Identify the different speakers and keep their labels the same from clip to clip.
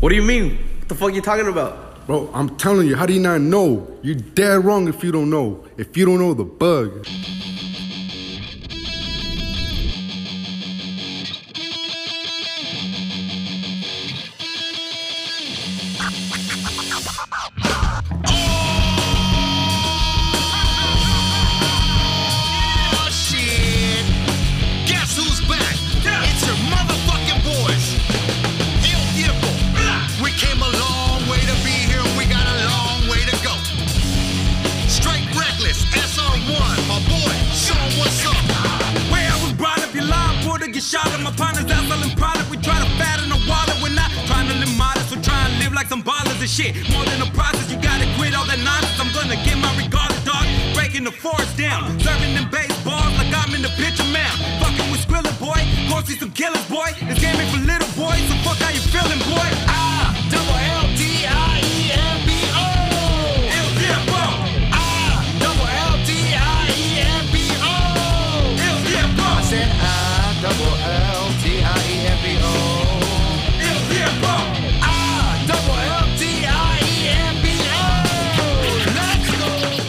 Speaker 1: What do you mean? What the fuck you talking about?
Speaker 2: Bro, I'm telling you, how do you not know? You're dead wrong if you don't know. If you don't know the bug.
Speaker 3: Oh shit! Guess who's back? It's your motherfucking boys. Beautiful. We came a long way to be here. We got a long way to go. Straight reckless. SR1. My boy. Show 'em what's up.
Speaker 4: Where I was brought up, your line pulled to get shot at. My partner's out selling product. We try to fat in a wallet. We're not trying to live modest. We're trying to live like some ballers and shit. More than a process, you gotta quit all that nonsense. I'm gonna get my regard, dog. Breaking the forest down. Serving them baseballs like I'm in the picture, man. Fucking with Skrilla, boy. Go see some killers, boy. This game ain't for little boys. So fuck how you feeling, boy.
Speaker 3: I double L D I E M B O.
Speaker 4: Ill Zippo.
Speaker 3: I double L D I E M B O.
Speaker 4: Ill Zippo.
Speaker 3: I said I double L T I E M B O.
Speaker 4: Ill Zippo.
Speaker 3: I double L T I E M B O. Let's go.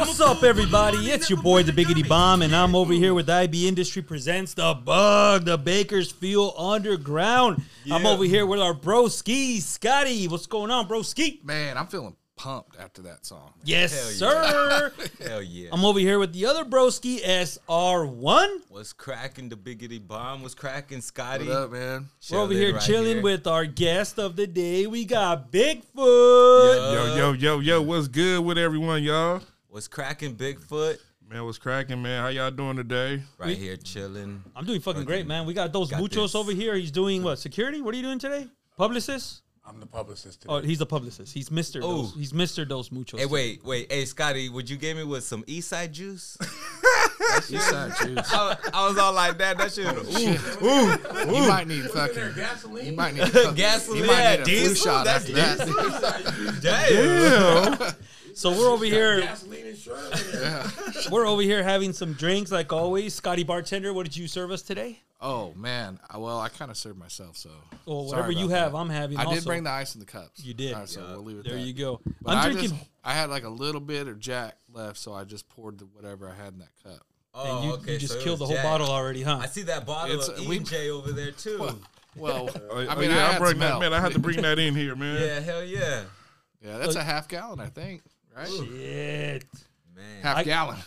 Speaker 5: What's up, everybody? It's your boy, the Biggity Bomb, and I'm over here with IB Industry Presents The Bug, the Bakersfield Underground. I'm over here with our bro Ski, Scotty. What's going on, bro Ski?
Speaker 6: Man, I'm feeling pumped after that song.
Speaker 5: Yes, sir.
Speaker 1: Hell yeah.
Speaker 5: I'm over here with the other broski, SR1.
Speaker 1: What's cracking the biggity bomb? What's cracking Scotty?
Speaker 6: What up, man?
Speaker 5: We're over
Speaker 1: Chilling
Speaker 5: here
Speaker 1: right
Speaker 5: chilling
Speaker 1: here.
Speaker 5: with our guest of the day. We got Bigfoot.
Speaker 7: Yo, yo, yo, yo, what's good with everyone, y'all?
Speaker 1: What's cracking Bigfoot?
Speaker 7: Man, what's cracking, man? How y'all doing today?
Speaker 1: Right here chilling.
Speaker 5: I'm doing fucking great, man. We got those
Speaker 1: Got
Speaker 5: muchos
Speaker 1: this.
Speaker 5: over here. He's doing what? Security? What are you doing today? Publicist?
Speaker 8: I'm the publicist today.
Speaker 5: Oh, he's a publicist. He's Mr.
Speaker 1: Oh.
Speaker 5: Dos. He's Mr. Dos Muchos.
Speaker 1: Hey, wait, wait. Hey, Scotty, would you give me with some Eastside juice?
Speaker 6: Eastside Juice.
Speaker 1: I, I was all like that. That shit. Ooh,
Speaker 6: You might need fucking gasoline. You might need fucking-
Speaker 1: Gasoline,
Speaker 6: You might need a
Speaker 1: diesel,
Speaker 6: flu shot
Speaker 1: that's
Speaker 6: after that.
Speaker 1: damn.
Speaker 5: So we're over here. We're over here having some drinks, like always. Scotty bartender, what did you serve us today?
Speaker 6: Oh man. I- Well, I kind of served myself, so.
Speaker 5: Well,
Speaker 6: sorry
Speaker 5: whatever you
Speaker 6: about
Speaker 5: have,
Speaker 6: that.
Speaker 5: I'm having.
Speaker 6: I
Speaker 5: also.
Speaker 6: did bring the ice in the cups.
Speaker 5: You did.
Speaker 6: All right, so we'll leave it
Speaker 5: There
Speaker 6: at
Speaker 5: you
Speaker 6: that.
Speaker 5: go.
Speaker 6: But
Speaker 5: I'm
Speaker 6: I
Speaker 5: drinking.
Speaker 6: Just, I had like a little bit of Jack left, so I just poured the, whatever I had in that cup.
Speaker 1: Oh,
Speaker 5: and you,
Speaker 1: okay,
Speaker 5: you just
Speaker 1: so it
Speaker 5: killed the
Speaker 1: was
Speaker 5: whole
Speaker 1: Jack.
Speaker 5: bottle already, huh?
Speaker 1: I see that bottle
Speaker 6: It's-
Speaker 1: of
Speaker 6: we-
Speaker 1: EJ over there too.
Speaker 6: Well,
Speaker 7: Oh,
Speaker 6: I
Speaker 7: oh,
Speaker 6: mean,
Speaker 7: yeah,
Speaker 6: I, had
Speaker 7: bring
Speaker 6: some
Speaker 7: that,
Speaker 6: help.
Speaker 7: man. I had to bring that in here, man.
Speaker 1: Yeah, hell yeah,
Speaker 6: Yeah,
Speaker 7: Uh,
Speaker 6: that's a half gallon, I think. Right?
Speaker 5: Shit.
Speaker 1: man.
Speaker 6: Half
Speaker 5: I-
Speaker 6: gallon.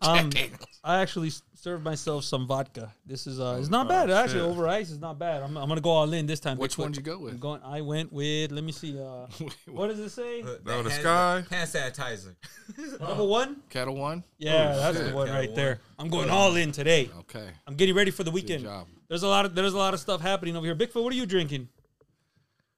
Speaker 5: Um,
Speaker 6: Jack Daniels.
Speaker 5: I actually s- served myself some vodka. This is
Speaker 1: Oh,
Speaker 5: uh, it's not bad actually.
Speaker 7: shit.
Speaker 5: Over ice, it's not bad. I'm, I'm gonna go all in this time.
Speaker 6: Which
Speaker 5: Bigfoot.
Speaker 6: one'd you go with?
Speaker 5: I'm going. I went with. Let me see. Uh, what does it say?
Speaker 1: Put
Speaker 7: No,
Speaker 1: that
Speaker 7: the
Speaker 1: hand-
Speaker 7: sky.
Speaker 1: Hand sanitizer.
Speaker 5: Number one.
Speaker 6: Kettle one. Oh.
Speaker 5: Yeah, that's the one
Speaker 1: Got
Speaker 5: right
Speaker 1: one.
Speaker 5: there. I'm going all in today.
Speaker 6: Okay.
Speaker 5: I'm getting ready for the weekend.
Speaker 6: job.
Speaker 5: There's a lot of there's a lot of stuff happening over here. Bigfoot, what are you drinking?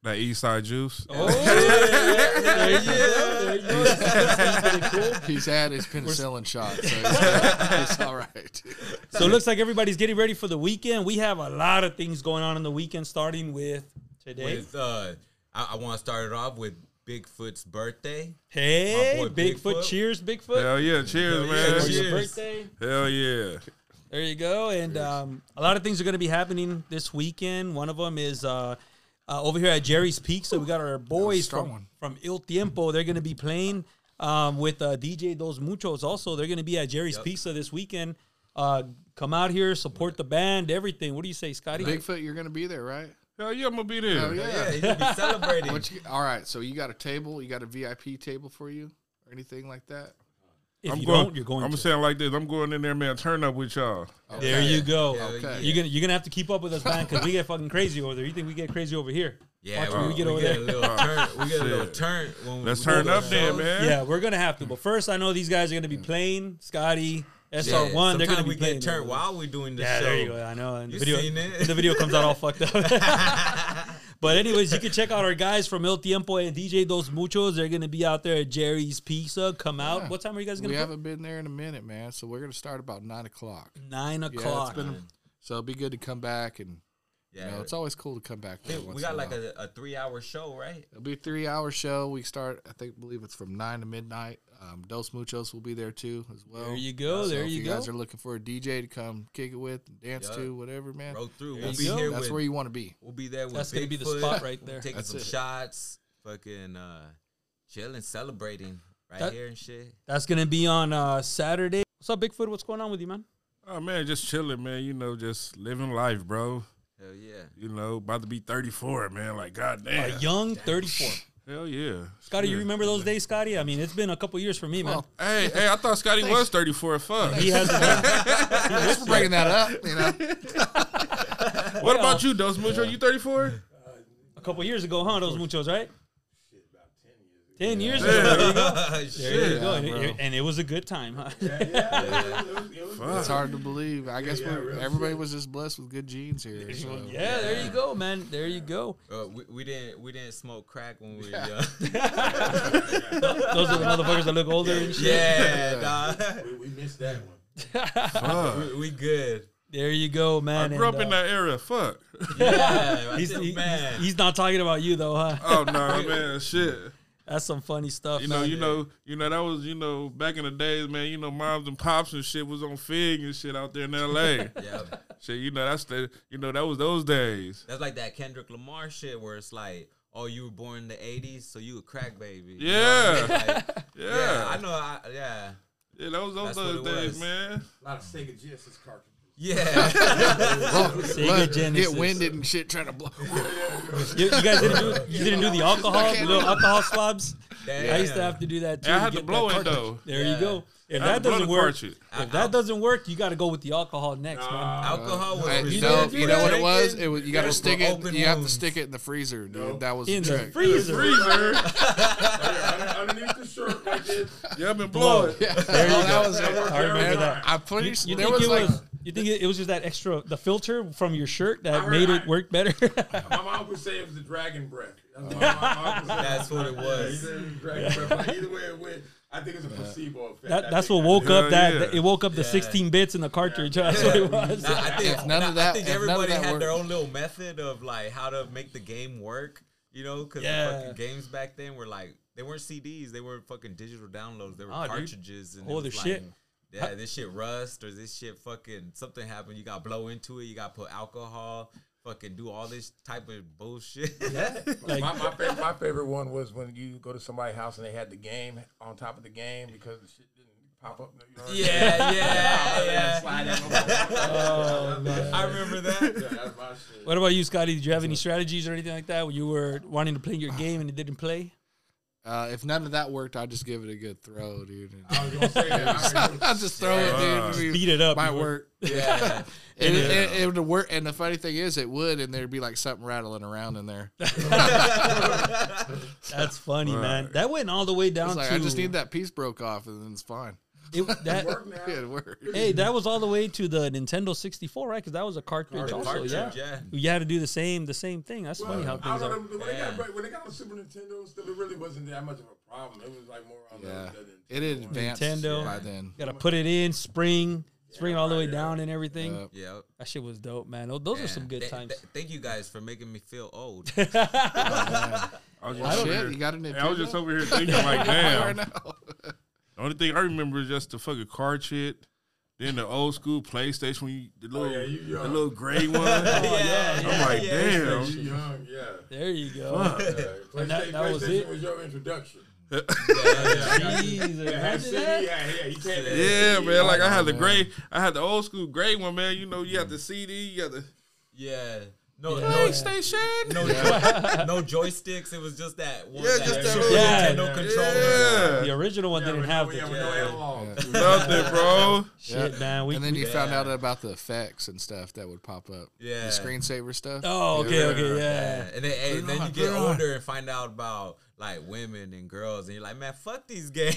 Speaker 7: That Eastside juice.
Speaker 5: Oh, yeah, there you go, there you go. That's pretty cool.
Speaker 6: He's had his penicillin shot, so it's, it's all right.
Speaker 5: So it looks like everybody's getting ready for the weekend. We have a lot of things going on in the weekend, starting with today.
Speaker 1: With uh, I, I want to start it off with Bigfoot's birthday.
Speaker 5: hey,
Speaker 1: my boy
Speaker 5: Bigfoot,
Speaker 1: Bigfoot.
Speaker 5: cheers, Bigfoot.
Speaker 7: Hell yeah. Cheers,
Speaker 1: Hell yeah,
Speaker 7: man.
Speaker 5: For your
Speaker 1: cheers.
Speaker 5: birthday.
Speaker 7: Hell yeah.
Speaker 5: There you go. And um, a lot of things are going to be happening this weekend. One of them is uh, uh, over here at Jerry's Peak. So we got our boys
Speaker 6: strong
Speaker 5: from,
Speaker 6: one.
Speaker 5: from Il Tiempo. They're going to be playing um, with uh, DJ Dos Muchos also. They're going to be at Jerry's Pizza this weekend. Uh, come out here, support the band, everything. What do you say, Scotty?
Speaker 6: Bigfoot, you're gonna be there, right?
Speaker 7: Hell yeah, I'm gonna be there.
Speaker 6: Hell
Speaker 1: Yeah, he's gonna be celebrating.
Speaker 6: What you, all right, so you got a table? You got a VIP table for you, or anything like that?
Speaker 5: if
Speaker 7: I'm
Speaker 5: you
Speaker 7: going.
Speaker 5: don't, you're going
Speaker 7: I'm
Speaker 5: to.
Speaker 7: saying like this. I'm going in there, man. Turn up with y'all.
Speaker 5: there you go.
Speaker 1: Hell
Speaker 6: Okay.
Speaker 1: yeah.
Speaker 5: You're gonna you're gonna have to keep up with us, man, because we get fucking crazy over there. You think we get crazy over here?
Speaker 1: Yeah,
Speaker 5: Watch when we get over
Speaker 1: a
Speaker 5: there.
Speaker 1: little turn. We get a little
Speaker 7: Shit.
Speaker 1: turn. When
Speaker 7: Let's
Speaker 1: we
Speaker 7: turn
Speaker 1: do
Speaker 7: up
Speaker 1: those
Speaker 7: then,
Speaker 1: shows.
Speaker 7: man.
Speaker 5: Yeah, we're gonna have to. But first, I know these guys are gonna be playing Scotty
Speaker 1: Yeah,
Speaker 5: SR one. They're
Speaker 1: sometimes
Speaker 5: gonna be
Speaker 1: we
Speaker 5: playing.
Speaker 1: get turned while we're doing the
Speaker 5: yeah,
Speaker 1: show.
Speaker 5: there you go. I know. And the
Speaker 1: You
Speaker 5: video,
Speaker 1: seen it?
Speaker 5: and the video comes out all fucked up. but anyways, you can check out our guys from El Tiempo and DJ Dos Muchos. They're gonna be out there at Jerry's Pizza. Come out. What time are you guys
Speaker 6: We
Speaker 5: gonna? play?
Speaker 6: haven't been there in a minute, man. So we're gonna start about nine o'clock.
Speaker 5: Nine
Speaker 6: Yeah,
Speaker 5: o'clock.
Speaker 6: it's been. A, so it'd be good to come back and
Speaker 1: Yeah.
Speaker 6: You know, it's always cool to come back.
Speaker 1: I
Speaker 6: to it
Speaker 1: think
Speaker 6: once
Speaker 1: we
Speaker 6: in
Speaker 1: got
Speaker 6: a
Speaker 1: like
Speaker 6: while.
Speaker 1: a, a three hour show, right?
Speaker 6: It'll be a three-hour show. We start, I think, believe it's from nine to midnight. Um, Dos Muchos will be there too, as well.
Speaker 5: There you go,
Speaker 6: So
Speaker 5: there
Speaker 6: if
Speaker 5: you
Speaker 6: you guys
Speaker 5: go.
Speaker 6: are looking for a DJ to come kick it with, dance
Speaker 1: Yeah.
Speaker 6: to, whatever, man.
Speaker 1: Road Oh, through.
Speaker 5: There
Speaker 1: We'll
Speaker 5: you
Speaker 1: be
Speaker 5: go.
Speaker 1: here
Speaker 6: That's
Speaker 1: with.
Speaker 6: where you want to be.
Speaker 1: we'll be there with.
Speaker 5: That's gonna be the
Speaker 1: Bigfoot,
Speaker 5: spot right there.
Speaker 1: Taking
Speaker 6: That's
Speaker 1: some
Speaker 6: it.
Speaker 1: shots, fucking uh, chilling, celebrating right
Speaker 5: That-
Speaker 1: here and shit.
Speaker 5: That's gonna be on uh, Saturday. What's up, Bigfoot? What's going on with you, man?
Speaker 7: Oh man, just chilling, man. You know, just living life, bro.
Speaker 1: Hell yeah.
Speaker 7: You know, about to be 34, man. Like, goddamn.
Speaker 5: A young 34.
Speaker 7: Hell yeah.
Speaker 5: Scotty, you
Speaker 7: Yeah.
Speaker 5: remember those days, Scotty? I mean, it's been a couple years for me, man.
Speaker 6: Well,
Speaker 7: Hey, hey, I thought Scotty was 34. Fuck.
Speaker 5: He hasn't.
Speaker 6: Thanks for bringing that up. You know,
Speaker 7: What about you, Dos Mucho? You 34?
Speaker 6: Uh,
Speaker 5: a couple years ago, huh? Those muchos, right? Ten years ago, there you go. There you go. And, it, and it was a good time, huh?
Speaker 6: it's hard to believe. I guess we're, everybody was just blessed with good genes here. So.
Speaker 5: yeah, there you go, man. There you go.
Speaker 1: Uh, we, we didn't we didn't smoke crack when we uh, were young.
Speaker 5: Those are the motherfuckers that look older and shit.
Speaker 1: yeah, nah.
Speaker 8: We missed that one.
Speaker 7: Fuck.
Speaker 1: we, we good.
Speaker 5: There you go, man.
Speaker 7: I grew
Speaker 5: And,
Speaker 7: up in
Speaker 5: uh,
Speaker 7: that era. Fuck.
Speaker 1: Yeah, I
Speaker 5: He's,
Speaker 1: feel
Speaker 5: he-
Speaker 1: bad.
Speaker 5: he's, he's not talking about you though, huh?
Speaker 7: Oh no, man. Shit.
Speaker 5: That's some funny stuff.
Speaker 7: You know,
Speaker 5: man.
Speaker 7: you know, you know. That was, you know, back in the days, man. You know, moms and pops and shit was on fig and shit out there in L.A.
Speaker 1: yeah.
Speaker 7: shit, you know, that's the, you know, that was those days.
Speaker 1: That's like that Kendrick Lamar shit where it's like, oh, you were born in the '80s, so you a crack baby. You know what I mean? Like,
Speaker 7: Yeah,
Speaker 1: yeah, I know. I, yeah,
Speaker 7: yeah, that was those
Speaker 1: That's what
Speaker 7: those
Speaker 1: it
Speaker 7: days,
Speaker 1: was.
Speaker 7: man.
Speaker 8: A lot of Sega Genesis cartridges.
Speaker 1: yeah.
Speaker 5: Sega Genesis.
Speaker 6: Get winded and shit trying to blow.
Speaker 5: You, you guys didn't do you didn't do the alcohol, the little alcohol swabs. I used to have to do that too.
Speaker 7: I had to
Speaker 5: get
Speaker 7: blow
Speaker 5: that
Speaker 7: it,
Speaker 5: cartridge.
Speaker 7: though.
Speaker 5: There
Speaker 1: Yeah.
Speaker 5: you go. If
Speaker 7: I had
Speaker 5: that
Speaker 7: to blow
Speaker 5: doesn't
Speaker 7: the
Speaker 5: work,
Speaker 7: cartridge.
Speaker 5: if that doesn't work, you got to go with the alcohol next, man.
Speaker 1: Alcohol was.
Speaker 6: Hey, Uh, you know,
Speaker 1: reserved
Speaker 6: you
Speaker 1: for
Speaker 6: know what it was?
Speaker 1: drinking.
Speaker 6: It was you got to
Speaker 1: was
Speaker 6: stick
Speaker 1: for
Speaker 6: it.
Speaker 1: open
Speaker 6: You have to
Speaker 1: wounds.
Speaker 6: stick it in the freezer, dude. That was
Speaker 5: In
Speaker 6: the
Speaker 5: the
Speaker 6: trick.
Speaker 5: freezer.
Speaker 7: Freezer.
Speaker 8: Underneath the shirt like this. Oh,
Speaker 7: yeah, I've been blowing.
Speaker 5: There you go.
Speaker 6: was it.
Speaker 5: I remember that.
Speaker 6: I put it.
Speaker 5: You
Speaker 6: there
Speaker 5: think
Speaker 6: was
Speaker 5: it
Speaker 6: like
Speaker 5: was? You think it, it was just that extra the filter from your shirt that
Speaker 8: heard-
Speaker 5: made it
Speaker 8: I-
Speaker 5: work better?
Speaker 8: My mom would say it was the dragon breath. That's what my mom would say.
Speaker 1: That's what it
Speaker 8: Yeah, he
Speaker 1: was.
Speaker 8: said it was dragon breath. But either way it went, I think it's a placebo effect. I
Speaker 5: that, that's
Speaker 8: think
Speaker 5: what woke
Speaker 7: Hell
Speaker 5: up that,
Speaker 7: yeah.
Speaker 5: that- it woke up the
Speaker 1: Yeah.
Speaker 5: 16 bits in the cartridge. That's what it was.
Speaker 1: Nah, I think
Speaker 6: If none of that-
Speaker 1: I think
Speaker 6: if none of
Speaker 1: everybody
Speaker 6: that
Speaker 1: had their
Speaker 6: worked-
Speaker 1: own little method of like how to make the game work. You know, because
Speaker 5: Yeah.
Speaker 1: the fucking games back then were like they weren't CDs, they were fucking digital downloads. They were
Speaker 5: Ah, dude.
Speaker 1: cartridges. And it
Speaker 5: Holy
Speaker 1: was like,
Speaker 5: shit.
Speaker 1: Yeah, this shit rust or this shit fucking something happened. You got to blow into it. You got to put alcohol. Fucking do all this type of bullshit. Yeah,
Speaker 5: Like,
Speaker 8: My, my, favorite, my favorite one was when you go to somebody's house and they had the game on top of the game because the shit didn't pop up. You know,
Speaker 1: yeah, yeah.
Speaker 8: Slide that motherfucker.
Speaker 5: Oh,
Speaker 1: I remember that.
Speaker 8: That's my shit.
Speaker 5: what about you, Scotty? Did you have any strategies or anything like that when you were wanting to play your game and it didn't play?
Speaker 6: Uh, if none of that worked, I'd just give it a good throw, dude.
Speaker 8: I was gonna say that. I remember-
Speaker 6: I'd just throw it, dude.
Speaker 5: Beat it up.
Speaker 6: Might
Speaker 5: You were-
Speaker 6: work.
Speaker 1: Yeah,
Speaker 6: And it, it, it would work. And the funny thing is, it would, and there'd be like something rattling around in there. It's
Speaker 5: That's funny, man. That went all the way down
Speaker 6: like
Speaker 5: to
Speaker 6: I just need that piece broke off, and then it's fine.
Speaker 5: It, that
Speaker 8: Work now.
Speaker 6: Yeah, it worked.
Speaker 5: hey, that was all the way to the Nintendo 64, right? Because that was a cartridge,
Speaker 1: The
Speaker 5: also.
Speaker 1: cartridge,
Speaker 5: yeah.
Speaker 1: yeah.
Speaker 5: you had to do the same, the same thing. That's funny how
Speaker 8: Well, I
Speaker 5: things
Speaker 8: don't know,
Speaker 5: are.
Speaker 8: when, they
Speaker 1: Yeah.
Speaker 8: got, when they got the Super Nintendo stuff, it really wasn't that much of a problem. It was like more on
Speaker 6: Yeah,
Speaker 8: the, the
Speaker 6: it had advanced
Speaker 5: Nintendo.
Speaker 6: by then.
Speaker 5: Got to put it in, spring, spring it all the way down, and everything.
Speaker 6: Yep.
Speaker 1: yeah.
Speaker 5: That shit was dope, man. Tho- Those are some good
Speaker 1: Th-
Speaker 5: times.
Speaker 1: th- thank you guys for making me feel old.
Speaker 7: I was just over
Speaker 6: Shit,
Speaker 7: here-
Speaker 6: you got a
Speaker 7: Hey, I was
Speaker 6: Nintendo?
Speaker 7: just over here thinking, like, damn. The only thing I remember is just the fucking card shit. Then the old school PlayStation, when you, the little,
Speaker 8: Oh, yeah, you young. Oh,
Speaker 7: the little gray one.
Speaker 1: yeah,
Speaker 7: I'm like,
Speaker 8: Nintendo.
Speaker 7: damn.
Speaker 8: You young, yeah.
Speaker 5: there you go.
Speaker 8: Yeah, PlayStation,
Speaker 5: that- that was
Speaker 8: PlayStation
Speaker 5: it?
Speaker 8: was your introduction.
Speaker 5: Jeez,
Speaker 8: Yeah,
Speaker 5: imagine
Speaker 8: see, yeah,
Speaker 5: that.
Speaker 8: yeah, you can't.
Speaker 7: Yeah, man. Like I had the gray, I had the old school gray one, man. You know, you had the CD, you had the
Speaker 1: Yeah. No,
Speaker 7: PlayStation.
Speaker 1: no, no, joy- no joysticks. It was just that one.
Speaker 7: Yeah,
Speaker 1: that
Speaker 7: just that
Speaker 1: Super
Speaker 7: little-
Speaker 5: Yeah.
Speaker 1: Nintendo
Speaker 5: Yeah.
Speaker 1: controller.
Speaker 7: Yeah,
Speaker 5: The original one didn't have the
Speaker 8: Yeah, with no analog.
Speaker 7: nothing, bro.
Speaker 5: shit, man. We,
Speaker 6: And then
Speaker 5: we-
Speaker 6: you found out about the effects and stuff that would pop up.
Speaker 1: Yeah.
Speaker 6: The screensaver stuff.
Speaker 5: oh, okay, okay, yeah.
Speaker 1: And then, and then you get older and find out about like women and girls, and you're like, man, fuck these games.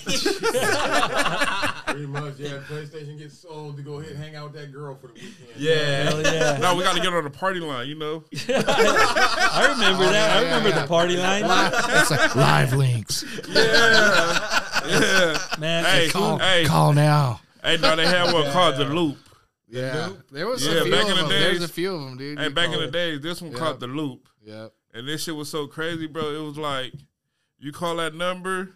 Speaker 8: Pretty much, yeah. PlayStation gets sold to go ahead and hang out with that girl for the weekend.
Speaker 1: yeah.
Speaker 5: Hell yeah.
Speaker 7: Now we got to get on the party line, you know.
Speaker 5: I remember that. I
Speaker 6: yeah,
Speaker 5: remember
Speaker 6: yeah.
Speaker 5: the party line.
Speaker 6: it's like live links.
Speaker 7: Yeah, yeah.
Speaker 5: Man,
Speaker 7: Hey,
Speaker 6: Call,
Speaker 7: hey,
Speaker 6: call now.
Speaker 7: hey. No, they had one called the Loop.
Speaker 6: Yeah, there was
Speaker 7: Yeah,
Speaker 6: a few
Speaker 7: back
Speaker 6: of
Speaker 7: in the
Speaker 6: them.
Speaker 7: days-
Speaker 6: There's a few of them, dude.
Speaker 7: Hey,
Speaker 6: You
Speaker 7: back in
Speaker 6: call-
Speaker 7: the days, this one caught the loop,
Speaker 6: Yep.
Speaker 7: and this shit was so crazy, bro. It was like you call that number,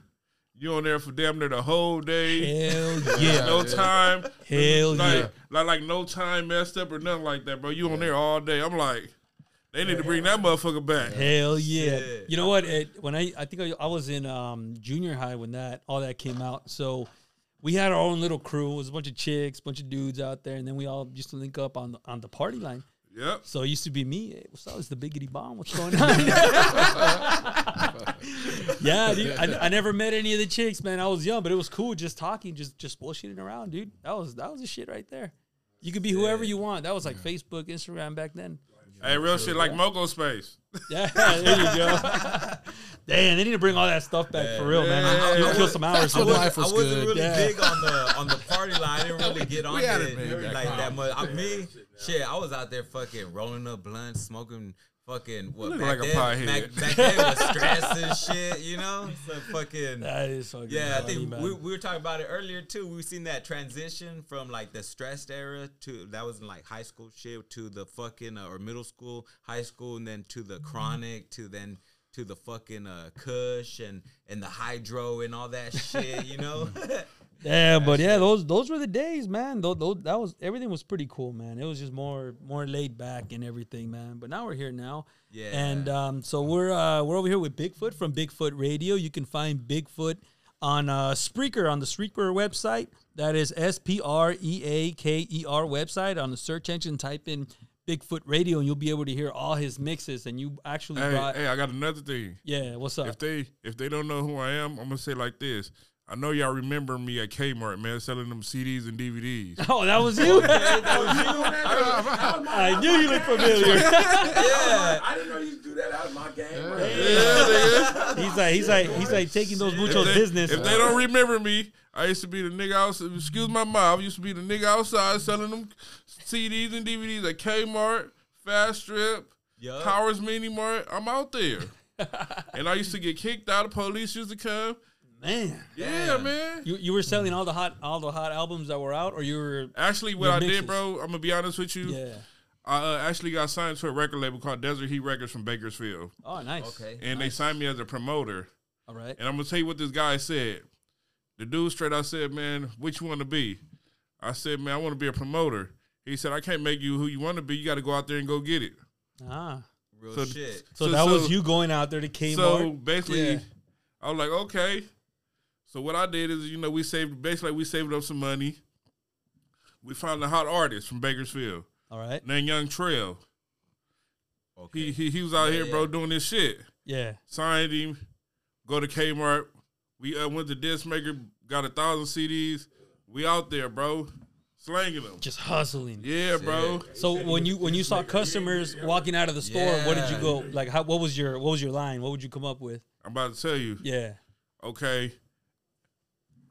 Speaker 7: you on there for damn near the whole day,
Speaker 5: Hell yeah.
Speaker 7: no time,
Speaker 5: Hell
Speaker 7: like,
Speaker 5: yeah.
Speaker 7: like like no time messed up or nothing like that, bro. You on there all day. I'm like, they need to bring that motherfucker back.
Speaker 5: Hell yeah! You know what? It, when I I think I, I was in um, junior high when that all that came out, so we had our own little crew. It was a bunch of chicks, bunch of dudes out there, and then we all used to link up on the, on the party line.
Speaker 7: Yep.
Speaker 5: So it used to be me. Hey, what's up? It's the biggity bomb. What's going on? yeah, dude. I, I never met any of the chicks, man. I was young, but it was cool just talking, just just bullshitting around, dude. That was that was the shit right there. You could be whoever you want. That was like Facebook, Instagram back then.
Speaker 7: Hey, real shit like Moco Space.
Speaker 5: Yeah, there you go. Damn, they need to bring all that stuff back for real, man. You kill some hours.
Speaker 6: That's
Speaker 5: with it.
Speaker 6: what life was
Speaker 1: I wasn't
Speaker 6: good.
Speaker 1: really
Speaker 5: Yeah.
Speaker 1: big on the on the party line. I didn't really get on
Speaker 6: had
Speaker 1: it
Speaker 6: it made back
Speaker 1: like that much. I, me, shit, I was out there fucking rolling up blunts, smoking fucking what
Speaker 7: Look like
Speaker 1: back
Speaker 7: a
Speaker 1: then,
Speaker 7: pothead.
Speaker 1: back, back then was stress and shit. You know, so fucking.
Speaker 5: That is fucking
Speaker 1: Yeah, I
Speaker 5: funny,
Speaker 1: think
Speaker 5: man.
Speaker 1: we, we were talking about it earlier too. We've seen that transition from like the stressed era to that was in like high school shit to the fucking uh, or middle school, high school, and then to the
Speaker 5: Mm-hmm.
Speaker 1: chronic to then to the fucking uh, Kush and and the hydro and all that shit. You know,
Speaker 5: yeah, but yeah, those those were the days, man. Those, those that was everything was pretty cool, man. It was just more more laid back and everything, man. But now we're here now.
Speaker 1: Yeah.
Speaker 5: And um, so we're uh, we're over here with Bigfoot from Bigfoot Radio. You can find Bigfoot on uh, Spreaker on the Spreaker website. That is S P R E A K E R website. On the search engine, type in Bigfoot Radio, and you'll be able to hear all his mixes. And you actually
Speaker 7: Hey,
Speaker 5: brought,
Speaker 7: hey, I got another thing.
Speaker 5: yeah, what's up?
Speaker 7: If they if they don't know who I am, I'm gonna say like this. I know y'all remember me at Kmart, man, selling them CDs and DVDs.
Speaker 5: Oh, that was you. I knew you looked familiar.
Speaker 8: I didn't know you could do that out of my game. bro.
Speaker 5: He's like, he's like, he's like taking those muchos
Speaker 7: they,
Speaker 5: business.
Speaker 7: If they don't remember me, I used to be the nigga outside. Excuse my mom. I used to be the nigga outside selling them CDs and DVDs at Kmart, Fast Strip,
Speaker 1: Yup.
Speaker 7: Powers Mini Mart. I'm out there, and I used to get kicked out. The police used to come.
Speaker 5: Man,
Speaker 7: Yeah, man.
Speaker 5: you, you were selling all the hot all the hot albums that were out, or you were
Speaker 7: Actually, what
Speaker 5: Your
Speaker 7: I
Speaker 5: mixes.
Speaker 7: did, bro, I'm gonna be honest with you.
Speaker 5: yeah.
Speaker 7: I uh, actually got signed to a record label called Desert Heat Records from Bakersfield,
Speaker 5: Oh, nice.
Speaker 1: okay,
Speaker 7: and they signed me as a promoter.
Speaker 5: All right.
Speaker 7: And I'm gonna tell you what this guy said. The dude straight out said, "Man, what you want to be?" I said, "Man, I want to be a promoter." He said, "I can't make you who you want to be. You got to go out there and go get it."
Speaker 5: Ah.
Speaker 1: real
Speaker 7: So-
Speaker 1: shit.
Speaker 5: So,
Speaker 7: So-
Speaker 5: that was
Speaker 7: so-
Speaker 5: you going out there to Kmart.
Speaker 7: So basically,
Speaker 5: Yeah.
Speaker 7: I was like, "Okay." So what I did is, you know, we saved basically we saved up some money. We found a hot artist from Bakersfield
Speaker 5: all right.
Speaker 7: named Young Trail.
Speaker 1: Okay,
Speaker 7: He he, he was out here, bro, doing this shit.
Speaker 5: Yeah.
Speaker 7: signed him, go to Kmart. We uh, went to Discmaker, got a thousand CDs. We out there, bro, slanging them.
Speaker 5: Just hustling.
Speaker 7: Yeah, bro.
Speaker 5: So when you when you saw customers walking out of the store, what did you
Speaker 1: Yeah.
Speaker 5: go like? How, what was your what was your line? What would you come up with?
Speaker 7: I'm about to tell you.
Speaker 5: Yeah.
Speaker 7: Okay,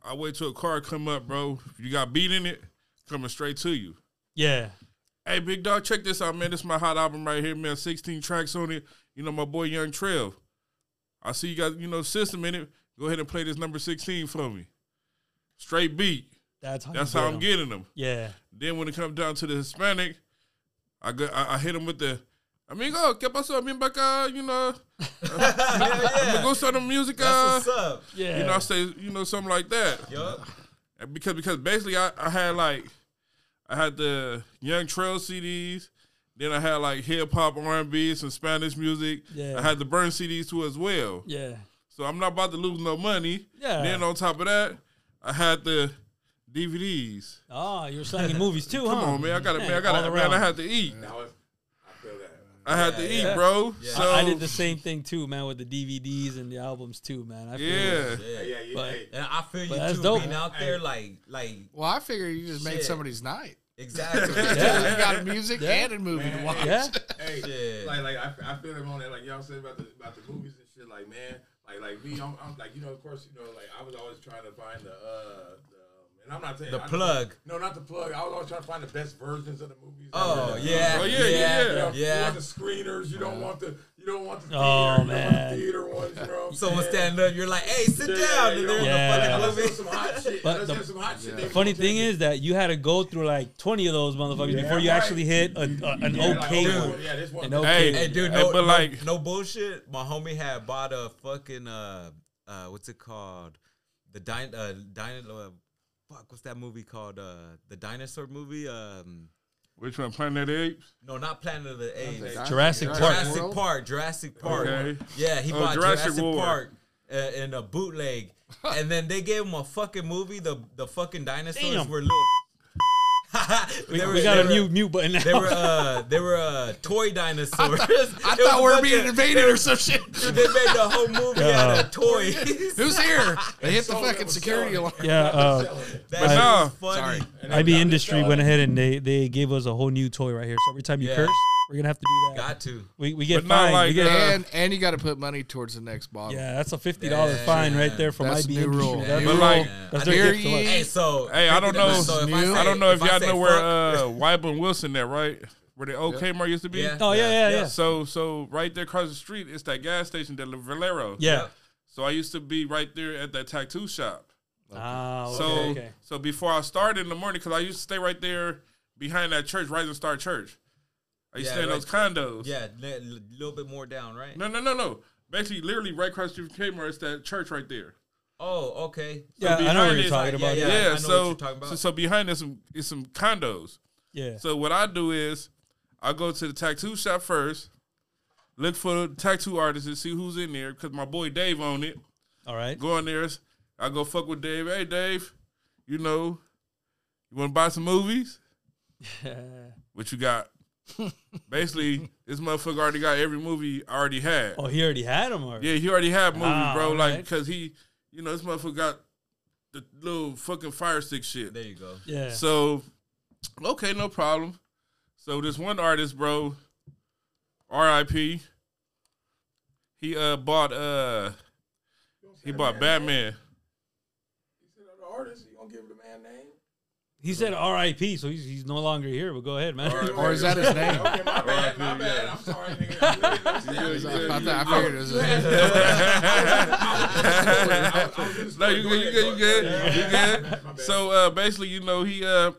Speaker 7: I wait till a car come up, bro. If you got beat in it, coming straight to you.
Speaker 5: Yeah.
Speaker 7: Hey, big dog, check this out, man. This is my hot album right here, man. 16 tracks on it. You know, my boy Young Trail. I see you got, you know, system in it. Go ahead and play this number 16 for me. Straight beat.
Speaker 5: That's how. you
Speaker 7: That's
Speaker 5: get
Speaker 7: how
Speaker 5: 'em.
Speaker 7: I'm getting them.
Speaker 5: Yeah.
Speaker 7: Then when it comes down to the Hispanic, I go, I, I hit him with the amigo, ¿qué pasó? Bien acá, you know. Uh, Me gusta the music.
Speaker 1: that's what's
Speaker 7: uh,
Speaker 1: up.
Speaker 5: Yeah.
Speaker 7: You know, I say, you know, something like that.
Speaker 1: Yup.
Speaker 7: And Because because basically I, I had like I had the Young Trail CDs. Then I had like hip hop, R and B, some Spanish music.
Speaker 5: Yeah.
Speaker 7: I had the Burn CDs too as well.
Speaker 5: yeah.
Speaker 7: So I'm not about to lose no money.
Speaker 5: Yeah.
Speaker 7: Then on top of that, I had the DVDs.
Speaker 5: Oh, you were slanging movies too, huh?
Speaker 7: Come on, man. I gotta, man. I gotta,
Speaker 5: all
Speaker 7: man. I
Speaker 5: around.
Speaker 7: had to eat.
Speaker 8: Now it's- I feel that.
Speaker 7: I had to eat, bro. So
Speaker 5: I, I did the same thing too, man, with the DVDs and the albums too, man. I feel you.
Speaker 7: Yeah,
Speaker 8: Yeah, yeah, yeah.
Speaker 5: But-
Speaker 8: hey,
Speaker 1: And I feel you
Speaker 5: that's
Speaker 1: too,
Speaker 5: dope.
Speaker 1: being out there like like
Speaker 6: Well, I figure you just made
Speaker 1: Shit.
Speaker 6: somebody's night.
Speaker 1: exactly.
Speaker 6: You got a music and a movie to watch.
Speaker 5: Yeah.
Speaker 8: hey,
Speaker 1: Shit.
Speaker 8: like, like I, I feel him on that. Like y'all said about the about the movies and shit. Like, man, like, like me, I'm, I'm like, you know, of course, you know, like I was always trying to find the, uh, the and I'm not saying
Speaker 1: The
Speaker 8: I-
Speaker 1: plug.
Speaker 8: No, not the plug. I was always trying to find the best versions of the movies.
Speaker 1: Oh yeah.
Speaker 7: Oh, yeah, yeah,
Speaker 8: You know,
Speaker 1: yeah.
Speaker 8: You want the screeners. You don't want the. You don't want the theater. you
Speaker 5: Oh,
Speaker 8: Don't want
Speaker 5: man.
Speaker 8: the theater ones, bro.
Speaker 1: Someone stand up, you're like, hey, sit
Speaker 8: Yeah,
Speaker 1: down. And
Speaker 8: you
Speaker 1: they're
Speaker 8: don't
Speaker 5: Yeah.
Speaker 1: in the
Speaker 8: Let's
Speaker 1: fucking
Speaker 8: hear
Speaker 1: movie.
Speaker 8: some hot shit.
Speaker 5: But
Speaker 8: Let's
Speaker 5: the-
Speaker 8: hear some hot shit. They
Speaker 5: Funny
Speaker 8: gonna
Speaker 5: thing
Speaker 8: take
Speaker 5: is that you had to go through like 20 of those motherfuckers before you
Speaker 8: right.
Speaker 5: actually hit a, a-
Speaker 8: it.
Speaker 5: an
Speaker 8: Like,
Speaker 5: okay
Speaker 8: oh,
Speaker 5: one.
Speaker 8: Yeah, this one.
Speaker 5: An
Speaker 8: No,
Speaker 5: okay
Speaker 7: Hey.
Speaker 5: one.
Speaker 1: Hey, dude,
Speaker 7: Hey,
Speaker 1: no,
Speaker 7: but
Speaker 1: no-
Speaker 7: like-
Speaker 1: no bullshit. My homie had bought a fucking uh, uh, what's it called? The dine, uh, dine, uh, fuck, what's that movie called? Uh, the dinosaur movie. Um,
Speaker 7: Which one? Planet of the Apes?
Speaker 1: no, not Planet of the Apes.
Speaker 5: Jurassic Park.
Speaker 1: Jurassic
Speaker 6: World?
Speaker 1: Park. Jurassic Park.
Speaker 7: Okay.
Speaker 1: Yeah, he
Speaker 7: Oh,
Speaker 1: bought
Speaker 7: Jurassic
Speaker 1: Jurassic,
Speaker 7: World.
Speaker 1: Park. Uh, in a bootleg, and then they gave him a fucking movie. The the fucking dinosaurs
Speaker 5: Damn.
Speaker 1: were little.
Speaker 5: We, we got a new mute button now.
Speaker 1: They were uh, they were uh, toy dinosaurs.
Speaker 6: I thought we were being invaded or some shit.
Speaker 1: They made the whole movie out of toys.
Speaker 6: Who's here? They hit the
Speaker 8: sold it,
Speaker 6: fucking
Speaker 8: was
Speaker 6: security
Speaker 8: selling
Speaker 6: alarm.
Speaker 5: yeah, uh,
Speaker 1: That
Speaker 7: But
Speaker 1: shit
Speaker 7: no.
Speaker 1: was funny.
Speaker 6: Sorry.
Speaker 5: IB Industry went ahead and they, they gave us a whole new toy right here. So every time you
Speaker 1: Yeah.
Speaker 5: curse, we're gonna have to do that.
Speaker 1: Got to.
Speaker 5: we, we get
Speaker 7: But not
Speaker 5: fined.
Speaker 7: like
Speaker 5: we get,
Speaker 7: that.
Speaker 6: uh, And and you got to put money towards the next bottle.
Speaker 5: yeah, that's a fifty dollar
Speaker 1: Yeah.
Speaker 5: fine right there from
Speaker 6: That's
Speaker 5: IB
Speaker 6: new
Speaker 5: Industry.
Speaker 6: rule.
Speaker 5: That's-
Speaker 6: New
Speaker 7: But like-
Speaker 6: rule.
Speaker 1: Yeah.
Speaker 5: That's
Speaker 1: I
Speaker 5: their
Speaker 1: think-
Speaker 5: gift
Speaker 6: Here
Speaker 5: to us.
Speaker 6: he-
Speaker 1: Hey, so
Speaker 7: Hey, I don't
Speaker 1: thinking about-
Speaker 7: know-
Speaker 1: if
Speaker 6: New?
Speaker 7: I don't know if,
Speaker 1: I
Speaker 7: y'all
Speaker 1: say
Speaker 7: know where
Speaker 1: fuck-
Speaker 7: uh, Weib and Wilson at, right? Where the OK Mart used to be?
Speaker 1: Yeah.
Speaker 5: Oh yeah, yeah, yeah.
Speaker 7: So, so right there across the street, it's that gas station, the Valero.
Speaker 5: Yeah.
Speaker 7: So I used to be right there at that tattoo shop.
Speaker 5: Ah, okay,
Speaker 7: So,
Speaker 5: okay.
Speaker 7: so before I started in the morning, because I used to stay right there behind that church, Rising Star Church. I used to
Speaker 1: Yeah,
Speaker 7: stay in those condos.
Speaker 1: yeah, a little bit more down, right?
Speaker 7: No, no, no, no. Basically, literally right across the street from Kmart, it's that church right there.
Speaker 1: Oh, okay.
Speaker 5: Yeah, I know what
Speaker 7: behind
Speaker 5: you're
Speaker 7: it,
Speaker 5: talking
Speaker 1: yeah,
Speaker 5: about.
Speaker 1: yeah.
Speaker 5: Yeah,
Speaker 7: Yeah.
Speaker 1: I know what
Speaker 7: so,
Speaker 1: you're talking about.
Speaker 7: so, so behind there's some is some condos.
Speaker 5: yeah.
Speaker 7: So what I do is I go to the tattoo shop first, look for the tattoo artists and see who's in there because my boy Dave owned it.
Speaker 5: All right.
Speaker 7: Go in there, I go fuck with Dave. Hey Dave, you know, you want to buy some movies? what you got? Basically, this motherfucker already got every movie I already had.
Speaker 5: Oh, he already Ah, had him. Or?
Speaker 7: Yeah, he already had movies,
Speaker 5: Wow,
Speaker 7: bro. Like
Speaker 5: alright.
Speaker 7: because he, you know, this motherfucker got the little fucking fire stick shit.
Speaker 1: there you go.
Speaker 5: Yeah.
Speaker 7: So, okay, no problem. So this one artist, bro, R.I.P. He uh bought uh he bought Batman.
Speaker 8: The artist, you gonna give the man name?
Speaker 5: he said R.I.P. So he's, he's no longer here. But go ahead, man.
Speaker 6: Or is that his name?
Speaker 8: Okay, my bad, my bad. I'm sorry, nigga.
Speaker 6: I, thought, I figured it was his name.
Speaker 7: No, you good, you good, you good, you good. So uh, basically, you know, he uh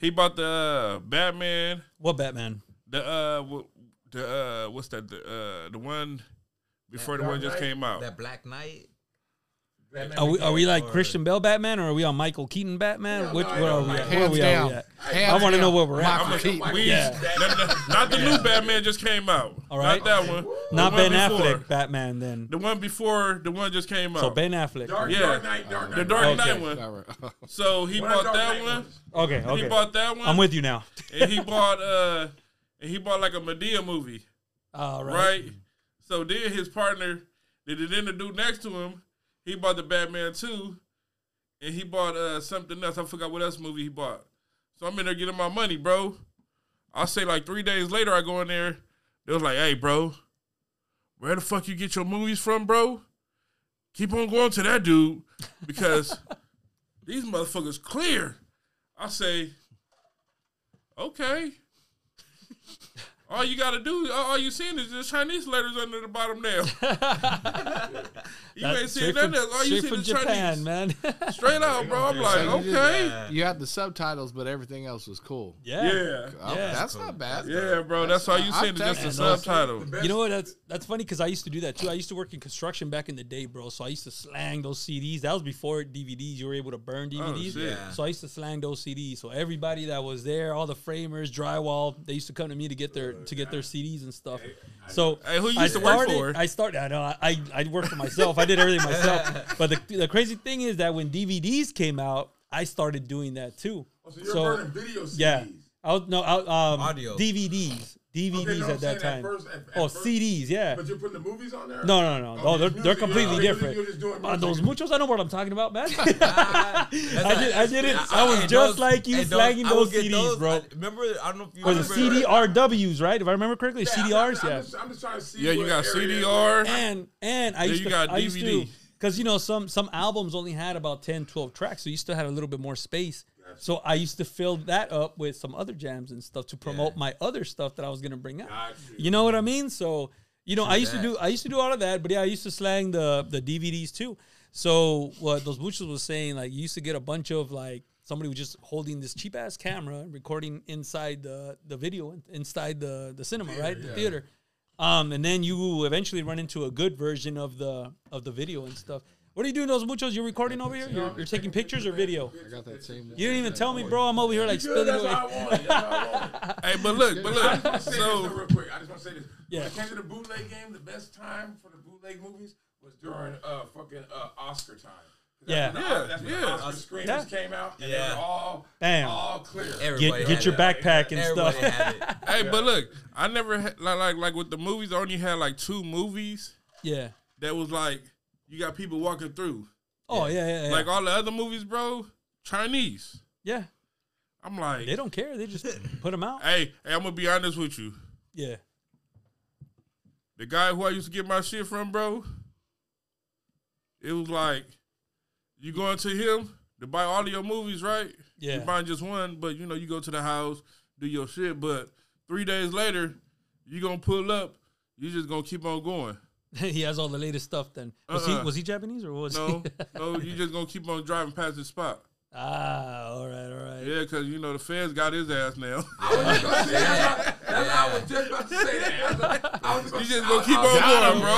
Speaker 7: he bought the uh, Batman,
Speaker 5: What Batman?
Speaker 7: the uh wh- the uh what's that the uh the one before the one just came out.
Speaker 1: That Black Knight.
Speaker 5: Are we are we like Christian Bell Batman or are we on Michael Keaton Batman? Which what are we at? Where are
Speaker 6: Hands
Speaker 5: we at?
Speaker 6: down.
Speaker 5: At?
Speaker 6: Hands
Speaker 5: I wanna know
Speaker 6: down.
Speaker 5: where we're at.
Speaker 6: Michael Keaton.
Speaker 7: We,
Speaker 5: Yeah.
Speaker 7: no, no, not the new Batman just came out.
Speaker 5: All right.
Speaker 7: Not that one.
Speaker 5: Not
Speaker 7: the
Speaker 5: Ben
Speaker 7: one before.
Speaker 5: Affleck Batman then.
Speaker 7: The one before the one just came out.
Speaker 5: So Ben Affleck.
Speaker 7: yeah.
Speaker 8: Dark Knight, Dark
Speaker 7: the
Speaker 8: Knight.
Speaker 7: Dark Knight
Speaker 5: Okay.
Speaker 7: one.
Speaker 6: All right.
Speaker 7: So he
Speaker 8: One of
Speaker 7: bought
Speaker 8: Dark
Speaker 7: that
Speaker 8: Knight
Speaker 7: one.
Speaker 8: ones.
Speaker 5: Okay, okay.
Speaker 7: He bought that one.
Speaker 5: I'm with you now.
Speaker 7: and he bought uh and he bought like a Medea movie,
Speaker 5: All right.
Speaker 7: right? So then his partner, then then the dude next to him, he bought the Batman 2 and he bought uh something else. I forgot what else movie he bought. So I'm in there getting my money, bro. I say like three days later, I go in there. They was like, "Hey, bro, where the fuck you get your movies from, bro? Keep on going to that dude because these motherfuckers clear." I say, "Okay." All you gotta do, all all you seeing is the Chinese letters under the bottom there. you
Speaker 5: That's
Speaker 7: ain't seeing
Speaker 5: straight
Speaker 7: nothing
Speaker 5: from,
Speaker 7: else. All you
Speaker 5: straight
Speaker 7: seeing
Speaker 5: from
Speaker 7: is
Speaker 5: Japan,
Speaker 7: Chinese.
Speaker 5: man.
Speaker 7: Straight out, bro. I'm like,
Speaker 6: So you just-
Speaker 7: okay,
Speaker 6: You had the subtitles, but everything else was cool.
Speaker 5: yeah.
Speaker 7: yeah,
Speaker 6: Oh,
Speaker 5: Yeah.
Speaker 6: that's not bad.
Speaker 7: yeah, bro. That's all you seeing
Speaker 6: I'm
Speaker 7: is just the
Speaker 6: texting
Speaker 5: those.
Speaker 7: subtitle.
Speaker 5: You know what? That's that's funny because I used to do that too. I used to work in construction back in the day, bro. So I used to slang those CDs. That was before DVDs. You were able to burn DVDs.
Speaker 7: Oh, shit.
Speaker 1: Yeah.
Speaker 5: So I used to slang those CDs. So everybody that was there, all the framers, drywall, they used to come to me to get their to get their CDs and stuff. So
Speaker 7: Hey, who you
Speaker 5: I
Speaker 7: used to work
Speaker 5: started-
Speaker 7: for?
Speaker 5: I started. I know. I I, I worked for myself. I did everything myself. But the, the crazy thing is that when DVDs came out, I started doing that too.
Speaker 8: So you're burning video CDs.
Speaker 5: Yeah. I was, no, I, um,
Speaker 1: Audio.
Speaker 5: DVDs. DVDs
Speaker 8: Okay, no, I'm
Speaker 5: at that
Speaker 8: saying at
Speaker 5: time.
Speaker 8: first- at- at
Speaker 5: oh,
Speaker 8: first-
Speaker 5: CDs, yeah.
Speaker 8: But you're putting the movies on there?
Speaker 5: No, no, no.
Speaker 8: Okay,
Speaker 5: Oh, they're,
Speaker 8: music,
Speaker 5: they're completely
Speaker 8: yeah, you're just-
Speaker 5: different.
Speaker 8: you're just doing
Speaker 5: Ah, those
Speaker 8: music.
Speaker 5: muchos, I know what I'm talking about, man. I did, I did it. I was
Speaker 1: Hey,
Speaker 5: just
Speaker 1: those-
Speaker 5: like you
Speaker 1: hey,
Speaker 5: slagging
Speaker 1: I will
Speaker 5: those
Speaker 1: get
Speaker 5: CDs,
Speaker 1: those.
Speaker 5: bro.
Speaker 1: I, remember, I don't know if you
Speaker 5: Or the
Speaker 1: remember-
Speaker 5: CDRWs, right? If I remember correctly,
Speaker 8: Yeah, I'm
Speaker 5: CDRs,
Speaker 8: just- I'm
Speaker 5: yeah.
Speaker 8: just- I'm just trying to see.
Speaker 7: Yeah, you
Speaker 8: what
Speaker 7: got
Speaker 8: area-
Speaker 7: CDR.
Speaker 5: And and I used
Speaker 7: you
Speaker 5: to,
Speaker 7: got
Speaker 5: I used to,
Speaker 7: DVD.
Speaker 5: because you know some some albums only had about 10, 12 tracks, so you still had a little bit more space. So I used to fill that up with some other jams and stuff to promote my other stuff that I was gonna bring out. You know what I mean? So You know, I used
Speaker 1: that.
Speaker 5: to do I used to do all of that, but yeah, I used to slang the the DVDs too. So what those butchers was saying, like you used to get a bunch of like somebody was just holding this cheap ass camera and recording inside the the video in- inside the the cinema, right, the theater. Um, and then you eventually run into a good version of the of the video and stuff. What are you doing, those muchos? You're recording over here. You're, you're taking pictures or video.
Speaker 6: I got that same one.
Speaker 5: You didn't even tell me, bro. I'm over here like spilling
Speaker 8: That's what
Speaker 5: away.
Speaker 8: I want. That's what I want.
Speaker 7: Hey, but look, but look.
Speaker 8: Say this though
Speaker 7: So
Speaker 8: real quick, I just want to say this.
Speaker 5: Yeah.
Speaker 8: When it came to the bootleg game, the best time for the bootleg movies was during uh fucking uh Oscar time. 'Cause
Speaker 5: Yeah.
Speaker 8: that's when the-
Speaker 7: Yeah,
Speaker 8: that's when
Speaker 7: yeah.
Speaker 8: The Oscar screeners
Speaker 5: Yeah.
Speaker 8: came out, and
Speaker 1: Yeah.
Speaker 8: they were all
Speaker 5: Bam.
Speaker 8: all clear.
Speaker 1: Everybody
Speaker 5: Get get
Speaker 1: had
Speaker 5: your
Speaker 1: it.
Speaker 5: backpack and
Speaker 1: Everybody
Speaker 5: stuff.
Speaker 1: had it.
Speaker 7: hey, but look. I never had, like like like with the movies. I only had like two movies
Speaker 5: Yeah.
Speaker 7: that was like you got people walking through.
Speaker 5: Oh yeah yeah yeah.
Speaker 7: Like all the other movies, bro. Chinese.
Speaker 5: yeah.
Speaker 7: I'm like,
Speaker 5: They don't care. They just put them out.
Speaker 7: hey, hey, I'm gonna be honest with you.
Speaker 5: Yeah.
Speaker 7: The guy who I used to get my shit from, bro, it was like, you going to him to buy all of your movies, right?
Speaker 5: Yeah.
Speaker 7: You buying just one, but you know, you go to the house, do your shit, but three days later, you gonna pull up, you just gonna keep on going.
Speaker 5: he has all the latest stuff. Then was
Speaker 7: Uh-uh.
Speaker 5: he was he Japanese or what was
Speaker 7: No,
Speaker 5: he?
Speaker 7: no, you just gonna keep on driving past the spot.
Speaker 5: ah, all right, all right.
Speaker 7: Yeah, cause you know the feds got his ass now.
Speaker 8: That's what I was just about to say that. I was, I was
Speaker 7: you
Speaker 8: just
Speaker 7: just gonna keep on going, bro.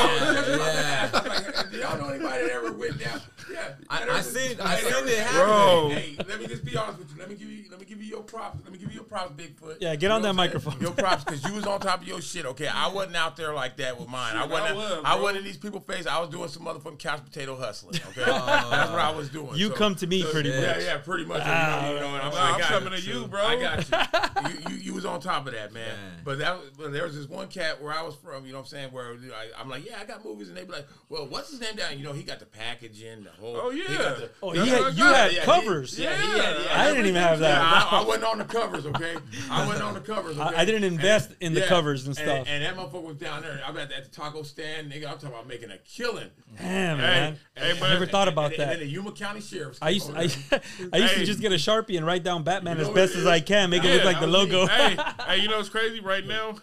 Speaker 1: Yeah.
Speaker 8: like, do y'all know anybody that ever went down? Yeah,
Speaker 1: I,
Speaker 8: That ever-
Speaker 1: I seen I seen it happen.
Speaker 7: Bro,
Speaker 8: Hey, let me just be honest with you. Let me give you let me give you your props. Let me give you your props, Bigfoot.
Speaker 5: Yeah, get
Speaker 8: You
Speaker 5: on
Speaker 8: know
Speaker 5: that
Speaker 8: what I'm saying?
Speaker 5: microphone.
Speaker 8: Your props, because you was on top of your shit. Okay, I wasn't out there like that with mine. I
Speaker 7: Shit,
Speaker 8: wasn't.
Speaker 7: I was,
Speaker 8: I
Speaker 7: bro.
Speaker 8: wasn't in these people's face. I was doing some motherfucking couch potato hustling. Okay, that's what I was doing.
Speaker 5: Uh, You
Speaker 8: So-
Speaker 5: come to me pretty
Speaker 8: yeah,
Speaker 5: much.
Speaker 8: yeah, pretty much.
Speaker 5: Ah,
Speaker 8: you know, you know, and I'm,
Speaker 7: Nah,
Speaker 8: I
Speaker 7: I'm
Speaker 8: got
Speaker 7: coming
Speaker 8: you.
Speaker 7: to you,
Speaker 8: True.
Speaker 7: bro.
Speaker 8: I got you. you, you. You was on top of that, man.
Speaker 1: Yeah.
Speaker 8: But that, was- but there was this one cat where I was from. You know what I'm saying? Where I, I'm like, yeah, I got movies, and they be like, well, what's his name down? You know, he got the packaging, the whole.
Speaker 7: Oh,
Speaker 8: he
Speaker 7: yeah.
Speaker 8: got the-
Speaker 5: Oh,
Speaker 7: That's
Speaker 5: he
Speaker 7: what I
Speaker 5: had, you
Speaker 7: got.
Speaker 5: had
Speaker 8: yeah, he-
Speaker 5: covers.
Speaker 8: yeah, he had- yeah,
Speaker 5: I didn't even have that.
Speaker 8: yeah, I, I wasn't on the covers, okay? I wasn't on the covers. Okay?
Speaker 5: I didn't invest in the covers and stuff.
Speaker 8: And, that motherfucker was down there. I'm at, at the taco stand, nigga. I'm talking about making a killing.
Speaker 5: Damn,
Speaker 7: Hey,
Speaker 5: man.
Speaker 7: hey,
Speaker 5: I
Speaker 7: but-
Speaker 5: never thought about
Speaker 8: and, And
Speaker 5: that.
Speaker 8: then the Yuma County Sheriff's.
Speaker 5: I used
Speaker 8: came
Speaker 5: to,
Speaker 8: over
Speaker 5: I,
Speaker 8: there.
Speaker 5: I used to
Speaker 7: Hey.
Speaker 5: just get a sharpie and write down Batman
Speaker 8: You know
Speaker 5: as best
Speaker 8: what
Speaker 5: as
Speaker 8: it
Speaker 5: I
Speaker 8: is?
Speaker 5: can, make it look
Speaker 7: Yeah,
Speaker 5: like the
Speaker 8: that was
Speaker 5: logo.
Speaker 7: hey, hey, you know what's crazy right now?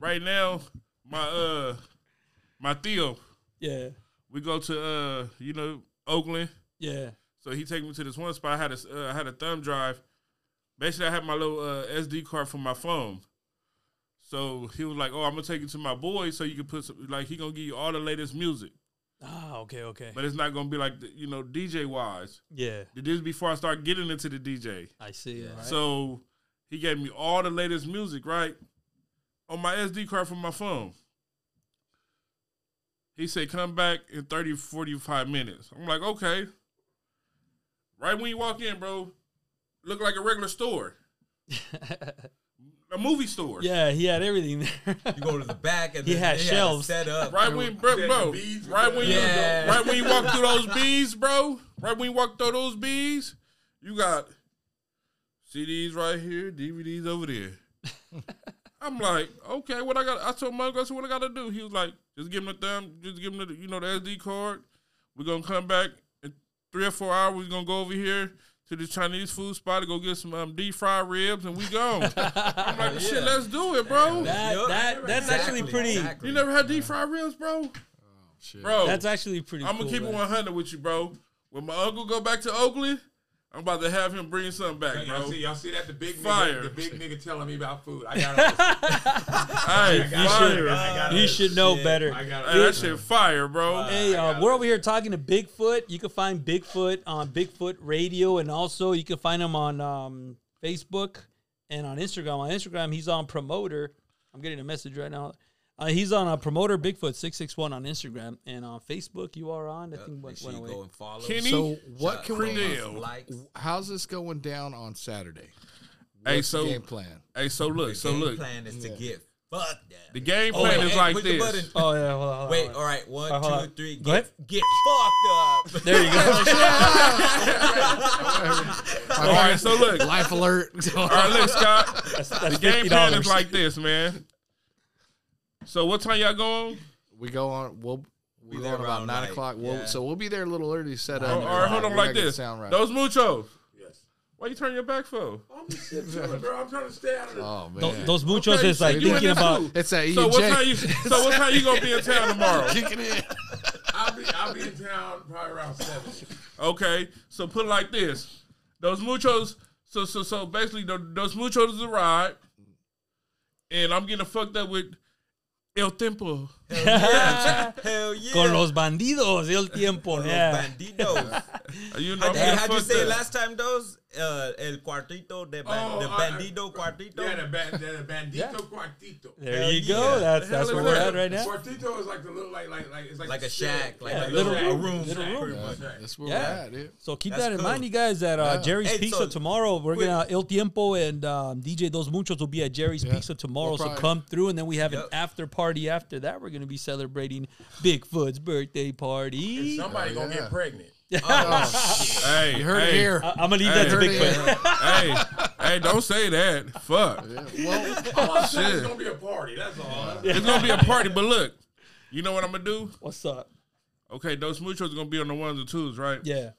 Speaker 7: Right now, my uh my Theo,
Speaker 5: yeah,
Speaker 7: we go to uh, you know, Oakland.
Speaker 5: yeah,
Speaker 7: So he take me to this one spot. I had a s- uh, I had a thumb drive. Basically, I had my little uh, SD card from my phone. So he was like, "Oh, I'm gonna take it to my boy, so you can put some, like he gonna give you all the latest music,
Speaker 5: ah, okay, okay,
Speaker 7: but it's not gonna be like the, you know DJ wise.
Speaker 5: yeah,
Speaker 7: This is before I start getting into the DJ.
Speaker 5: I see. all right.
Speaker 7: So he gave me all the latest music, right? On my SD card from my phone. He said, come back in 30, 45 minutes. I'm like, okay. Right when you walk in, bro, look like a regular store. a movie store.
Speaker 5: yeah, he had everything there.
Speaker 1: You go to the back and
Speaker 5: He
Speaker 1: then
Speaker 5: had
Speaker 1: they
Speaker 5: shelves.
Speaker 1: set up.
Speaker 7: Right when, bro, bro
Speaker 8: beads with
Speaker 7: right when you,
Speaker 1: Yeah.
Speaker 7: right when you walk through those bees, bro. Right when you walk through those bees, you got CDs right here, DVDs over there. I'm like, okay, what I got? I told my uncle, I said, what I got to do? He was like, just give him the thumb, just give him the, you know, the SD card. We're gonna come back in three or four hours. We're gonna go over here to the Chinese food spot to go get some um, deep fried ribs, and we gone. I'm like, shit, let's do it, bro.
Speaker 5: That,
Speaker 1: Yup.
Speaker 5: that that's actually
Speaker 1: Exactly,
Speaker 5: pretty.
Speaker 1: exactly.
Speaker 7: you never had deep fried ribs, bro?
Speaker 6: shit.
Speaker 7: Bro,
Speaker 5: That's actually pretty.
Speaker 7: I'm gonna
Speaker 5: cool,
Speaker 7: keep
Speaker 5: man.
Speaker 7: it 100 with you, bro. When my uncle go back to Oakland, I'm about to have him bring something back,
Speaker 8: Y'all
Speaker 7: bro.
Speaker 8: see, y'all see that the big
Speaker 7: Fire.
Speaker 8: nigga, the big nigga telling me about food. I got all this.
Speaker 7: Hey, fire!
Speaker 8: I got all
Speaker 5: You
Speaker 8: this.
Speaker 5: should know better.
Speaker 8: I got all
Speaker 7: Hey, that
Speaker 8: this.
Speaker 7: shit fire, bro.
Speaker 5: Hey, uh, we're over here talking to Bigfoot. You can find Bigfoot on Bigfoot Radio, and also you can find him on um, Facebook and on Instagram. On Instagram, he's on Promoter. I'm getting a message right now. Uh, he's on uh, Promoter Bigfoot six six one on Instagram and on Facebook. You are on. I think
Speaker 1: Make
Speaker 5: went,
Speaker 1: sure
Speaker 5: went
Speaker 1: you
Speaker 5: away.
Speaker 1: go and follow.
Speaker 7: Kenny?
Speaker 6: So what can we
Speaker 7: Creel.
Speaker 1: Some likes.
Speaker 6: How's this going down on Saturday?
Speaker 7: hey,
Speaker 6: What's the
Speaker 7: so
Speaker 6: game plan.
Speaker 7: hey, so look, so
Speaker 1: Game
Speaker 7: look.
Speaker 1: plan is to get fucked. up.
Speaker 7: The game
Speaker 1: Oh,
Speaker 7: plan
Speaker 1: wait,
Speaker 7: is
Speaker 1: hey,
Speaker 7: like
Speaker 1: push the
Speaker 7: this.
Speaker 1: button.
Speaker 5: Oh yeah, hold on. Hold on,
Speaker 1: Wait,
Speaker 5: hold on.
Speaker 1: all right, one,
Speaker 5: All right, hold
Speaker 1: two,
Speaker 5: on.
Speaker 1: three,
Speaker 5: Go
Speaker 1: get, get fucked up.
Speaker 5: there you go.
Speaker 7: All right, so look. All
Speaker 6: Life alert.
Speaker 7: right, look, Scott.
Speaker 5: That's,
Speaker 7: The
Speaker 5: that's
Speaker 7: game plan
Speaker 5: $50.
Speaker 7: is like this, man. So what time y'all going?
Speaker 6: we go on. We'll
Speaker 1: Be
Speaker 6: we go
Speaker 1: there
Speaker 6: on about
Speaker 1: around
Speaker 6: nine
Speaker 1: night,
Speaker 6: o'clock. We'll,
Speaker 1: yeah.
Speaker 6: So we'll be there a little early to set
Speaker 7: All
Speaker 6: up.
Speaker 7: right, hold on
Speaker 6: We're
Speaker 7: like
Speaker 6: not gonna
Speaker 7: this.
Speaker 6: Sound right.
Speaker 7: Those muchos.
Speaker 8: Yes.
Speaker 7: Why you turn your back for?
Speaker 8: I'm just shit chilling, bro. I'm trying to stay out of this.
Speaker 6: Oh man,
Speaker 5: Those, those muchos
Speaker 7: Okay,
Speaker 5: is like
Speaker 7: so you
Speaker 5: thinking
Speaker 7: in it
Speaker 5: about.
Speaker 7: too.
Speaker 6: it's that E
Speaker 7: So
Speaker 6: and
Speaker 7: what
Speaker 6: J.
Speaker 7: time you? So what time you gonna be in town tomorrow?
Speaker 6: Kicking in.
Speaker 8: I'll be I'll be in town probably around seven.
Speaker 7: Okay, so put it like this: those muchos. So so so basically, tho- those muchos arrive, and I'm getting fucked up with El Tempo.
Speaker 1: Hell yeah.
Speaker 5: Con los bandidos, el tiempo. Yeah.
Speaker 1: Bandidos.
Speaker 7: You know, I'm
Speaker 1: Hey,
Speaker 7: getting
Speaker 1: how'd you
Speaker 7: fucked
Speaker 1: say it
Speaker 7: up.
Speaker 1: last time, those? Uh, el cuartito de ban-
Speaker 8: Oh,
Speaker 1: the
Speaker 8: I-
Speaker 1: bandido cuartito.
Speaker 8: Yeah, the, ba- the bandito cuartito.
Speaker 5: There you
Speaker 1: Hell
Speaker 5: go.
Speaker 1: yeah.
Speaker 5: That's that's
Speaker 7: hell
Speaker 5: where
Speaker 7: is
Speaker 5: we're
Speaker 7: that?
Speaker 5: at right now.
Speaker 8: Cuartito is like the little like like like it's like,
Speaker 1: like a
Speaker 8: shed.
Speaker 1: shack, like
Speaker 5: Yeah,
Speaker 1: a
Speaker 5: little
Speaker 1: little, a
Speaker 5: room,
Speaker 1: room,
Speaker 5: little
Speaker 1: shack,
Speaker 5: room.
Speaker 1: pretty much.
Speaker 6: That's where
Speaker 5: Yeah.
Speaker 6: we're at, dude.
Speaker 5: So keep
Speaker 1: That's
Speaker 5: that in
Speaker 1: cool.
Speaker 5: mind, you guys. At uh, Jerry's
Speaker 1: Hey,
Speaker 5: Pizza
Speaker 1: so-
Speaker 5: tomorrow, we're
Speaker 1: Wait.
Speaker 5: gonna El Tiempo and um, DJ Those Muchos will be at Jerry's Pizza tomorrow.
Speaker 6: We'll
Speaker 5: so
Speaker 6: probably-
Speaker 5: come through, and then we have an
Speaker 1: Yep.
Speaker 5: after party. After that, we're gonna be celebrating Bigfoot's birthday party. I-
Speaker 8: Somebody gonna
Speaker 6: Oh, yeah. Oh,
Speaker 8: get pregnant.
Speaker 7: Hey,
Speaker 6: You heard
Speaker 7: hey,
Speaker 6: it here.
Speaker 5: I'm gonna leave
Speaker 7: Hey.
Speaker 5: that to
Speaker 7: Heard
Speaker 6: Heard it
Speaker 5: Bigfoot.
Speaker 6: here.
Speaker 7: hey, hey, don't say that. Fuck.
Speaker 6: Well,
Speaker 8: All I'm saying is
Speaker 7: Shit.
Speaker 8: gonna be a party. That's all.
Speaker 7: It's gonna be a party, but look, you know what I'm gonna do?
Speaker 5: What's up?
Speaker 7: Okay, those muchos are gonna be on the ones and twos, right?
Speaker 5: Yeah.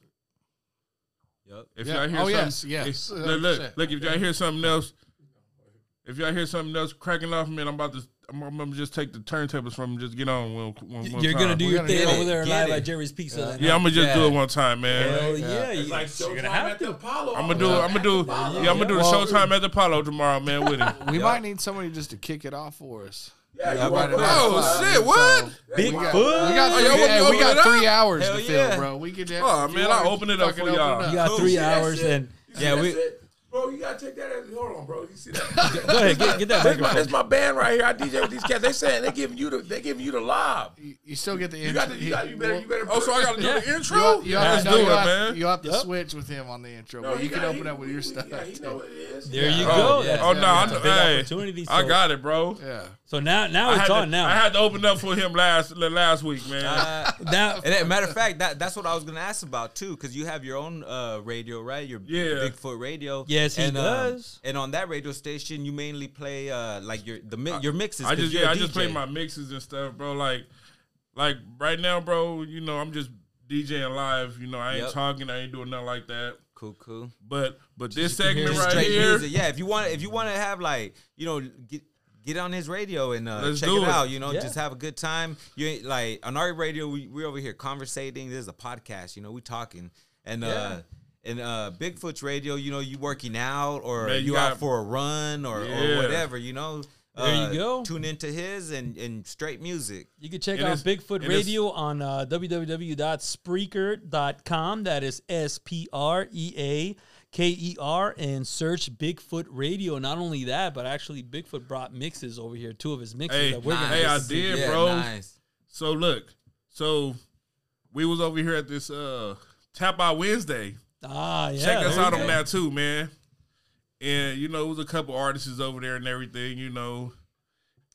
Speaker 7: If
Speaker 6: Yeah.
Speaker 7: y'all hear
Speaker 6: Oh,
Speaker 7: something,
Speaker 6: yes, yes,
Speaker 1: Uh,
Speaker 7: if- look, look,
Speaker 6: 100%.
Speaker 7: look, if y'all hear something else, if y'all hear something else cracking off, man, I'm about to, I'm, I'm gonna just take the turntables from and just get on one, one, one
Speaker 5: You're
Speaker 7: time.
Speaker 5: gonna do your
Speaker 6: gonna
Speaker 5: thing
Speaker 6: get
Speaker 5: over
Speaker 6: it,
Speaker 5: there
Speaker 1: get
Speaker 5: live
Speaker 1: it.
Speaker 5: at Jerry's Pizza. then,
Speaker 7: Yeah,
Speaker 5: huh?
Speaker 7: I'm gonna just do
Speaker 1: Yeah.
Speaker 7: it one time, man.
Speaker 5: Hell yeah.
Speaker 8: It's like
Speaker 5: you- You're gonna
Speaker 8: showtime
Speaker 5: have
Speaker 8: at the
Speaker 5: to.
Speaker 8: Apollo.
Speaker 7: I'm gonna do, I'm gonna do, yeah, I'm gonna do the
Speaker 6: Well-
Speaker 7: showtime at the Apollo tomorrow, man, with him.
Speaker 6: we might need somebody just to kick it off for us.
Speaker 8: Yeah, you
Speaker 6: Right
Speaker 8: want
Speaker 6: at
Speaker 8: to-
Speaker 6: that
Speaker 7: Oh,
Speaker 6: spot.
Speaker 7: shit, what?
Speaker 6: So, We got,
Speaker 5: Bigfoot.
Speaker 6: we
Speaker 7: Oh,
Speaker 6: got three,
Speaker 7: y'all
Speaker 6: hey,
Speaker 7: want
Speaker 6: we
Speaker 7: to open
Speaker 6: got
Speaker 7: it
Speaker 6: three
Speaker 7: up?
Speaker 6: hours
Speaker 1: Hell
Speaker 6: to fill,
Speaker 1: yeah.
Speaker 6: bro. We can.
Speaker 7: Oh, man, I'll open it up for y'all.
Speaker 5: You got three
Speaker 8: See that
Speaker 5: hours
Speaker 8: shit?
Speaker 5: and
Speaker 8: You see
Speaker 1: Yeah,
Speaker 8: that
Speaker 1: we-
Speaker 8: shit? Bro, you gotta take that as hold on, bro. You see that?
Speaker 5: go ahead get, get that
Speaker 8: That's my,
Speaker 5: microphone.
Speaker 8: that's my band right here. I DJ with these cats. They saying they giving you the they giving you the lob. You
Speaker 6: You, you still get the
Speaker 8: got
Speaker 6: intro.
Speaker 8: to, you got you better you better.
Speaker 7: Oh, so I gotta do
Speaker 5: Yeah.
Speaker 7: the
Speaker 6: You
Speaker 7: intro?
Speaker 6: have, you have,
Speaker 7: Let's
Speaker 6: no,
Speaker 7: do
Speaker 6: you
Speaker 7: it,
Speaker 6: have-
Speaker 7: man.
Speaker 6: you have to
Speaker 5: Yep.
Speaker 6: switch with him on the intro,
Speaker 8: No,
Speaker 6: but
Speaker 8: he
Speaker 6: you can
Speaker 8: got-
Speaker 6: open
Speaker 8: he-
Speaker 6: up with your
Speaker 8: he-
Speaker 6: stuff.
Speaker 8: Yeah, he know what it is.
Speaker 5: There you
Speaker 7: Oh,
Speaker 5: go. That's-
Speaker 7: oh no, I,
Speaker 5: that's a
Speaker 7: know-
Speaker 5: big
Speaker 7: hey,
Speaker 5: opportunity,
Speaker 7: I
Speaker 5: so-
Speaker 7: got it, bro.
Speaker 6: Yeah.
Speaker 5: So now, now
Speaker 7: I
Speaker 5: it's
Speaker 7: had,
Speaker 5: on
Speaker 7: to,
Speaker 5: now.
Speaker 7: I had to open up for him last last week, man.
Speaker 1: Uh,
Speaker 5: now,
Speaker 1: and a matter of fact, that, that's what I was gonna ask about too, because you have your own uh, radio, right? Your
Speaker 7: Yeah.
Speaker 1: Bigfoot radio.
Speaker 5: Yes, he
Speaker 1: and, um,
Speaker 5: does.
Speaker 1: and on that radio station, you mainly play uh, like your the mi- your mixes.
Speaker 7: I
Speaker 1: 'cause
Speaker 7: just
Speaker 1: you're a
Speaker 7: yeah, I just play
Speaker 1: DJ.
Speaker 7: my mixes and stuff, bro. Like like right now, bro, you know, I'm just DJing live, you know, I ain't
Speaker 1: Yep.
Speaker 7: talking, I ain't doing nothing like that.
Speaker 1: cool, cool.
Speaker 7: But but this
Speaker 5: you can hear
Speaker 7: segment
Speaker 5: it
Speaker 7: right
Speaker 1: Straight
Speaker 7: here,
Speaker 1: music. Yeah, if you want, if you want to have like you know get. Get on his radio and uh,
Speaker 7: Let's
Speaker 1: check
Speaker 7: do
Speaker 1: it,
Speaker 7: it.
Speaker 1: out. You know,
Speaker 5: Yeah.
Speaker 1: just have a good time. You ain't like on our radio. We we over here conversating. This is a podcast. You know, we talking and uh and uh Bigfoot's radio. You know, you working out or
Speaker 7: Man,
Speaker 1: you,
Speaker 7: you
Speaker 1: out
Speaker 7: got-
Speaker 1: for a run or, or
Speaker 7: Yeah.
Speaker 1: whatever. You know,
Speaker 5: There you
Speaker 1: Uh,
Speaker 5: go.
Speaker 1: Tune into his and and straight music.
Speaker 5: You can check
Speaker 7: And
Speaker 5: out
Speaker 7: it's-
Speaker 5: Bigfoot
Speaker 7: and it's-
Speaker 5: Radio on uh, www.spreaker.com. That is S P R E A K E R, and search Bigfoot Radio. Not only that, but actually, Bigfoot brought mixes over here, two of his mixes
Speaker 7: Hey,
Speaker 5: that we're
Speaker 7: hey,
Speaker 5: gonna
Speaker 7: I
Speaker 5: listen to.
Speaker 7: did, bro.
Speaker 1: Nice.
Speaker 7: So look, so we was over here at this uh Tap Out Wednesday.
Speaker 5: Ah, yeah.
Speaker 7: Check us
Speaker 5: there
Speaker 7: out
Speaker 5: you
Speaker 7: on
Speaker 5: go.
Speaker 7: that too, man. And you know, it was a couple artists over there and everything, you know.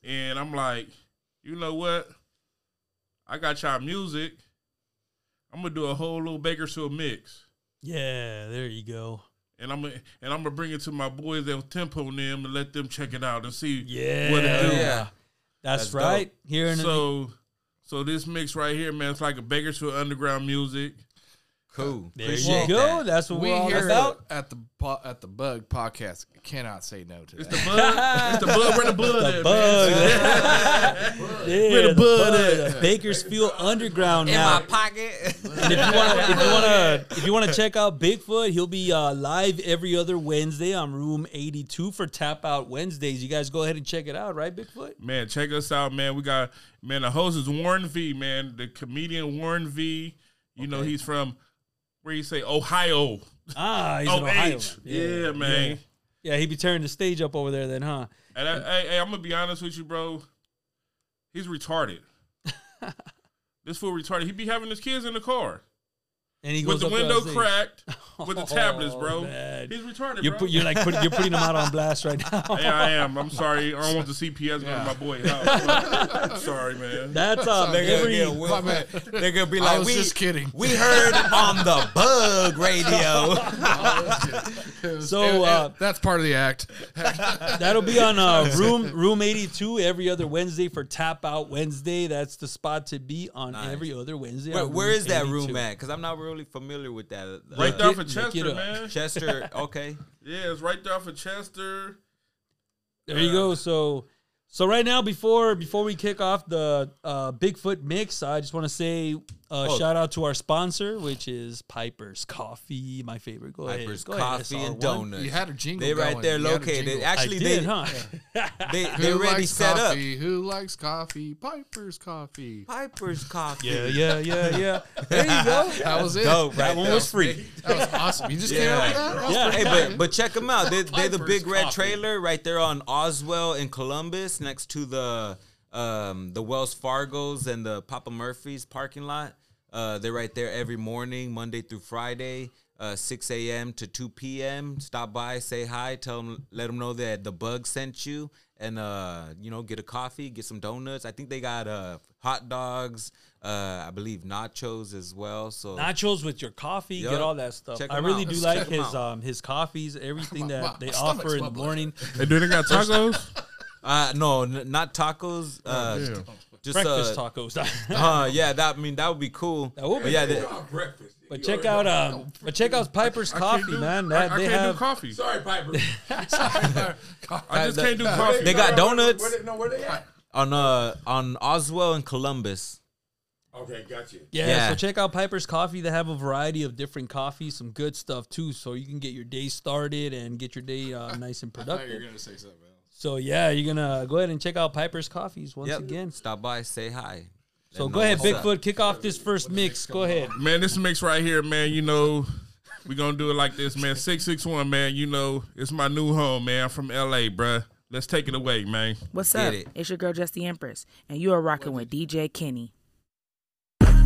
Speaker 7: And I'm like, you know what? I got y'all music. I'm gonna do a whole little Bakersfield mix.
Speaker 5: Yeah, there you go.
Speaker 7: And I'm gonna and I'm gonna bring it to my boys that was tempo and them and let them check it out and see
Speaker 5: Yeah.
Speaker 7: what it do.
Speaker 1: Yeah.
Speaker 5: That's,
Speaker 1: That's
Speaker 5: right. Here in the
Speaker 7: So so this mix right here, man, it's like a Bakersfield underground music.
Speaker 1: Cool.
Speaker 5: there
Speaker 1: Appreciate
Speaker 5: you go.
Speaker 1: that.
Speaker 5: That's what
Speaker 6: We
Speaker 5: we're all
Speaker 6: here
Speaker 5: about.
Speaker 6: at the po- at the Bug Podcast cannot say no to
Speaker 7: It's
Speaker 6: that.
Speaker 7: the bug. it's the bug. Where the bug at,
Speaker 5: bug.
Speaker 7: man?
Speaker 5: Yeah,
Speaker 7: Where the bud
Speaker 5: the bud, the Bakersfield Underground
Speaker 1: In
Speaker 5: now.
Speaker 1: my pocket.
Speaker 5: And if you want to, if you want to, if you want to check out Bigfoot, he'll be uh, live every other Wednesday on Room 82 for Tap Out Wednesdays. You guys go ahead and check it out, right, Bigfoot?
Speaker 7: Man, check us out, man. We got man. The host is Warren V. Man, the comedian Warren V. You know he's from where you say Ohio.
Speaker 5: Ah, he's in
Speaker 7: OH.
Speaker 5: Ohio.
Speaker 7: Yeah, man.
Speaker 5: yeah, he'd be tearing the stage up over there then, huh?
Speaker 7: And I, hey, hey, I'm gonna be honest with you, bro. He's retarded. this fool retarded. He be having his kids in the car
Speaker 5: And he
Speaker 7: with
Speaker 5: goes
Speaker 7: the
Speaker 5: up there on
Speaker 7: window
Speaker 5: stage.
Speaker 7: cracked, with the tablets,
Speaker 5: Oh,
Speaker 7: bro.
Speaker 5: man.
Speaker 7: He's retarded,
Speaker 5: You're,
Speaker 7: bro.
Speaker 5: put, you're like put, you're putting him out on blast right now.
Speaker 7: Hey, I am. I'm sorry. I don't want the CPS going to my boy house. sorry, man.
Speaker 5: That's uh,
Speaker 1: They're gonna
Speaker 5: every
Speaker 1: get a Will
Speaker 6: My
Speaker 1: Ferrell.
Speaker 6: man.
Speaker 1: They're gonna be
Speaker 6: I
Speaker 1: like,
Speaker 6: was
Speaker 1: we
Speaker 6: just kidding.
Speaker 1: we heard on the Bug Radio.
Speaker 5: So, uh,
Speaker 6: that's part of the act.
Speaker 5: That'll be on uh, room room eighty two every other Wednesday for Tap Out Wednesday. That's the spot to be on
Speaker 1: Nice.
Speaker 5: every other Wednesday.
Speaker 1: Where,
Speaker 5: on
Speaker 1: where is that
Speaker 5: 82.
Speaker 1: room at? Because I'm not really familiar with that. Uh,
Speaker 7: Right there
Speaker 5: there.
Speaker 7: for
Speaker 5: Look it
Speaker 7: Chester,
Speaker 5: up.
Speaker 7: man.
Speaker 1: Chester. Okay.
Speaker 7: Yeah, it's right there for Chester.
Speaker 5: There
Speaker 1: uh,
Speaker 5: you go. So so right now before before we kick off the uh, Bigfoot mix, I just want to say uh,
Speaker 1: Oh.
Speaker 5: shout out to our sponsor, which is Piper's Coffee, my favorite. Go ahead,
Speaker 1: Piper's
Speaker 5: go ahead,
Speaker 1: Coffee
Speaker 5: SR1.
Speaker 1: and Donuts.
Speaker 6: You had a jingle.
Speaker 1: They right
Speaker 6: going.
Speaker 1: there
Speaker 6: You had a
Speaker 1: located.
Speaker 6: jingle.
Speaker 5: I
Speaker 1: Actually,
Speaker 5: did,
Speaker 1: they,
Speaker 5: huh?
Speaker 1: they they
Speaker 6: Who
Speaker 1: already
Speaker 6: likes
Speaker 1: set up.
Speaker 6: coffee? Who likes coffee? Piper's coffee.
Speaker 1: Piper's Coffee.
Speaker 5: yeah, yeah, yeah, yeah. There you go.
Speaker 6: That was it.
Speaker 1: Dope, right?
Speaker 5: That one was free.
Speaker 6: That was awesome. You just came up with that? That was
Speaker 5: Yeah.
Speaker 1: Hey, but but check them out. They, they're the
Speaker 6: Piper's
Speaker 1: big red
Speaker 6: Coffee.
Speaker 1: trailer right there on Oswell in Columbus, next to the um, the Wells Fargo's and the Papa Murphy's parking lot. Uh, they're right there every morning, Monday through Friday, uh, 6 a.m. to 2 p.m. Stop by, say hi, tell them, let them know that the bug sent you, and uh, you know, get a coffee, get some donuts. I think they got uh, hot dogs. Uh, I believe nachos as well. So
Speaker 5: nachos with your coffee, get
Speaker 1: Yup.
Speaker 5: all that stuff.
Speaker 1: Check
Speaker 5: I
Speaker 1: 'em
Speaker 5: really
Speaker 1: out.
Speaker 5: do
Speaker 1: Check
Speaker 5: like
Speaker 1: 'em
Speaker 5: his
Speaker 1: out.
Speaker 5: um his coffees, everything that
Speaker 6: my-
Speaker 5: they
Speaker 6: my
Speaker 5: offer
Speaker 6: stomach's
Speaker 5: in the
Speaker 6: bubbling.
Speaker 5: morning.
Speaker 7: Hey, do they got tacos? Oh,
Speaker 1: Uh, no, n- not tacos. Uh, just
Speaker 5: Breakfast
Speaker 1: uh,
Speaker 5: tacos.
Speaker 1: Uh, yeah, that I mean that would be cool.
Speaker 5: That would
Speaker 1: But
Speaker 5: be
Speaker 1: yeah,
Speaker 5: cool.
Speaker 1: they-
Speaker 8: Oh, breakfast.
Speaker 5: but
Speaker 8: You
Speaker 5: check
Speaker 8: already
Speaker 5: out
Speaker 8: know.
Speaker 5: um but check out Piper's
Speaker 7: I can't
Speaker 5: Coffee,
Speaker 7: do-
Speaker 5: man.
Speaker 7: I, I
Speaker 5: That they
Speaker 7: can't
Speaker 5: have
Speaker 7: do coffee.
Speaker 8: Sorry, Piper.
Speaker 7: I just can't do coffee.
Speaker 1: They got donuts.
Speaker 8: Where they, no, where they at?
Speaker 1: on uh on Oswell and Columbus.
Speaker 8: Okay, got you.
Speaker 5: yeah,
Speaker 1: Yeah.
Speaker 5: so check out Piper's Coffee. They have a variety of different coffees, some good stuff too, so you can get your day started and get your day uh, nice and productive.
Speaker 6: gonna say something else.
Speaker 5: So yeah, you're gonna go ahead and check out Piper's Coffees once
Speaker 1: Yep.
Speaker 5: again.
Speaker 1: Stop by, say hi. Let
Speaker 5: So
Speaker 1: them
Speaker 5: go
Speaker 1: know
Speaker 5: ahead,
Speaker 1: what's up.
Speaker 5: Bigfoot, kick off this first mix. Go ahead.
Speaker 7: Man, this mix right here, man, you know, we gonna do it like this, man. 661, man, you know, it's my new home, man. I'm from LA, bruh. Let's take it away, man.
Speaker 9: What's
Speaker 1: Get
Speaker 9: up?
Speaker 1: it.
Speaker 9: It's your girl Justy Empress, and you are rocking with DJ Kenny.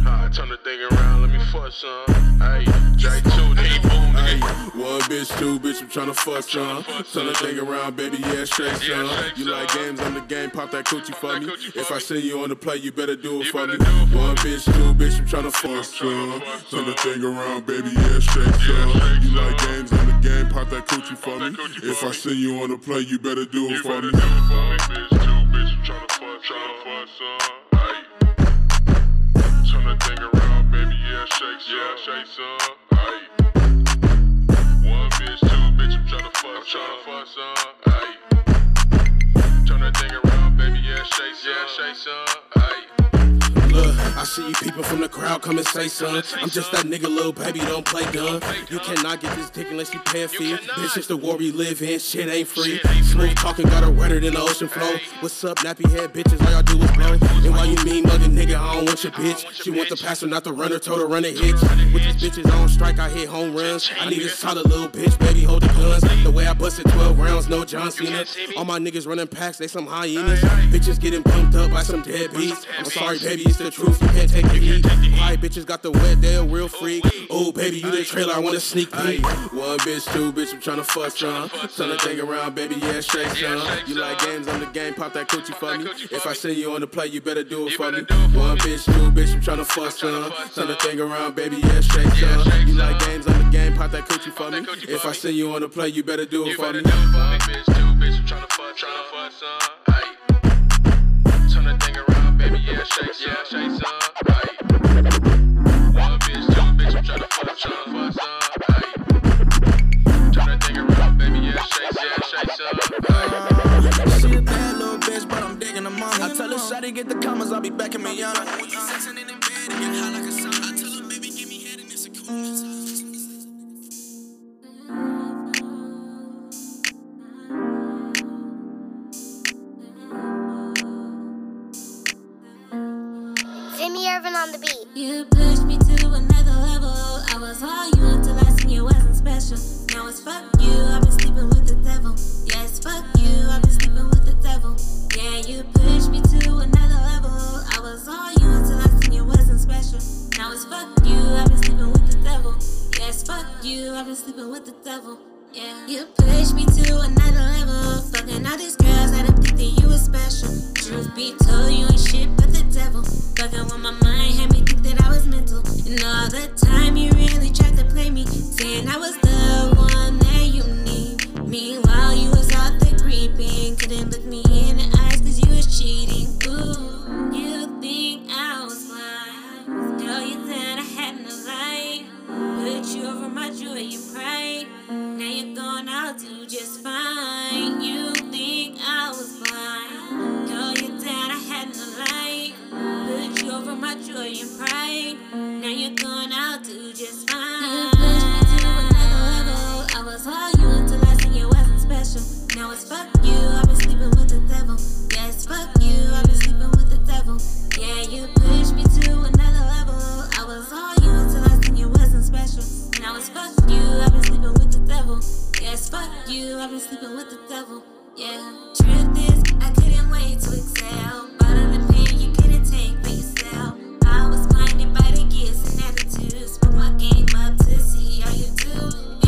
Speaker 10: I turn the thing around, let me fuck some. Hey, J2, nigga, boom, nigga. One bitch, two bitch, I'm tryna fuck some. Turn the thing around, baby, yeah, shake some. You like games, I'm the game, pop that coochie for me. If I see you on the play, you better do it for me. One bitch, two bitch, I'm tryna fuck some. Turn the thing around, baby, yeah, shake some. You like games, I'm the game, pop that coochie for me. If I see you on the play, you better do it for me. One bitch, two bitch, I'm tryna fuck some. Ayy. Turn that thing around, baby, yeah, shake some. Yeah, shake some. Aye. One bitch, two bitch, I'm tryna fuck I'm tryna fuck some. Aye. Turn that thing around, baby, yeah, shake some. Yeah, shake some. Aye. Look, I see you people from the crowd, come and say something. I'm just that nigga, little baby, don't play dumb. You cannot get this dick unless you pay a fee. This is the war we live in, shit ain't free. Smooth talking got her wetter than the ocean flow. What's up, nappy head bitches? All y'all do is blow. And why you mean mugging nigga? I don't want your bitch. She want the passer, not the runner. Told her run a hitch. With these bitches on strike, I hit home runs. I need a solid little bitch, baby, hold the guns. The way I busted 12 rounds, no John Cena. All my niggas running packs, they some hyenas. Bitches getting bumped up by some dead beats. I'm sorry, baby, it's the truth. You can't take the heat. Hi, bitches got the wet, they a real freak. Oh, baby, you the trailer, I want to sneak peek. One bitch, two bitch, I'm tryna fuck some. Turn the thing around, baby, yeah, shake some. You like games, I'm the game, pop that coochie for me. If I see you on the play, you better do it for me. One bitch, two bitch, I'm tryna fuck some. Turn the thing around, baby, yeah, shake some. You like games, I'm the game, pop that coochie for me. If I see you on the play, you better do it for me. One bitch, two bitch, I'm tryna fuck, tryna fuck some. Aye. Turn that thing around, baby, yeah, shake some, yeah, shake some, right? One bitch, two bitch, I'm tryna fuck, tryna fuck some, right? Turn that thing around, baby, yeah, shake, yeah, shake some, right? She a bad little bitch, but I'm digging the money. I tell her, Shotty, get the commas, I'll be back in Mayana. Sexing in the bed and get high like a sauna. I tell her, baby, give me head and it's a cool massage.
Speaker 11: Jimmy Irvin on the beat.
Speaker 12: You pushed me to another level. I was all you until I seen you wasn't special. Now it's fuck you, I've been sleeping with the devil. Yes, fuck you, I've been sleeping with the devil. Yeah, you pushed me to another level. I was all you until I seen you wasn't special. Now it's fuck you, I've been sleeping with the devil. Yes, fuck you, I've been sleeping with the devil. Yeah, you pushed me to another level. Fucking all these girls that I think that you were special. Truth be told, you ain't shit but the devil. Fucking with my mind had me think that I was mental. And all the time you really tried to play me, saying I was the one that you then look me in the eyes cause you was cheating. Ooh, you think I was blind. Girl, you thought I had no light. Put you over my joy and pride. Now you're gone, I'll do just fine. You think I was blind. Girl, you thought I had no light. Put you over my joy and pride. Now you're gone, I'll do just fine. You pushed me to another level. I was all you until I seen you wasn't special. Now it's fuck you, I've been sleeping with the devil. Yes, fuck you, I've been sleeping with the devil. Yeah, you pushed me to another level. I was all you until I seen you wasn't special. Now it's fuck you, I've been sleeping with the devil. Yes, fuck you, I've been sleeping with the devil. Yeah, truth is, I couldn't wait to excel. Bottle the pain you couldn't take for yourself. I was blinded by the gifts and attitudes. Put my game up to see how you do.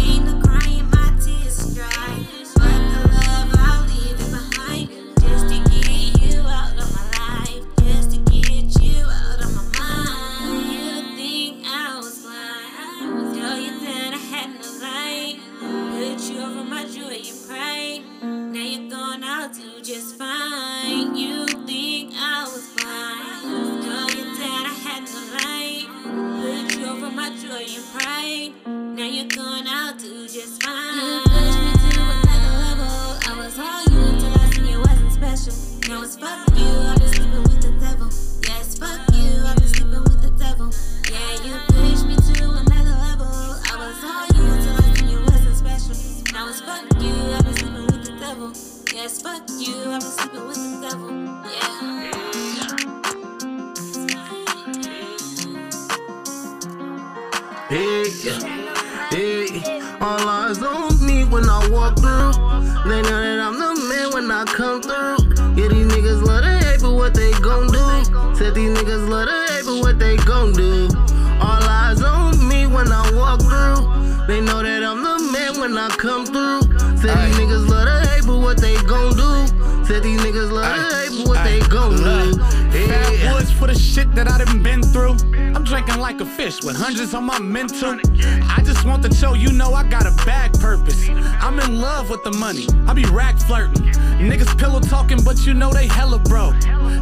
Speaker 12: Ain't no crying, my tears dry. But the love, I'll leave it behind. Just to get you out of my life. Just to get you out of my mind. You think I was blind. Girl, you thought I had no light. Put you over my joy and pride. Now you're gone, I'll do just fine. You think I was blind. Girl, you thought I had no light. Put you over my joy and pride. Now you're gone, I'll do just fine. You pushed me to another level. I was all you until I seen you wasn't special. Now it's fuck you, I've been sleeping with the devil. Yes, fuck you, I've been sleeping with the devil. Yeah, you pushed me to another level. I was all you until I seen you wasn't special. Now it's fuck you, I've been sleeping with the devil. Yes, fuck you, I've been sleeping with the devil. Yeah.
Speaker 13: Big, big. All eyes on me when I walk through. They know that I'm the man when I come through. Yeah, these niggas love to hate, but what they gon' do? Said these niggas love to hate, but what they gon' do? All eyes on me when I walk through. They know that I'm the man when I come through. Said these niggas love to hate, but what they gon' do? Said these niggas love to hate, but what they gon' do?
Speaker 14: Bad woods for the shit that I done been through. I'm drinking like a fish with hundreds on my mental. I just want to show you know I got a bag purpose. I'm in love with the money. I be rack flirting. Niggas pillow talking, but you know they hella broke.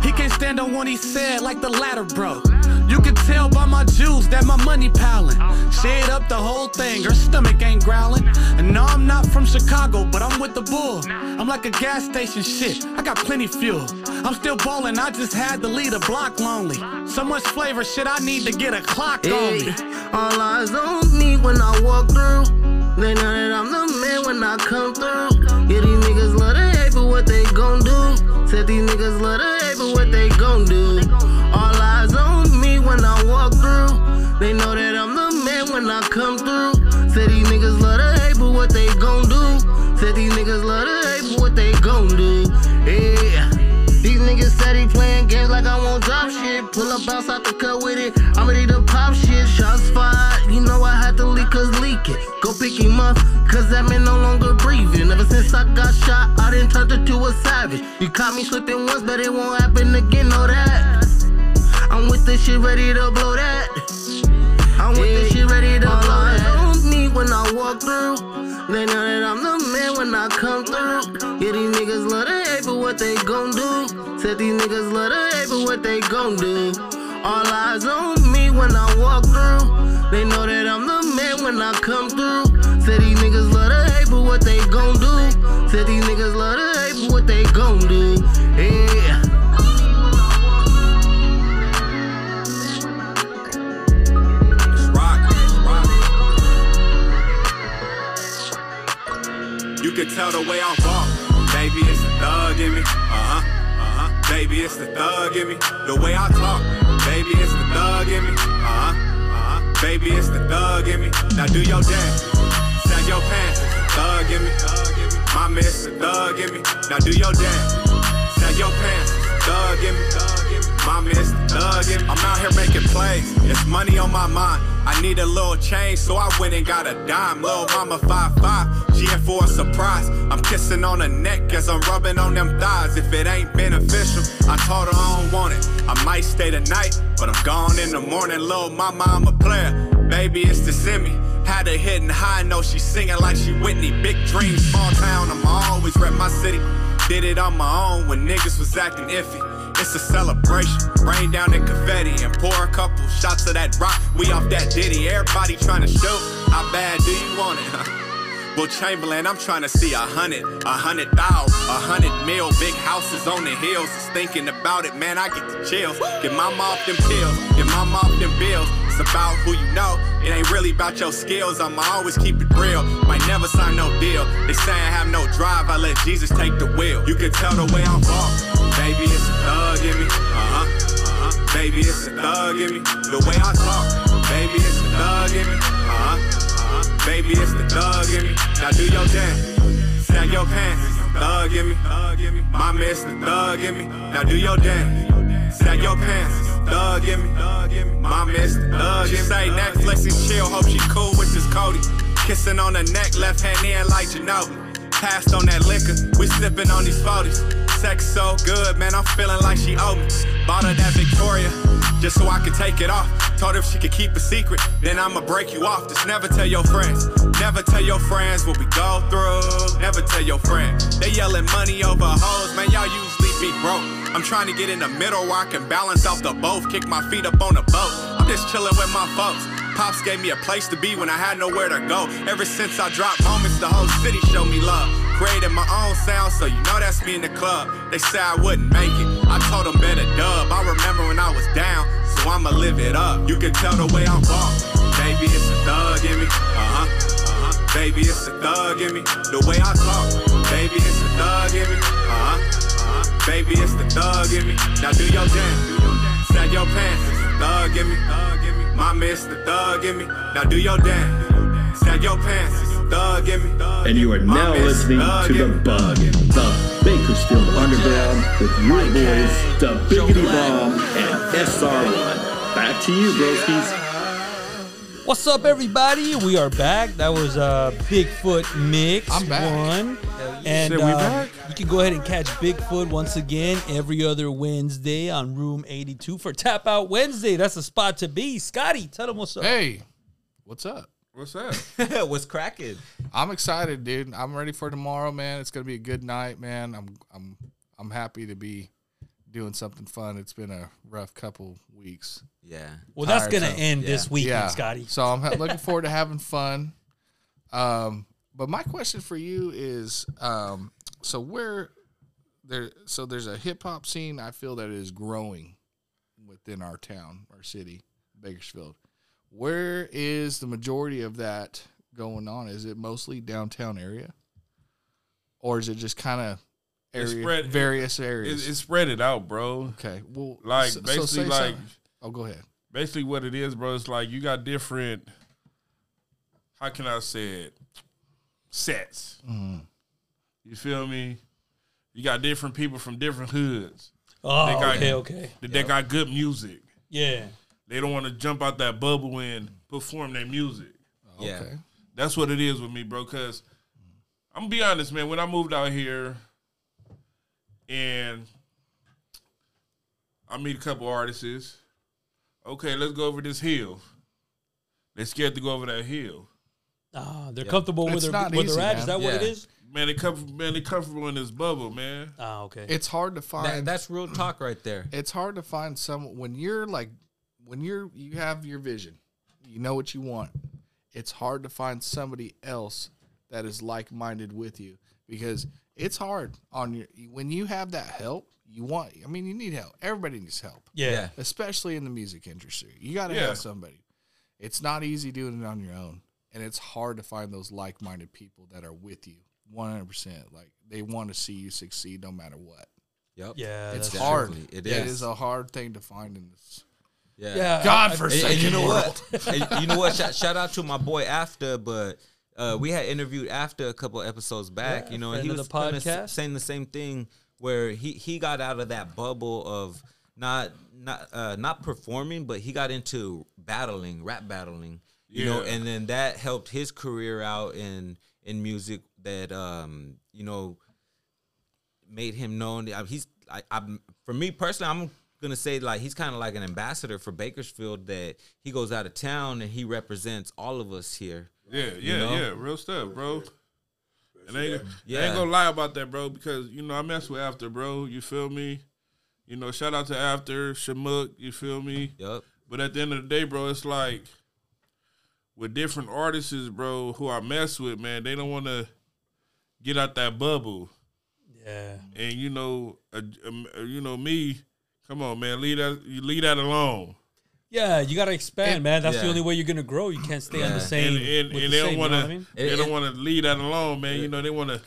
Speaker 14: He can't stand on what he said like the ladder broke. You can tell by my jewels that my money piling. Shade up the whole thing, her stomach ain't growling. And no, I'm not from Chicago, but I'm with the bull. I'm like a gas station shit, I got plenty fuel. I'm still ballin', I just had to lead a block lonely. So much flavor, shit, I need to get a clock on me.
Speaker 13: Ayy, All eyes on me when I walk through. They know that I'm the man when I come through. Yeah, these niggas love to hate, but what they gon' do? Said these niggas love to hate, but what they gon' do? All eyes on me when I walk through. They know that I'm the man when I come through. Said these niggas love to hate, but what they gon' do? Said these niggas love to hate, but what they gon' do? Yeah. These niggas said he playing games like I won't drop shit. Pull up outside the cut with it. I'm ready to pop shit. Shots fired. You know I had to leak cause leak it. Go pick him up, cause that man no longer breathing. Ever since I got shot, I didn't turn to a savage. You caught me slipping once, but it won't happen again, know that. I'm with this shit ready to blow that. I'm with this shit ready to blow that. on me when I walk through. They know that I'm the man when I come through. Yeah, these niggas love to hate, but what they gon' do? Said these niggas love to hate, but what they gon' do? All eyes on me when I walk through. They know that I'm the man when I come through. Said these niggas love to hate, but what they gon' do? Said these niggas love to hate, but what they gon' do? Yeah.
Speaker 15: You can tell the way I walk. Baby, it's the thug in me. Uh huh. Uh huh. Baby, it's the thug in me. The way I talk. Baby, it's the thug in me. Uh huh. Uh huh. Baby, it's the thug in me. Now do your dance. Snag your pants. It's the thug in me. Mama, it's the thug in me. Now do your dance. Snag your pants. It's the thug in me. Mama, it's the thug in me. I'm out here making plays. It's money on my mind. I need a little change, so I went and got a dime. Lil' mama 5'5, five, five, she in for a surprise. I'm kissing on her neck as I'm rubbing on them thighs. If it ain't beneficial, I told her I don't want it. I might stay tonight, but I'm gone in the morning. Lil' mama, I'm a player. Baby, it's the semi. Had her hitting high, know she singing like she Whitney. Big dreams, small town, I'm always always rep my city. Did it on my own when niggas was acting iffy. It's a celebration. Rain down in confetti and pour a couple shots of that rock. We off that ditty. Everybody trying to show how bad do you want it? Well, Chamberlain, I'm trying to see a hundred, a hundred thou, a hundred mil. Big houses on the hills. Just thinking about it, man, I get the chills. Get mama off them pills, get mama off them bills. It's about who you know. It ain't really about your skills. I'ma always keep it real. Might never sign no deal. They say I have no drive. I let Jesus take the wheel. You can tell the way I walk. Baby, it's a thug in me. Uh huh. Uh-huh. Baby, it's a thug in me. The way I talk. Baby, it's a thug in me. Uh huh. Uh-huh. Baby, it's the thug in me. Now do your dance. Snap your pants. Thug in me. Mama, it's the thug in me. Now do your dance. Snap your pants. Thug in me. Mama, it's the thug in me. She say Netflix and chill. Hope she cool with this Cody. Kissing on the neck, left hand in like Ginobili. Passed on that liquor. We sipping on these 40s. Sex so good, man, I'm feeling like she owe me. Bought her that Victoria, just so I could take it off. Told her if she could keep a secret, then I'ma break you off. Just never tell your friends. Never tell your friends what we go through. Never tell your friends. They yelling money over hoes, man, y'all usually be broke. I'm trying to get in the middle where I can balance off the both. Kick my feet up on the boat. I'm just chilling with my folks. Pops gave me a place to be when I had nowhere to go. Ever since I dropped moments, the whole city showed me love. Created my own sound, so you know that's me in the club. They say I wouldn't make it. I told them better dub. I remember when I was down, so I'ma live it up. You can tell the way I walk. Baby, it's a thug in me. Uh huh. Uh-huh. Baby, it's a thug in me. The way I talk. Baby, it's a thug in me. Uh huh. Uh-huh. Baby, it's the thug in me. Now do your dance. Snap your pants. It's the thug in me. Mama, it's the thug in me. Now do your dance. Snap your pants. It's the thug in me.
Speaker 16: And you are now listening to The Bug, the Bakersfield Underground with your boys, The Biggity Bomb and SR1. Back to you, broskies.
Speaker 5: What's up, everybody? We are back. That was uh, Bigfoot Mix
Speaker 6: I'm back.
Speaker 5: one,
Speaker 6: Hell yeah.
Speaker 5: and
Speaker 6: Shit, we
Speaker 5: uh,
Speaker 6: back?
Speaker 5: you can go ahead and catch Bigfoot once again every other Wednesday on Room 82 for Tap Out Wednesday. That's the spot to be. Scotty, tell them what's up.
Speaker 6: Hey, what's up?
Speaker 7: What's up?
Speaker 1: What's cracking?
Speaker 6: I'm excited, dude. I'm ready for tomorrow, man. It's gonna be a good night, man. I'm I'm I'm happy to be doing something fun. It's been a rough couple weeks.
Speaker 1: Yeah.
Speaker 5: Well, that's gonna end this weekend, Scotty.
Speaker 6: So I'm ha- looking forward to having fun. Um, but my question for you is, um, so where there? So there's a hip hop scene. I feel that is growing within our town, our city, Bakersfield. Where is the majority of that going on? Is it mostly downtown area, or is it just kind of
Speaker 7: It's
Speaker 6: area
Speaker 7: spread-
Speaker 6: various areas?
Speaker 7: It, it spread it out, bro.
Speaker 6: Okay. Well,
Speaker 7: like
Speaker 6: so- so
Speaker 7: basically,
Speaker 6: say
Speaker 7: like
Speaker 6: something. Oh, go ahead.
Speaker 7: basically what it is, bro. It's like you got different. How can I say it? Sets.
Speaker 6: Mhm.
Speaker 7: You feel me? You got different people from different hoods.
Speaker 5: Oh, okay, okay.
Speaker 7: They, they got good music.
Speaker 5: Yeah.
Speaker 7: They don't want to jump out that bubble and perform their music.
Speaker 1: Yeah. Okay.
Speaker 7: That's what it is with me, bro. Cause I'm gonna be honest, man. When I moved out here, and I meet a couple artists. Okay, let's go over this hill. They're scared to go over that hill.
Speaker 5: Ah, they're comfortable where It's they're- not where they're easy, at? Is man. that what it is?
Speaker 7: Man, they comfortable. Man, they comfortable in this bubble, man.
Speaker 5: Ah, okay.
Speaker 6: It's hard to find.
Speaker 1: that's real talk right there.
Speaker 6: It's hard to find some when you're like when you're you have your vision, you know what you want. It's hard to find somebody else that is like minded with you because it's hard on your when you have that help. You want? I mean, you need help. Everybody needs help.
Speaker 5: Yeah. Yeah.
Speaker 6: especially in the music industry, you got to
Speaker 5: Yeah.
Speaker 6: have somebody. It's not easy doing it on your own, and it's hard to find those like minded people that are with you. One hundred percent. Like they want to see you succeed, no matter what.
Speaker 1: Yep.
Speaker 5: Yeah,
Speaker 6: it's
Speaker 1: that's-
Speaker 6: hard.
Speaker 1: Definitely, it
Speaker 6: It is.
Speaker 1: is.
Speaker 6: a hard thing to find in this.
Speaker 1: Yeah. And-
Speaker 6: God
Speaker 1: and
Speaker 6: forsaken
Speaker 1: you know
Speaker 6: world.
Speaker 1: What? And you know what? Shout, shout out to my boy After, but uh, we had interviewed After a couple episodes back.
Speaker 5: Yeah,
Speaker 1: you know, and
Speaker 5: friend
Speaker 1: he
Speaker 5: of
Speaker 1: was
Speaker 5: the
Speaker 1: kinda s-
Speaker 5: podcast.
Speaker 1: saying the same thing where he he got out of that bubble of not not uh, not performing, but he got into battling, rap battling. You know,
Speaker 7: Yeah.
Speaker 1: and then that helped his career out in in music. That um, you know, made him known. I- He's I, I'm for me personally, I'm gonna say like he's kind of like an ambassador for Bakersfield. That he goes out of town and he represents all of us here.
Speaker 7: Yeah,
Speaker 1: You
Speaker 7: yeah,
Speaker 1: know?
Speaker 7: yeah. Real stuff, bro. And I ain't, I
Speaker 1: Yeah.
Speaker 7: ain't gonna lie about that, bro, because you know I mess with After, bro. You feel me? You know, shout out to After Shamook. You feel me?
Speaker 1: Yup.
Speaker 7: But at the end of the day, bro, it's like with different artists, bro, who I mess with, man, they don't want to get out that bubble.
Speaker 5: Yeah.
Speaker 7: And you know, uh, um, uh, you know me. Come on, man, leave that you leave that alone.
Speaker 5: Yeah, you gotta expand, man. That's the
Speaker 7: Yeah.
Speaker 5: only way you're gonna grow. You can't stay on the
Speaker 7: Yeah. And,
Speaker 5: same.
Speaker 7: and,
Speaker 5: with
Speaker 7: and
Speaker 5: the
Speaker 7: they
Speaker 5: same,
Speaker 7: don't
Speaker 5: you
Speaker 7: want
Speaker 5: know what
Speaker 7: to.
Speaker 5: I mean?
Speaker 7: They don't want to leave that alone, man. You know they want to.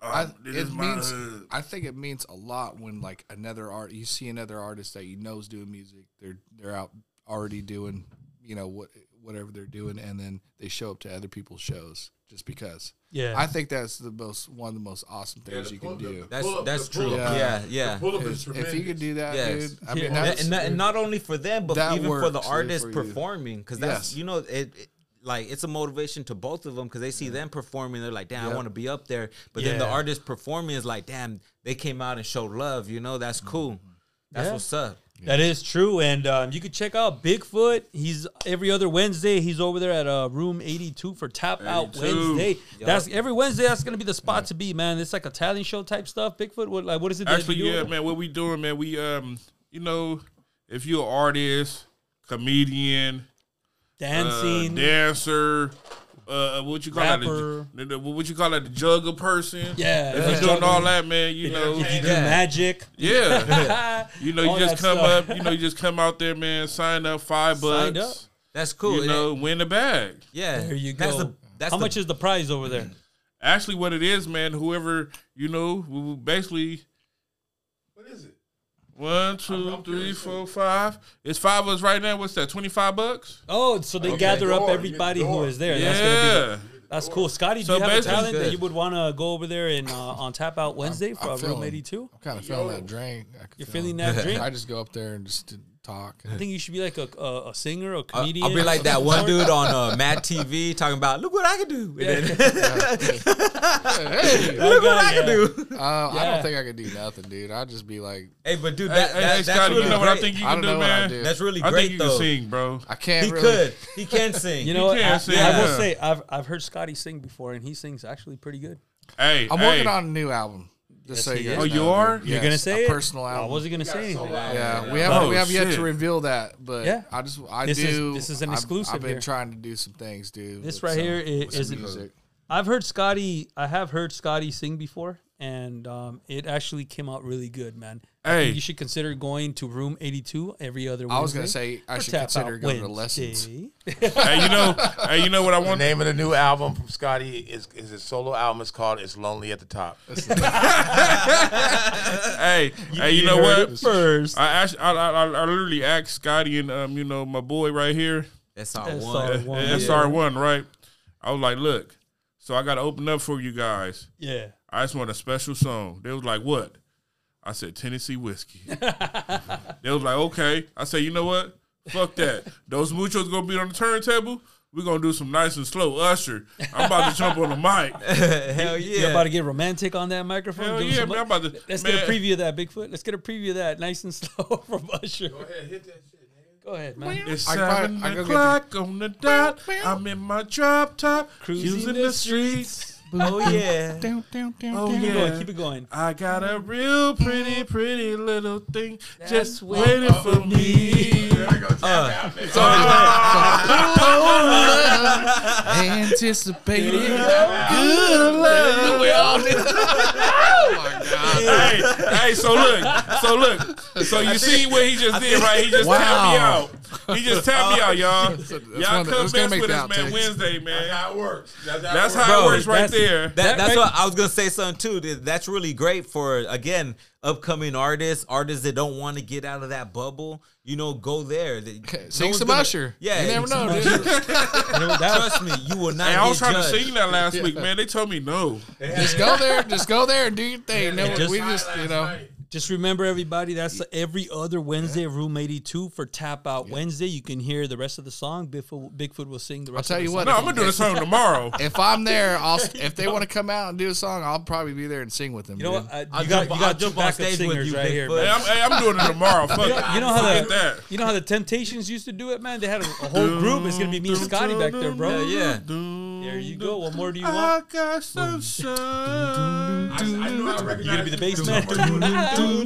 Speaker 6: I,
Speaker 7: this
Speaker 6: it
Speaker 7: is my
Speaker 6: means
Speaker 7: hood.
Speaker 6: I think it means a lot when like another art you see another artist that you know is doing music. They're they're out already doing you know what whatever they're doing, and then they show up to other people's shows just because.
Speaker 1: Yeah.
Speaker 6: I think that's the most one of the most awesome
Speaker 1: Yeah,
Speaker 6: things
Speaker 1: the
Speaker 6: you
Speaker 1: pull-
Speaker 6: can
Speaker 1: the-
Speaker 6: do.
Speaker 1: the That's- pull-up- that's the true. pull-up Yeah, is- yeah. the pull-up is
Speaker 6: If- If you
Speaker 1: tremendous.
Speaker 6: could do that,
Speaker 1: Yes.
Speaker 6: dude, I mean,
Speaker 1: Yeah.
Speaker 6: that's-
Speaker 1: and, not, and not only for them, but
Speaker 6: that
Speaker 1: even for the
Speaker 6: works, dude,
Speaker 1: artists
Speaker 6: for you.
Speaker 1: performing, because that's
Speaker 6: Yes.
Speaker 1: you know it, it- like it's a motivation to both of them because they see them performing, they're like, damn, I
Speaker 6: Yep.
Speaker 1: want to be up there. But then the
Speaker 6: Yeah.
Speaker 1: artist performing is like, damn, they came out and showed love. You know,
Speaker 6: Mm-hmm.
Speaker 1: that's cool. That's
Speaker 5: Yeah.
Speaker 1: what's up.
Speaker 5: That is true, and um, you can check out Bigfoot. He's every other Wednesday. He's over there at uh, Room 82 for Tap Out
Speaker 1: 82.
Speaker 5: Wednesday.
Speaker 1: Yup.
Speaker 5: That's every Wednesday. That's gonna be the spot to be, man. It's like a talent show type stuff. Bigfoot, what like what is it? that
Speaker 7: Actually,
Speaker 5: you do?
Speaker 7: yeah, man. What we doing, man? We um, you know, if you're an artist, comedian,
Speaker 5: Dancing.
Speaker 7: uh, dancer, uh, what you call
Speaker 5: Rapper.
Speaker 7: that? The, the- what you call that? The jugger person.
Speaker 5: Yeah,
Speaker 7: if
Speaker 5: yeah.
Speaker 7: you're doing all that, man, you
Speaker 5: If
Speaker 7: know,
Speaker 5: you do Yeah. magic.
Speaker 7: Yeah, you know,
Speaker 5: All
Speaker 7: you just
Speaker 5: that
Speaker 7: come
Speaker 5: stuff.
Speaker 7: up. You know, you just come out there, man. Sign up, five bucks.
Speaker 5: Signed up.
Speaker 1: That's cool.
Speaker 7: You
Speaker 1: And
Speaker 7: know, win the bag.
Speaker 1: Yeah,
Speaker 5: There you
Speaker 1: That's
Speaker 5: go.
Speaker 1: the- that's
Speaker 5: How
Speaker 1: the-
Speaker 5: much is the prize over there?
Speaker 7: Actually, what it is, man, whoever, you know, we will basically. What is it? One, two, three, four, five. It's five of us right now. What's that, 25 bucks?
Speaker 5: Oh, so they gather up everybody who is there. That's
Speaker 7: Yeah.
Speaker 5: gonna be the, that's cool. Scotty, do
Speaker 7: So
Speaker 5: you have a
Speaker 7: basically-
Speaker 5: talent that you would want to go over there and uh, on Tap Out Wednesday for
Speaker 6: I'm
Speaker 5: uh, Room
Speaker 6: feeling-
Speaker 5: 82?
Speaker 6: I'm kind of feeling that drink. I could
Speaker 5: You're
Speaker 6: feel
Speaker 5: feeling
Speaker 6: it.
Speaker 5: that drink?
Speaker 6: I just go up there and just to talk.
Speaker 5: I think you should be like a, a, a singer, a
Speaker 1: I'll,
Speaker 5: comedian.
Speaker 1: I'll be
Speaker 5: or
Speaker 1: like that
Speaker 5: something.
Speaker 1: one dude on uh, Matt TV talking about, look what I can do. And then- Look what I can do.
Speaker 6: Uh, I
Speaker 1: Yeah.
Speaker 6: don't think I could do nothing, dude. I'd just be like,
Speaker 1: Hey, but dude,
Speaker 6: Hey,
Speaker 1: that,
Speaker 6: hey,
Speaker 1: that-
Speaker 6: hey,
Speaker 1: that's
Speaker 6: Scotty, you
Speaker 1: really
Speaker 6: know what I
Speaker 1: great.
Speaker 6: think you I can don't do, know what I man? do.
Speaker 1: That's really
Speaker 7: I
Speaker 1: great,
Speaker 7: think you can
Speaker 1: though.
Speaker 7: sing, bro.
Speaker 6: I can't
Speaker 1: He
Speaker 6: really-
Speaker 1: could. He can sing.
Speaker 5: You know, what? I,
Speaker 7: can't sing,
Speaker 5: I will
Speaker 7: yeah.
Speaker 5: say I've I've heard Scotty sing before, and he sings actually pretty good.
Speaker 7: Hey,
Speaker 6: I'm
Speaker 7: hey.
Speaker 6: working on a new album.
Speaker 5: Yes,
Speaker 6: Just so
Speaker 5: he
Speaker 6: you
Speaker 5: is.
Speaker 6: guys
Speaker 5: Oh,
Speaker 6: know,
Speaker 5: you are?
Speaker 6: dude.
Speaker 5: You're gonna
Speaker 6: Yes,
Speaker 5: say
Speaker 6: a
Speaker 5: it?
Speaker 6: personal
Speaker 5: Oh, I
Speaker 6: album.
Speaker 5: wasn't gonna You say got anything. solo
Speaker 6: Yeah,
Speaker 5: album.
Speaker 6: we
Speaker 5: Yeah.
Speaker 6: haven't
Speaker 5: Oh,
Speaker 6: we have yet
Speaker 5: shit.
Speaker 6: to reveal that, but
Speaker 5: Yeah.
Speaker 6: I just I
Speaker 5: This is-
Speaker 6: do.
Speaker 5: this is an
Speaker 6: I've-
Speaker 5: exclusive
Speaker 6: I've been
Speaker 5: here.
Speaker 6: trying to do some things, dude.
Speaker 5: This
Speaker 6: with
Speaker 5: right
Speaker 6: some-
Speaker 5: here
Speaker 6: with
Speaker 5: is,
Speaker 6: some
Speaker 5: is
Speaker 6: music.
Speaker 5: I've heard Scotty. I have heard Scotty sing before, and um, it actually came out really good, man. I think
Speaker 6: Hey.
Speaker 5: you should consider going to Room 82 every other. Wednesday
Speaker 6: I was gonna say I
Speaker 5: for
Speaker 6: should
Speaker 5: Tap
Speaker 6: consider
Speaker 5: Out
Speaker 6: going to
Speaker 5: Wednesday.
Speaker 6: lessons.
Speaker 7: hey, you know, hey, you know what I want?
Speaker 17: The name of the new album from Scotty is is his solo album. It's called "It's Lonely at the Top."
Speaker 7: hey,
Speaker 17: You-
Speaker 7: hey, you,
Speaker 17: you
Speaker 7: know
Speaker 17: heard
Speaker 7: what?
Speaker 17: it first.
Speaker 7: I, asked, I, I, I- I literally asked Scotty and um, you know, my boy right here.
Speaker 1: SR1. SR1,
Speaker 7: Uh,
Speaker 1: yeah.
Speaker 7: SR1, right? I was like, look, so I got to open up for you guys.
Speaker 5: Yeah.
Speaker 7: I just want a special song. They was like, what? I said Tennessee whiskey. they was like, okay. I said, you know what? Fuck that. Those muchos gonna be on the turntable. We're gonna do some nice and slow Usher. I'm about to jump on the mic.
Speaker 5: Hell You're about to get romantic on that microphone.
Speaker 7: Hell
Speaker 5: Give us
Speaker 7: yeah,
Speaker 5: a
Speaker 7: man,
Speaker 5: look.
Speaker 7: I'm about to-
Speaker 5: Let's
Speaker 7: man.
Speaker 5: get a preview of that, Bigfoot. Let's get a preview of that, nice and slow from Usher. Go ahead, hit that shit. Go ahead, man.
Speaker 7: It's seven o'clock on the dot. I'm in my drop top, cruising, the, streets.
Speaker 5: Oh, yeah.
Speaker 7: Down,
Speaker 6: down, down,
Speaker 7: oh
Speaker 5: Keep it
Speaker 7: yeah.
Speaker 5: going, keep it going.
Speaker 7: I got a real pretty, pretty little thing
Speaker 5: That's
Speaker 7: just
Speaker 5: what-
Speaker 7: waiting for me.
Speaker 1: Uh,
Speaker 6: Anticipated good
Speaker 7: love.
Speaker 6: We all did.
Speaker 7: hey, hey, so look, so look, so you see what he just did, right? He just
Speaker 6: Wow.
Speaker 7: tapped me out. He just tapped me out, y'all.
Speaker 6: That's one
Speaker 7: y'all
Speaker 6: of the-
Speaker 7: come mess
Speaker 6: it's gonna make
Speaker 7: with
Speaker 6: the
Speaker 7: us, man.
Speaker 6: outtakes.
Speaker 7: Wednesday, man. That's how it works. That's how, it,
Speaker 1: Bro,
Speaker 7: works right
Speaker 1: that's-
Speaker 7: there.
Speaker 1: that- that's what I was gonna say something too. that- That's really great for again upcoming artists, artists that don't want to get out of that bubble. You know, go there. That-
Speaker 6: Sing
Speaker 1: one's
Speaker 6: some
Speaker 1: gonna-
Speaker 6: Usher.
Speaker 1: Yeah,
Speaker 6: You never
Speaker 1: some
Speaker 6: know, dude.
Speaker 1: Usher. Trust me, you will not.
Speaker 7: Hey, I was
Speaker 1: get
Speaker 7: trying to
Speaker 1: judged.
Speaker 7: sing that last week, man. They told me no.
Speaker 6: Just go there. Just go there and do your thing. No, we just you know.
Speaker 5: Just remember, everybody, that's every other Wednesday of Room 82 for Tap Out Wednesday. You can hear the rest of the song. Bigfoot, Bigfoot will sing the
Speaker 6: I'll
Speaker 5: rest
Speaker 6: tell
Speaker 5: of the
Speaker 6: you what.
Speaker 5: song.
Speaker 6: if- if- If I'm there, I'll if they want to come out and do a song, I'll probably be there and sing with them.
Speaker 5: You know
Speaker 6: dude.
Speaker 5: what? Uh, you got- you got two backup singers right here,
Speaker 6: Bigfoot.
Speaker 5: man. you, know, you know how
Speaker 6: Forget
Speaker 5: the you know how the Temptations used to do it, man. They had a, a whole group. It's gonna be me and Scotty back there, bro.
Speaker 1: Yeah,
Speaker 5: There you go. What more do you want? Mm-hmm.
Speaker 7: got some sun.
Speaker 5: You gonna be the bass man?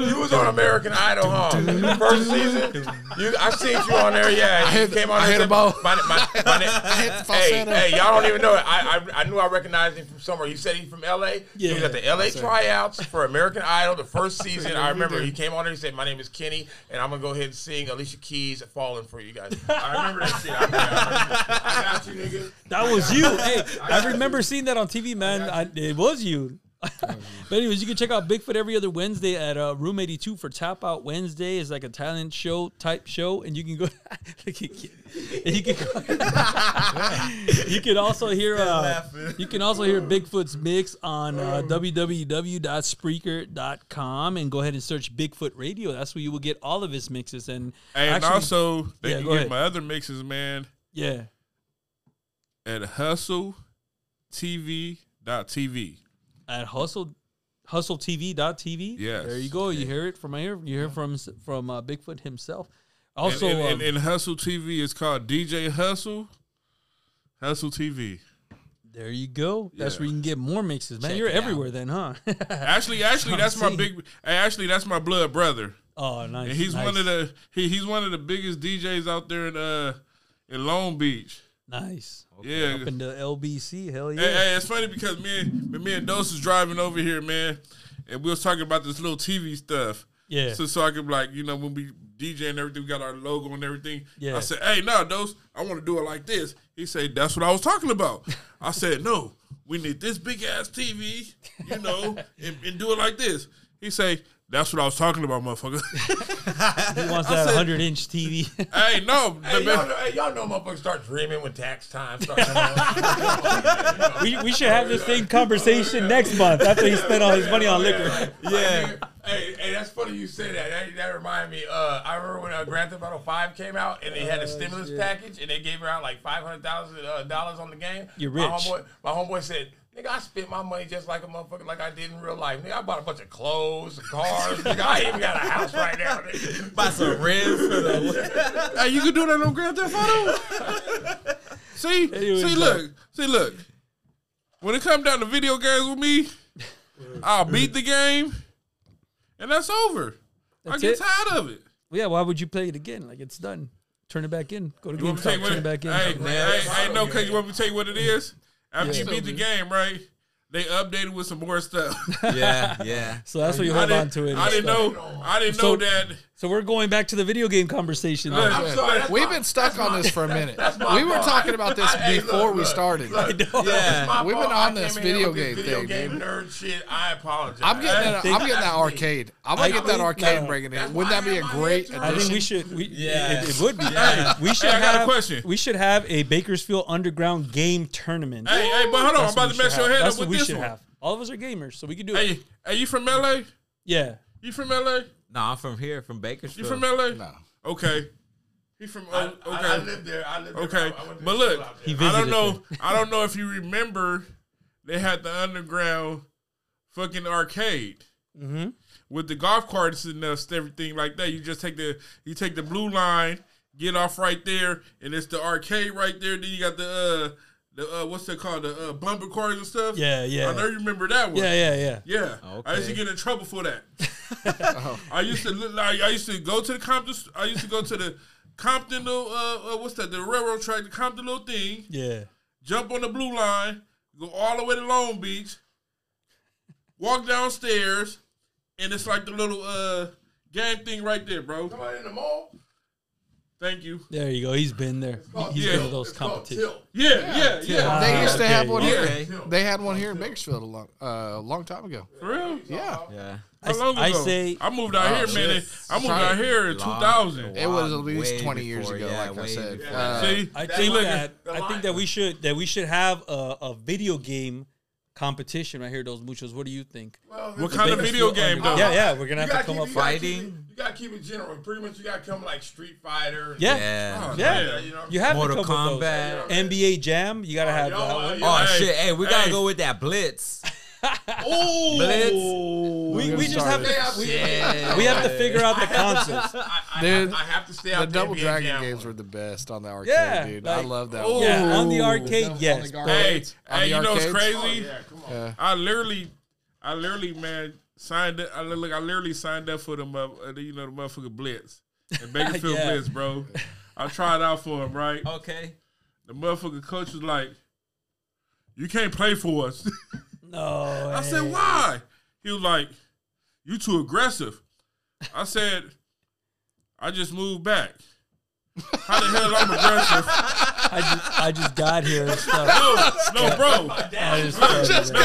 Speaker 17: You was on American Idol, huh? First season. You, I seen you on there. Yeah,
Speaker 6: I
Speaker 17: you
Speaker 6: hit-
Speaker 17: came on.
Speaker 6: I
Speaker 17: and
Speaker 6: hit a
Speaker 17: said,
Speaker 6: ball.
Speaker 17: My, my, my, na- hey,
Speaker 6: falsetto.
Speaker 17: hey, y'all don't even know it. I, I, I knew I recognized him from somewhere. He said he's from L.A. He was
Speaker 6: Yeah.
Speaker 17: at the L.A.
Speaker 6: That's right.
Speaker 17: tryouts for American Idol, the first season.
Speaker 6: Yeah,
Speaker 17: I
Speaker 6: we
Speaker 17: remember
Speaker 6: do.
Speaker 17: he came on there. He said, "My name is Kenny, and I'm gonna go ahead and sing Alicia Keys' "Falling for You Guys." I remember that shit. I, remember, I got you, nigga.
Speaker 5: That was you. Hey, I remember seeing that on TV, man. I, it was you. but anyways, you can check out Bigfoot every other Wednesday at uh, Room 82 for Tap Out Wednesday. It's like a talent show type show, and you can go. Look at Kid. and you can. Go, you can also hear. Uh, you can also hear Bigfoot's mix on uh, www.spreaker.com and go ahead and search Bigfoot Radio. That's where you will get all of his mixes and
Speaker 7: And
Speaker 5: actually-
Speaker 7: also, they
Speaker 5: Yeah,
Speaker 7: can
Speaker 5: go
Speaker 7: get
Speaker 5: ahead.
Speaker 7: my other mixes, man.
Speaker 5: Yeah.
Speaker 7: At hustletv.tv.
Speaker 5: at hustle hustletv.tv.
Speaker 7: Yes.
Speaker 5: There you go. You hear it from here. You hear from from uh, Bigfoot himself. Also,
Speaker 7: and, and,
Speaker 5: um,
Speaker 7: and- and Hustle TV is called DJ Hustle. Hustle TV.
Speaker 5: there you go. That's
Speaker 7: Yeah.
Speaker 5: where you can get more mixes, man.
Speaker 7: Check
Speaker 5: You're
Speaker 7: it out.
Speaker 5: everywhere then, huh?
Speaker 7: Actually, actually,
Speaker 5: I'm
Speaker 7: that's my
Speaker 5: seeing.
Speaker 7: big. hey, Actually, that's my blood brother.
Speaker 5: Oh, nice,
Speaker 7: And he's one
Speaker 5: nice.
Speaker 7: of the he, he's one of the biggest DJs out there in uh in Long Beach.
Speaker 5: Nice.
Speaker 7: Yeah.
Speaker 5: Up into LBC. Hell yeah.
Speaker 7: Hey, hey, it's funny because me and me and Dose is driving over here, man, and we was talking about this little TV stuff.
Speaker 5: Yeah.
Speaker 7: So so I could like you know when we DJ and everything, we got our logo and everything.
Speaker 5: Yeah.
Speaker 7: I said, hey, no, Dose, I want to do it like this. He said, that's what I was talking about. I said, no, we need this big ass TV, you know, and, and do it like this. He say, that's what I was talking about, motherfucker.
Speaker 5: He wants
Speaker 7: I
Speaker 5: that
Speaker 7: said-
Speaker 5: 100 inch TV.
Speaker 7: hey, no,
Speaker 17: Hey,
Speaker 7: the-
Speaker 17: y'all, know, hey, y'all know motherfuckers start dreaming when tax time starts.
Speaker 5: we, we should have this same conversation next month after he spent all his money on liquor.
Speaker 17: Yeah. Hey, hey, that's funny you say that. That, that reminded me. Uh, I remember when uh, Grand Theft Auto Five came out, and they had
Speaker 5: Oh,
Speaker 17: a stimulus package, and they gave out like five hundred thousand uh, dollars on the game.
Speaker 5: You're
Speaker 17: My
Speaker 5: rich.
Speaker 17: homeboy, my homeboy said. Nigga, I spent my money just like a motherfucker, like I did in real life. Nigga, I bought a bunch of clothes, cars. Nigga, I even got a house right now. Nigga.
Speaker 1: Buy some rims for the.
Speaker 7: hey, you can do that on Grand Theft Auto. see,
Speaker 5: Anyways,
Speaker 7: see,
Speaker 5: uh,
Speaker 7: look, see, look. When it comes down to video games with me, I'll beat the game, and that's over. I
Speaker 5: That's
Speaker 7: get
Speaker 5: it.
Speaker 7: tired of it.
Speaker 5: Well, yeah, why would you play it again? Like, it's done. Turn it back in. Go to
Speaker 7: You want me to tell you
Speaker 5: GameStop.
Speaker 7: what?
Speaker 5: Turn it back in.
Speaker 7: Hey,
Speaker 5: Turn it back in.
Speaker 7: hey, hey, no, cause you want me to tell you what it is. After
Speaker 5: Yeah.
Speaker 7: you beat the game, right? They updated with some more stuff.
Speaker 1: Yeah, yeah.
Speaker 5: So that's what you
Speaker 7: I
Speaker 5: hold
Speaker 7: didn't-
Speaker 5: on to it.
Speaker 7: I
Speaker 5: and
Speaker 7: didn't
Speaker 5: stuff.
Speaker 7: know. I didn't
Speaker 5: So-
Speaker 7: know that.
Speaker 5: So we're going back to the video game conversation.
Speaker 7: Look,
Speaker 5: now.
Speaker 7: I'm sorry, that's
Speaker 6: We've
Speaker 7: my-
Speaker 6: been stuck
Speaker 7: that's
Speaker 6: on
Speaker 7: my-
Speaker 6: this for a minute.
Speaker 7: that's my
Speaker 6: We were
Speaker 7: fault.
Speaker 6: talking about this
Speaker 7: I- hey, look,
Speaker 6: before we
Speaker 7: look,
Speaker 6: started.
Speaker 7: look,
Speaker 6: We've been
Speaker 1: Yeah.
Speaker 6: on
Speaker 17: I
Speaker 6: this
Speaker 17: came in here
Speaker 6: video
Speaker 17: with this
Speaker 6: game
Speaker 17: Video
Speaker 6: thing,
Speaker 17: game
Speaker 6: dude.
Speaker 17: nerd shit. I apologize.
Speaker 6: I'm getting that, I'm
Speaker 5: think-
Speaker 6: getting that arcade. I'm gonna
Speaker 5: I
Speaker 6: get that
Speaker 5: think-
Speaker 6: arcade
Speaker 5: no.
Speaker 6: and bring it in. Wouldn't that be a great addition?
Speaker 5: I think we should. We,
Speaker 1: Yeah.
Speaker 5: it, it would be.
Speaker 1: Yeah.
Speaker 5: We should
Speaker 7: Hey, I got a
Speaker 5: have.
Speaker 7: question.
Speaker 5: We should have a Bakersfield Underground game tournament.
Speaker 7: Hey, hey, but hold on, I'm
Speaker 5: That's what
Speaker 7: about
Speaker 5: we
Speaker 7: to mess
Speaker 5: should
Speaker 7: your
Speaker 5: have.
Speaker 7: head
Speaker 5: That's
Speaker 7: up with
Speaker 5: what we
Speaker 7: this
Speaker 5: should
Speaker 7: one.
Speaker 5: have. All of us are gamers, so we can do it.
Speaker 7: Hey, hey, you from LA?
Speaker 5: Yeah.
Speaker 7: You from LA?
Speaker 1: Nah, I'm from here, from Bakersfield.
Speaker 7: You from LA?
Speaker 6: No.
Speaker 7: Okay. He from
Speaker 17: I-
Speaker 7: oh, okay.
Speaker 17: I- I lived there. I lived there.
Speaker 7: okay.
Speaker 17: I- I went to
Speaker 7: but
Speaker 17: school
Speaker 7: look,
Speaker 17: out there. He
Speaker 7: I don't
Speaker 5: visited
Speaker 7: know. I don't know if you remember, they had the underground fucking arcade
Speaker 5: Mm-hmm.
Speaker 7: with the golf carts and uh, everything like that. You just take the you take the blue line, get off right there, and it's the arcade right there. Then you got the uh the uh, what's that called the uh, bumper cars and stuff.
Speaker 5: Yeah, yeah.
Speaker 7: I know you remember that one.
Speaker 5: Yeah, yeah, yeah.
Speaker 7: Yeah, I used to
Speaker 1: Okay.
Speaker 7: get in trouble for that.
Speaker 6: Oh.
Speaker 7: I used to, li- like, I used to go to the Compton. st- I used to go to the Compton little, uh, uh, what's that? The railroad track, the Compton little thing.
Speaker 5: Yeah.
Speaker 7: Jump on the blue line, go all the way to Long Beach, walk downstairs, and it's like the little uh game thing right there, bro.
Speaker 17: Come on in the mall.
Speaker 7: Thank you.
Speaker 5: There you go. He's been there. He's
Speaker 7: yeah.
Speaker 5: been to those competitions.
Speaker 7: Yeah, yeah, yeah.
Speaker 6: They used to have
Speaker 5: Okay.
Speaker 6: one.
Speaker 7: Yeah.
Speaker 6: Here. They had one here in Bakersfield a long, uh, a long time ago.
Speaker 7: For real?
Speaker 6: Yeah,
Speaker 1: Yeah.
Speaker 5: I,
Speaker 7: How long
Speaker 5: I
Speaker 7: ago?
Speaker 5: say
Speaker 7: I moved out
Speaker 6: Oh,
Speaker 7: here, man.
Speaker 6: shit.
Speaker 7: I moved out here in two
Speaker 1: Long-
Speaker 7: thousand.
Speaker 6: it was at
Speaker 1: Wow,
Speaker 6: least
Speaker 1: way
Speaker 6: twenty years
Speaker 1: before,
Speaker 6: ago,
Speaker 1: yeah,
Speaker 6: like I
Speaker 1: way
Speaker 6: said.
Speaker 1: before.
Speaker 6: Uh,
Speaker 7: See,
Speaker 5: I
Speaker 7: See,
Speaker 5: think
Speaker 7: look,
Speaker 5: that I think that we should that we should have a, a video game competition right here, those muchos. What do you think?
Speaker 17: Well,
Speaker 5: What's
Speaker 17: kind
Speaker 5: the
Speaker 17: of
Speaker 5: biggest
Speaker 17: video
Speaker 5: deal
Speaker 17: game,
Speaker 5: under-
Speaker 17: though?
Speaker 5: Yeah, yeah, we're gonna
Speaker 17: You
Speaker 5: have to
Speaker 17: gotta
Speaker 5: come
Speaker 17: keep-
Speaker 5: up
Speaker 17: you gotta keep it-
Speaker 5: fighting.
Speaker 17: You gotta keep it general. Pretty much, you gotta come like Street Fighter.
Speaker 5: Yeah,
Speaker 17: Oh,
Speaker 5: yeah.
Speaker 17: You, know,
Speaker 5: You have
Speaker 1: Mortal
Speaker 5: to come with
Speaker 1: Kombat.
Speaker 5: those. NBA Jam. You gotta have that one.
Speaker 1: Oh shit! Hey, we gotta go with that blitz.
Speaker 5: Oh,
Speaker 1: Blitz.
Speaker 5: We, we just have to we,
Speaker 1: Yeah.
Speaker 5: we have to figure out the concepts.
Speaker 6: I,
Speaker 17: I- I have to stay
Speaker 6: The
Speaker 17: out
Speaker 6: Double
Speaker 17: NBA
Speaker 6: Dragon
Speaker 17: Jam
Speaker 6: games were the best on the arcade,
Speaker 5: Yeah,
Speaker 6: dude. I
Speaker 5: like-
Speaker 6: love that.
Speaker 5: Oh.
Speaker 6: one.
Speaker 5: Yeah, on the arcade, yes, but- Oh,
Speaker 7: Hey,
Speaker 6: On
Speaker 7: hey,
Speaker 6: the
Speaker 7: you know what's
Speaker 6: arcades?
Speaker 7: crazy?
Speaker 17: Oh,
Speaker 6: Yeah.
Speaker 7: I literally, I literally, man, signed up. I, li- look, I literally signed up for the, mo- uh, the you know, the motherfucker Blitz, the Bakersfield
Speaker 1: Yeah.
Speaker 7: Blitz, bro. I tried out for him, right?
Speaker 1: Okay.
Speaker 7: The motherfucker coach was like, "You can't play for us."
Speaker 5: No.
Speaker 7: I said,
Speaker 5: way.
Speaker 7: "Why?" He was like, "You too aggressive." I said, "I just moved back." How the hell I'm aggressive?
Speaker 5: I just I just got here and stuff.
Speaker 7: No, no, bro.
Speaker 5: I just,
Speaker 7: Look, no,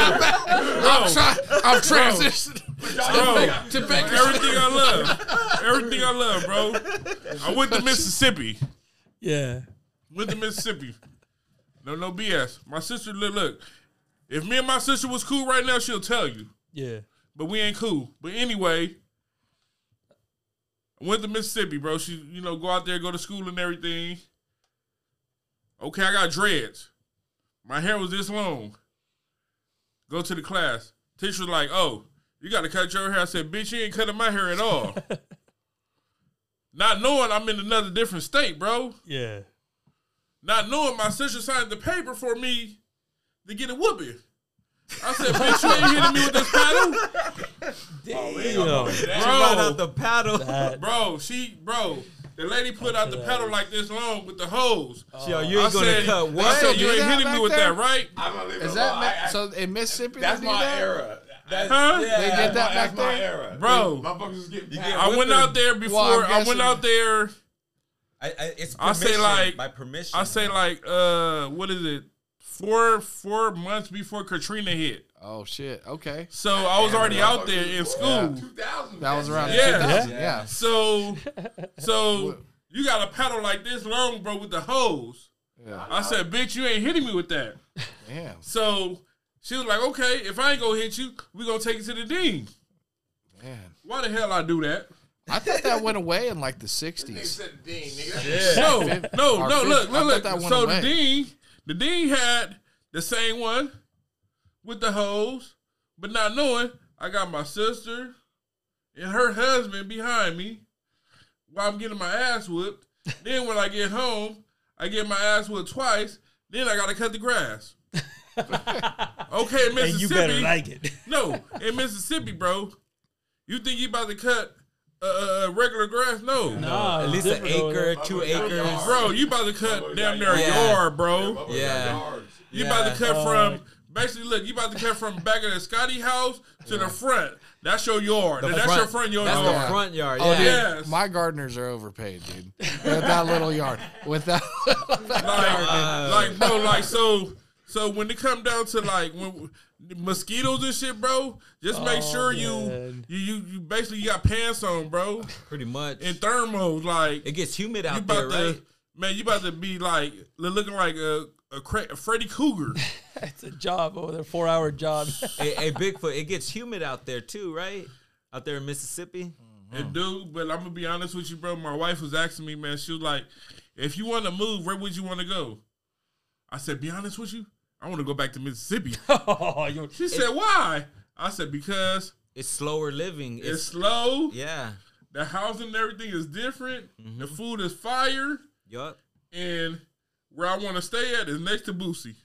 Speaker 6: I'm try- I'm
Speaker 7: Bro.
Speaker 6: transitioning
Speaker 7: Bro,
Speaker 6: to Bakersfield.
Speaker 7: everything I love, everything I love, bro. I went to Mississippi.
Speaker 5: Yeah.
Speaker 7: Went to Mississippi. No, no BS. My sister, look, look. If me and my sister was cool right now, she'll tell you.
Speaker 5: Yeah.
Speaker 7: But we ain't cool. But anyway, I went to Mississippi, bro. She, you know, go out there, go to school and everything. Okay, I got dreads. My hair was this long. Go to the class. Teacher's like, oh, you got to cut your hair. I said, bitch, you ain't cutting my hair at all. Not knowing I'm in another different state, bro.
Speaker 5: Yeah.
Speaker 7: Not knowing my sister signed the paper for me to get a whooping. I said, bitch, you ain't hitting me with this paddle.
Speaker 1: Oh,
Speaker 5: Yo.
Speaker 1: She brought out the paddle.
Speaker 7: Bro, she, bro, the lady put out the pedal like this long with the hose.
Speaker 1: Yo, oh, you ain't
Speaker 7: I
Speaker 1: gonna
Speaker 7: said-
Speaker 1: cut
Speaker 7: I
Speaker 1: what?
Speaker 7: said, you
Speaker 1: You
Speaker 7: ain't
Speaker 1: did that
Speaker 7: hitting me
Speaker 1: back
Speaker 7: with
Speaker 1: there?
Speaker 7: that, right?
Speaker 17: I'm gonna leave it
Speaker 6: Is that
Speaker 17: alone.
Speaker 6: ma-
Speaker 17: I- I-
Speaker 6: so in Mississippi? they
Speaker 17: That's
Speaker 6: do
Speaker 17: my
Speaker 6: that?
Speaker 17: era. That's,
Speaker 7: Huh?
Speaker 17: yeah,
Speaker 7: They did
Speaker 17: that's
Speaker 7: that
Speaker 17: my-
Speaker 7: back
Speaker 17: that's my
Speaker 7: there?
Speaker 17: era.
Speaker 7: Bro.
Speaker 17: my fuckers was getting
Speaker 1: get
Speaker 17: packed.
Speaker 7: I went out there before.
Speaker 6: Well, I'm
Speaker 7: I went
Speaker 6: guessing-
Speaker 7: out there.
Speaker 1: I, I, it's
Speaker 7: I say
Speaker 1: permission,
Speaker 7: like
Speaker 1: by permission.
Speaker 7: I say like uh, what is it? Four four months before Katrina hit.
Speaker 6: Oh shit. Okay.
Speaker 7: So I was already out there in school.
Speaker 6: That was around
Speaker 7: Yeah.
Speaker 6: 2000. Yeah.
Speaker 7: So so you got a paddle like this long, bro, with the hose.
Speaker 6: Yeah.
Speaker 7: I said, bitch, you ain't hitting me with that.
Speaker 6: Damn.
Speaker 7: So she was like, okay, if I ain't gonna hit you, we gonna take it to the dean.
Speaker 6: Man.
Speaker 7: Why the hell I do that?
Speaker 6: I thought that went away in like the 60s.
Speaker 7: No, no,
Speaker 6: Our
Speaker 7: no. Look,
Speaker 6: fifth- I thought
Speaker 7: look,
Speaker 6: that
Speaker 7: look.
Speaker 6: went
Speaker 7: So
Speaker 6: away.
Speaker 7: the dean, the dean had the same one with the hose, but not knowing I got my sister and her husband behind me while I'm getting my ass whooped. then when I get home, I get my ass whooped twice. Then I gotta cut the grass. okay, in Mississippi.
Speaker 5: And you better like it.
Speaker 7: no, in Mississippi, bro. You think you about to cut uh, uh, uh, regular grass? No,
Speaker 1: at least an acre, two acres.
Speaker 7: Bro, you about to cut damn near a
Speaker 1: Yeah.
Speaker 7: yard, bro.
Speaker 1: Yeah.
Speaker 7: You about to cut
Speaker 5: Yeah.
Speaker 17: Um,
Speaker 7: from basically look, you about to cut from back of the Scotty house to the front. That's your yard.
Speaker 1: The
Speaker 7: That's
Speaker 1: front-
Speaker 7: your front yard.
Speaker 1: that's the
Speaker 7: yard.
Speaker 1: front yard,
Speaker 6: Oh,
Speaker 1: yeah.
Speaker 6: dude,
Speaker 7: Yes.
Speaker 6: my gardeners are overpaid, dude. With that little yard, with that,
Speaker 7: Like, uh, like, bro, like so so when it come down to like when mosquitoes and shit, bro, just make
Speaker 1: Oh,
Speaker 7: sure you,
Speaker 5: man.
Speaker 7: you you you basically you got pants on, bro.
Speaker 1: Pretty much.
Speaker 7: And thermos, like
Speaker 1: It gets humid
Speaker 7: you
Speaker 1: out
Speaker 7: about
Speaker 1: there,
Speaker 7: to
Speaker 1: right?
Speaker 7: man, you about to be like looking like a a, cra- a Freddy Cougar.
Speaker 5: It's a job over there, four hour job.
Speaker 1: hey, hey, Bigfoot, it gets humid out there too, right? Out there in Mississippi.
Speaker 7: Mm-hmm. It do, but I'm gonna be honest with you, bro. My wife was asking me, man. She was like, "If you want to move, where would you want to go?" I said, "Be honest with you, I want to go back to Mississippi."
Speaker 5: oh, yo.
Speaker 7: She said, "Why?" I said, "Because
Speaker 1: It's slower living.
Speaker 7: it's, slow.
Speaker 1: yeah. Mm-hmm.
Speaker 7: The housing and everything is different. The food is fire,
Speaker 1: Yup.
Speaker 7: and where I want to stay at is next to Boosie.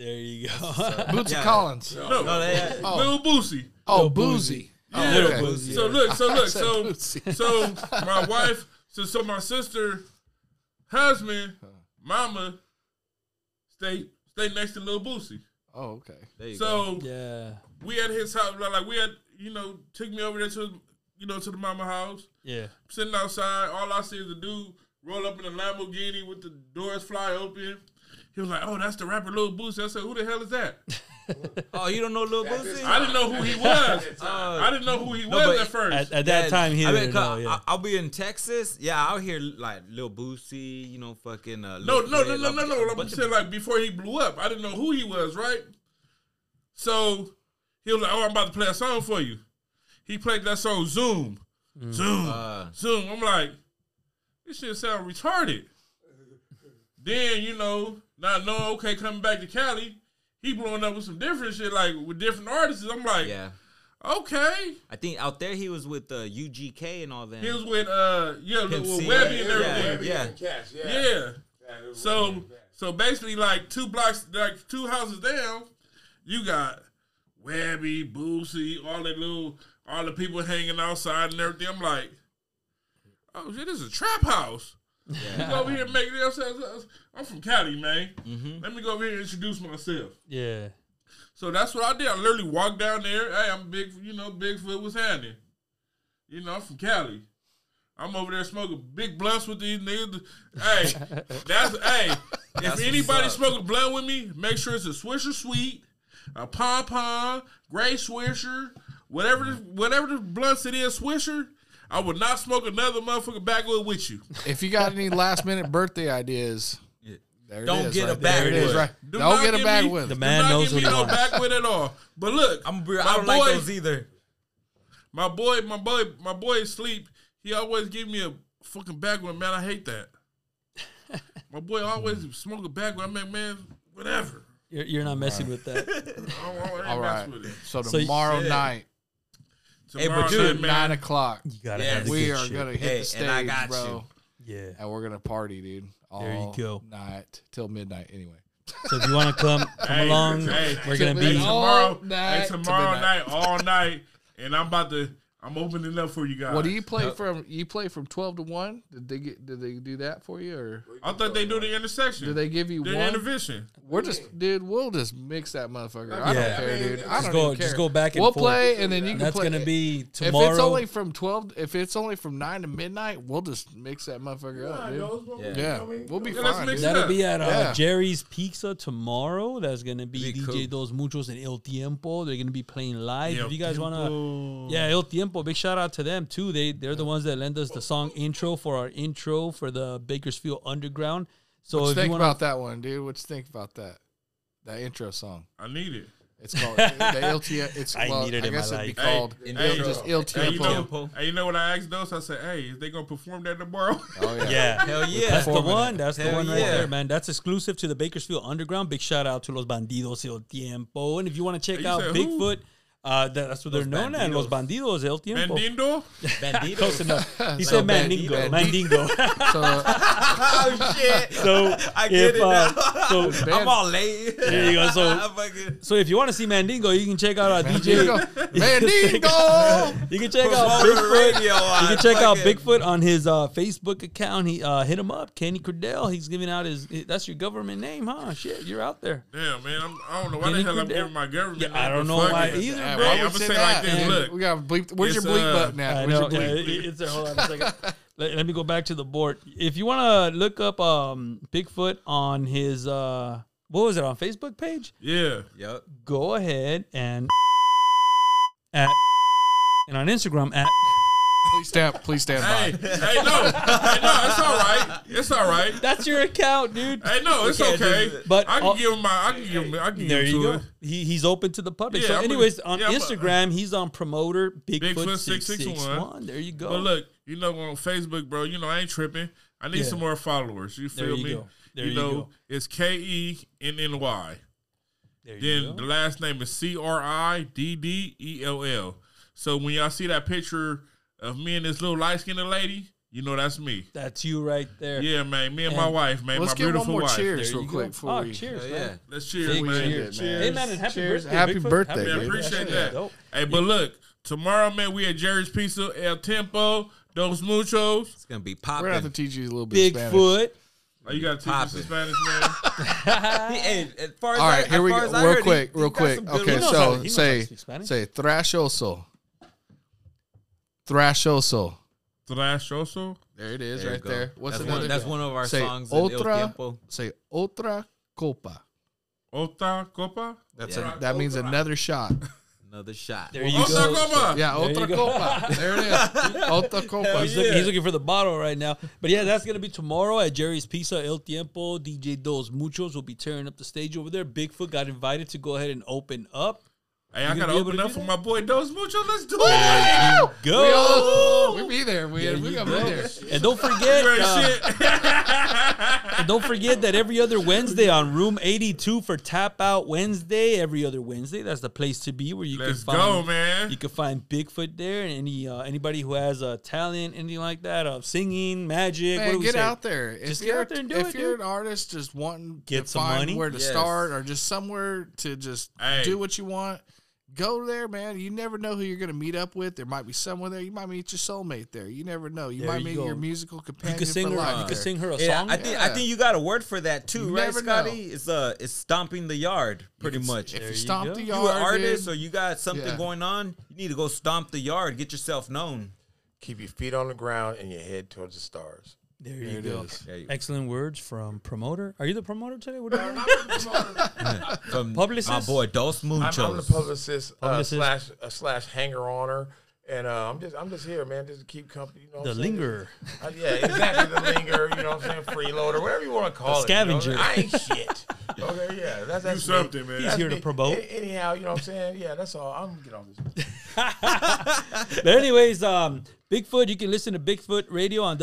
Speaker 5: There you go.
Speaker 6: Bootsy
Speaker 1: Yeah.
Speaker 6: Collins.
Speaker 7: No,
Speaker 1: No, that-
Speaker 6: Oh.
Speaker 7: little Boosie.
Speaker 6: Oh, Boozy.
Speaker 7: Yeah.
Speaker 6: Oh,
Speaker 5: Little Boosie.
Speaker 7: So look, so
Speaker 6: I
Speaker 7: look,
Speaker 6: said
Speaker 7: so
Speaker 6: Bootsy.
Speaker 7: so my wife, so so my sister, husband, mama, stay stay next to little Boosie.
Speaker 6: Oh, okay.
Speaker 1: There you go.
Speaker 7: So
Speaker 5: Yeah.
Speaker 7: we at his house, like, like we had, you know, took me over there to, his- you know, to the mama house.
Speaker 5: Yeah.
Speaker 7: Sitting outside, all I see is the dude roll up in a Lamborghini with the doors fly open. He was like, "Oh, that's the rapper Lil Boosie." I said, "Who the hell is that?"
Speaker 1: Oh, you don't know Lil Boosie?
Speaker 7: I didn't know who he was.
Speaker 1: Oh.
Speaker 7: I didn't know who he
Speaker 1: No,
Speaker 7: was
Speaker 1: but
Speaker 7: at first.
Speaker 5: At, at that
Speaker 1: Yeah,
Speaker 5: time, he
Speaker 1: I
Speaker 5: didn't know,
Speaker 1: cause
Speaker 5: yeah.
Speaker 1: I, will be in Texas. Yeah, I'll hear like Lil Boosie, you know, fucking. Uh,
Speaker 7: No,
Speaker 1: Lil
Speaker 7: no, no,
Speaker 1: Fred,
Speaker 7: no,
Speaker 1: a
Speaker 7: no, no. I'm
Speaker 1: bunch of-
Speaker 7: saying like before he blew up, I didn't know who he was, right? So he was like, "Oh, I'm about to play a song for you." He played that song Zoom,
Speaker 10: Mm.
Speaker 7: Zoom,
Speaker 10: Uh.
Speaker 7: Zoom. I'm like, this shit sound retarded. then you know, not knowing, okay, coming back to Cali, he blowing up with some different shit, like with different artists. I'm like,
Speaker 1: Yeah.
Speaker 7: okay.
Speaker 1: I think out there he was with uh, UGK and all that.
Speaker 7: He was with uh yeah with
Speaker 1: Pimp C.
Speaker 7: Webby and
Speaker 1: Yeah,
Speaker 7: everything.
Speaker 1: yeah.
Speaker 7: yeah. so so basically like two blocks like two houses down, you got Webby, Boosie, all that little all the people hanging outside and everything. I'm like, oh shit, this is a trap house. Let me go over here and make it themselves. I'm from Cali, man.
Speaker 1: Mm-hmm.
Speaker 7: Let me go over here and introduce myself.
Speaker 5: Yeah.
Speaker 7: So that's what I did. I literally walked down there. Hey, I'm big, you know, Bigfoot was handy. You know, I'm from Cali. I'm over there smoking big blunts with these niggas. Hey, that's hey.
Speaker 10: That's
Speaker 7: if anybody smoking blunt with me, make sure it's a Swisher Sweet, a Pom Pom, Gray Swisher, whatever the, whatever the blunts it is, Swisher. I would not smoke another motherfucker backwood with you.
Speaker 6: If you got any last minute birthday ideas, there it
Speaker 7: Don't
Speaker 6: is
Speaker 7: get
Speaker 6: right
Speaker 7: a
Speaker 6: there. There it is
Speaker 7: backwood.
Speaker 6: right.
Speaker 7: Do
Speaker 6: Don't
Speaker 7: not
Speaker 6: get a
Speaker 7: give me-
Speaker 6: backwood.
Speaker 7: The do man not knows give me who he no wants. backwood at all. But look, I'm
Speaker 1: I don't like those either.
Speaker 7: My boy, my boy, my boy sleep. He always give me a fucking backwood, man. I hate that. my boy always smoke a backwood. I'm like, man, whatever.
Speaker 5: You're, you're not messing with that.
Speaker 6: All right. So
Speaker 5: So-
Speaker 6: tomorrow
Speaker 5: Yeah.
Speaker 6: night.
Speaker 5: Hey, but
Speaker 6: tomorrow
Speaker 5: dude,
Speaker 6: night, nine
Speaker 5: man.
Speaker 6: o'clock.
Speaker 5: You gotta have the
Speaker 6: we
Speaker 5: good
Speaker 6: are
Speaker 5: shit.
Speaker 6: gonna hit
Speaker 5: Hey,
Speaker 6: the stage,
Speaker 5: and I got
Speaker 6: bro.
Speaker 5: you. Yeah.
Speaker 6: and we're gonna party, dude. All
Speaker 5: There you go.
Speaker 6: Night till midnight, anyway.
Speaker 5: So if you wanna come- come
Speaker 7: Hey,
Speaker 5: along,
Speaker 7: hey,
Speaker 5: we're
Speaker 7: till
Speaker 5: gonna be-
Speaker 7: midnight. tomorrow.
Speaker 6: All night
Speaker 7: hey,
Speaker 6: till
Speaker 7: tomorrow night,
Speaker 6: midnight.
Speaker 7: all night, and I'm about to. I'm opening up for you guys.
Speaker 6: Well, do you play
Speaker 7: Yep.
Speaker 6: from? You play from twelve to one? Did they get? Did they do that for you, or
Speaker 7: I thought they do the intersection.
Speaker 6: do they give you
Speaker 7: the
Speaker 6: one
Speaker 7: intervention?
Speaker 6: We're just, dude. We'll just mix that motherfucker.
Speaker 5: Yeah.
Speaker 6: I don't care, dude. I
Speaker 5: Just
Speaker 6: don't
Speaker 5: go-
Speaker 6: even care.
Speaker 5: just go back and
Speaker 6: We'll
Speaker 5: forth.
Speaker 6: play, and then you can
Speaker 5: That's
Speaker 6: play.
Speaker 5: gonna be
Speaker 6: If it's
Speaker 5: tomorrow.
Speaker 6: only from twelve, if it's only from nine to midnight, we'll just mix that motherfucker up,
Speaker 5: those
Speaker 6: dude.
Speaker 5: motherfuckers,
Speaker 6: Yeah,
Speaker 5: I mean,
Speaker 6: we'll be
Speaker 5: Yeah,
Speaker 6: fine. dude.
Speaker 5: That'll be at uh,
Speaker 6: Yeah.
Speaker 5: Jerry's Pizza tomorrow. That's gonna be, DJ Dos Muchos and El Tiempo. They're gonna be playing live.
Speaker 10: El
Speaker 5: if you guys wanna,
Speaker 10: Tiempo.
Speaker 5: yeah, El Tiempo. Big shout out to them too. They they're the ones that lend us the song intro for our intro for the Bakersfield Underground. So
Speaker 6: what you
Speaker 5: if you
Speaker 6: think
Speaker 5: wanna,
Speaker 6: about that one, dude? What you think about that? That intro song.
Speaker 7: I need it.
Speaker 6: It's called the LTM. It's well, I guess it'd be called Il- just Il
Speaker 7: Hey, you
Speaker 6: Tempo.
Speaker 7: know, hey, you know what I asked those? I said, hey, is they gonna perform that tomorrow?
Speaker 6: Oh,
Speaker 5: Yeah. That's the one. That's the
Speaker 7: Hell
Speaker 5: one right
Speaker 7: yeah.
Speaker 5: there, man. That's exclusive to the Bakersfield Underground. Big shout out to Los Bandidos El Tiempo. And if you want to check
Speaker 7: You
Speaker 5: out
Speaker 7: said who?
Speaker 5: Bigfoot, uh, that- that's what
Speaker 7: Los
Speaker 5: they're known as. Los Bandidos El Tiempo.
Speaker 7: Bandido?
Speaker 5: Close enough. He
Speaker 6: So
Speaker 5: said
Speaker 6: band-
Speaker 5: Mandingo.
Speaker 6: band-
Speaker 5: Mandingo.
Speaker 1: oh shit!
Speaker 5: so
Speaker 1: I get
Speaker 5: if,
Speaker 1: it
Speaker 5: uh,
Speaker 1: now.
Speaker 5: so-
Speaker 1: I'm all late.
Speaker 5: There you go. So, so if you want to see Mandingo, you can check out our DJ
Speaker 6: Mandingo.
Speaker 5: you can check out
Speaker 1: Promoter
Speaker 5: Bigfoot.
Speaker 1: radio
Speaker 5: you
Speaker 1: on
Speaker 5: can check out
Speaker 1: fucking-
Speaker 5: Bigfoot on his uh, Facebook account. He uh, hit him up, Kenny Cordell. He's giving out his. That's your government name, huh? Shit, you're out there.
Speaker 7: Damn, man. I'm, I don't know why
Speaker 5: Kenny
Speaker 7: the hell I'm
Speaker 5: Cordell?
Speaker 7: giving my government.
Speaker 5: Yeah, I
Speaker 7: name,
Speaker 5: don't
Speaker 7: but
Speaker 5: know
Speaker 7: fuck
Speaker 5: why
Speaker 7: it.
Speaker 5: either,
Speaker 7: Hey,
Speaker 5: bro.
Speaker 7: I'm gonna say it like this.
Speaker 5: Man,
Speaker 7: Look,
Speaker 6: we got bleep. Where's
Speaker 7: It's,
Speaker 6: your bleep
Speaker 7: uh,
Speaker 6: button at?
Speaker 5: I
Speaker 6: Where's your
Speaker 5: know,
Speaker 6: bleep?
Speaker 5: yeah, it- it's there. Hold on a second. Let, let me go back to the board. If you want to look up um, Bigfoot on his uh, what was it on Facebook page?
Speaker 7: Yeah.
Speaker 1: Yep.
Speaker 5: Go ahead and at and on Instagram at
Speaker 6: Please stand. Please stand
Speaker 7: Hey, hey, no, hey, no, it's all right. It's all right.
Speaker 5: That's your account, dude.
Speaker 7: Hey, no, it's
Speaker 5: can't
Speaker 7: okay.
Speaker 5: just-
Speaker 7: But
Speaker 5: but
Speaker 7: I can
Speaker 5: all-
Speaker 7: give him my. I can give him. I can
Speaker 5: There
Speaker 7: give
Speaker 5: you
Speaker 7: him to
Speaker 5: go.
Speaker 7: it.
Speaker 5: He, he's open to the public.
Speaker 7: Yeah,
Speaker 5: so,
Speaker 7: I'm gonna-
Speaker 5: anyways, on
Speaker 7: yeah, I'm gonna-
Speaker 5: Instagram, he's on promoter Bigfoot
Speaker 7: Bigfoot
Speaker 5: six six one. There you go.
Speaker 7: But look, you know on Facebook, bro. You know I ain't tripping. I need
Speaker 5: Yeah.
Speaker 7: some more followers. You
Speaker 5: There
Speaker 7: feel
Speaker 5: you
Speaker 7: me?
Speaker 5: go. There
Speaker 7: you
Speaker 5: you
Speaker 7: know
Speaker 5: go.
Speaker 7: it's K E N N Y.
Speaker 5: There
Speaker 7: Then
Speaker 5: you go.
Speaker 7: the last name is C R I D D E L L. So when y'all see that picture of me and this little light skinned lady, you know that's me.
Speaker 5: That's you right there.
Speaker 7: Yeah, man. Me and, my wife, man.
Speaker 6: Let's
Speaker 7: my
Speaker 6: get one
Speaker 7: beautiful
Speaker 6: more
Speaker 7: wife.
Speaker 6: cheers
Speaker 7: There you
Speaker 6: real
Speaker 7: go.
Speaker 6: quick before
Speaker 5: Oh,
Speaker 6: we-
Speaker 5: cheers,
Speaker 7: Hell
Speaker 5: man.
Speaker 7: yeah. Let's cheers,
Speaker 5: Big
Speaker 7: man.
Speaker 5: cheers, man. Hey, man, and happy
Speaker 6: Cheers.
Speaker 5: birthday,
Speaker 6: Happy
Speaker 5: Bigfoot.
Speaker 6: birthday,
Speaker 5: Happy
Speaker 7: Man,
Speaker 6: dude.
Speaker 7: appreciate
Speaker 5: That's
Speaker 7: that.
Speaker 5: dope.
Speaker 7: Hey, but look, tomorrow, man, we at Jerry's Pizza, El Tempo, Dos Muchos. It's
Speaker 1: gonna be
Speaker 6: We're
Speaker 1: popping.
Speaker 6: gonna have to teach you a little bit. of
Speaker 5: Bigfoot.
Speaker 7: Oh, you got to teach us some
Speaker 1: Poppin'.
Speaker 7: Spanish, man.
Speaker 1: hey, as far as
Speaker 6: All
Speaker 1: I-
Speaker 6: right,
Speaker 1: as
Speaker 6: here we
Speaker 1: far
Speaker 6: go.
Speaker 1: as I
Speaker 6: Real
Speaker 1: heard,
Speaker 6: quick,
Speaker 1: he-
Speaker 6: real
Speaker 1: he got
Speaker 6: quick.
Speaker 1: some good
Speaker 6: Okay,
Speaker 1: ones.
Speaker 6: so say say thrashoso, thrashoso.
Speaker 7: Thrashoso.
Speaker 6: There it is,
Speaker 1: There you
Speaker 6: right
Speaker 1: go.
Speaker 6: there. What's
Speaker 1: That's
Speaker 6: another?
Speaker 1: one- that's one of our
Speaker 6: say
Speaker 1: songs in El
Speaker 6: Otra,
Speaker 1: Tiempo.
Speaker 6: say otra copa.
Speaker 7: Otra Copa.
Speaker 6: That's a, that means another shot.
Speaker 1: Another shot.
Speaker 5: There you
Speaker 7: Otra
Speaker 5: go.
Speaker 7: Copa.
Speaker 6: Yeah,
Speaker 5: There you
Speaker 6: otra
Speaker 5: go.
Speaker 6: copa. There it is. Otra copa.
Speaker 5: He's, looking, he's looking for the bottle right now. But yeah, that's gonna be tomorrow at Jerry's Pizza El Tiempo. DJ Dos Muchos will be tearing up the stage over there. Bigfoot got invited to go ahead and open up.
Speaker 7: Hey,
Speaker 6: You
Speaker 7: I
Speaker 6: gonna
Speaker 7: gotta
Speaker 6: be able
Speaker 7: open
Speaker 6: to
Speaker 7: up
Speaker 6: do
Speaker 7: for my boy Dos Mucho. Let's do
Speaker 6: There
Speaker 7: it.
Speaker 6: you go. We all- we be there. We- we gonna be there.
Speaker 5: And don't forget,
Speaker 7: Great
Speaker 5: uh, and don't forget that every other Wednesday on Room 82 for Tap Out Wednesday. Every other Wednesday, that's the place to be where you
Speaker 7: Let's
Speaker 5: can
Speaker 7: go,
Speaker 5: find
Speaker 7: man.
Speaker 5: You can find Bigfoot there, and any uh, anybody who has uh, talent, anything like that, of singing, magic. what do
Speaker 6: Man,
Speaker 5: we
Speaker 6: get
Speaker 5: say?
Speaker 6: out there. If
Speaker 5: Just get
Speaker 6: you're,
Speaker 5: out there and do
Speaker 6: if
Speaker 5: it,
Speaker 6: you're
Speaker 5: dude.
Speaker 6: an artist just wanting
Speaker 5: Get
Speaker 6: to
Speaker 5: some
Speaker 6: find
Speaker 5: money.
Speaker 6: where to
Speaker 5: Yes.
Speaker 6: start or just somewhere to just
Speaker 5: Hey.
Speaker 6: do what you want, go there, man. You never know who you're going to meet up with. There might be someone there. You might meet your soulmate there. You never know. You
Speaker 5: There
Speaker 6: might
Speaker 5: you
Speaker 6: meet
Speaker 5: go.
Speaker 6: your musical companion. for life
Speaker 5: you could
Speaker 6: there.
Speaker 5: sing her a
Speaker 1: Yeah,
Speaker 5: song.
Speaker 1: I think I
Speaker 6: Yeah.
Speaker 1: think you got a word for that too,
Speaker 6: You
Speaker 1: right,
Speaker 6: never
Speaker 1: Scotty?
Speaker 6: know.
Speaker 1: It's uh, it's stomping the yard, pretty
Speaker 6: can s-
Speaker 1: much.
Speaker 6: if you There you stomp go. the
Speaker 1: you
Speaker 6: yard,
Speaker 1: an artist
Speaker 6: dude.
Speaker 1: or you got something
Speaker 6: Yeah.
Speaker 1: going on, you need to go stomp the yard, get yourself known.
Speaker 17: Keep your feet on the ground and your head towards the stars.
Speaker 5: There you
Speaker 17: it
Speaker 5: go.
Speaker 17: is.
Speaker 5: Excellent words from promoter. Are you the promoter today? What are you?
Speaker 1: From
Speaker 5: Publicist?
Speaker 1: Um, my boy Dos
Speaker 17: I'm,
Speaker 1: Muchos.
Speaker 17: I'm the publicist, uh,
Speaker 1: Publicist.
Speaker 17: slash uh, slash hanger oner, and uh, I'm just I'm just here, man, just to keep company. You know what
Speaker 5: The
Speaker 17: I'm saying?
Speaker 5: lingerer.
Speaker 17: Uh, yeah, exactly, the linger. You know what I'm saying? Freeloader, whatever you want to call
Speaker 5: The
Speaker 17: it. you know?
Speaker 5: scavenger.
Speaker 17: I ain't shit. Okay, yeah, that's
Speaker 7: Do
Speaker 17: that's me.
Speaker 7: something, man. He's
Speaker 17: That's
Speaker 5: here to
Speaker 17: me.
Speaker 5: promote.
Speaker 17: A- anyhow, you know what I'm saying? Yeah, that's all. I'm gonna get off this.
Speaker 5: but anyways, um, Bigfoot, you can listen to Bigfoot Radio on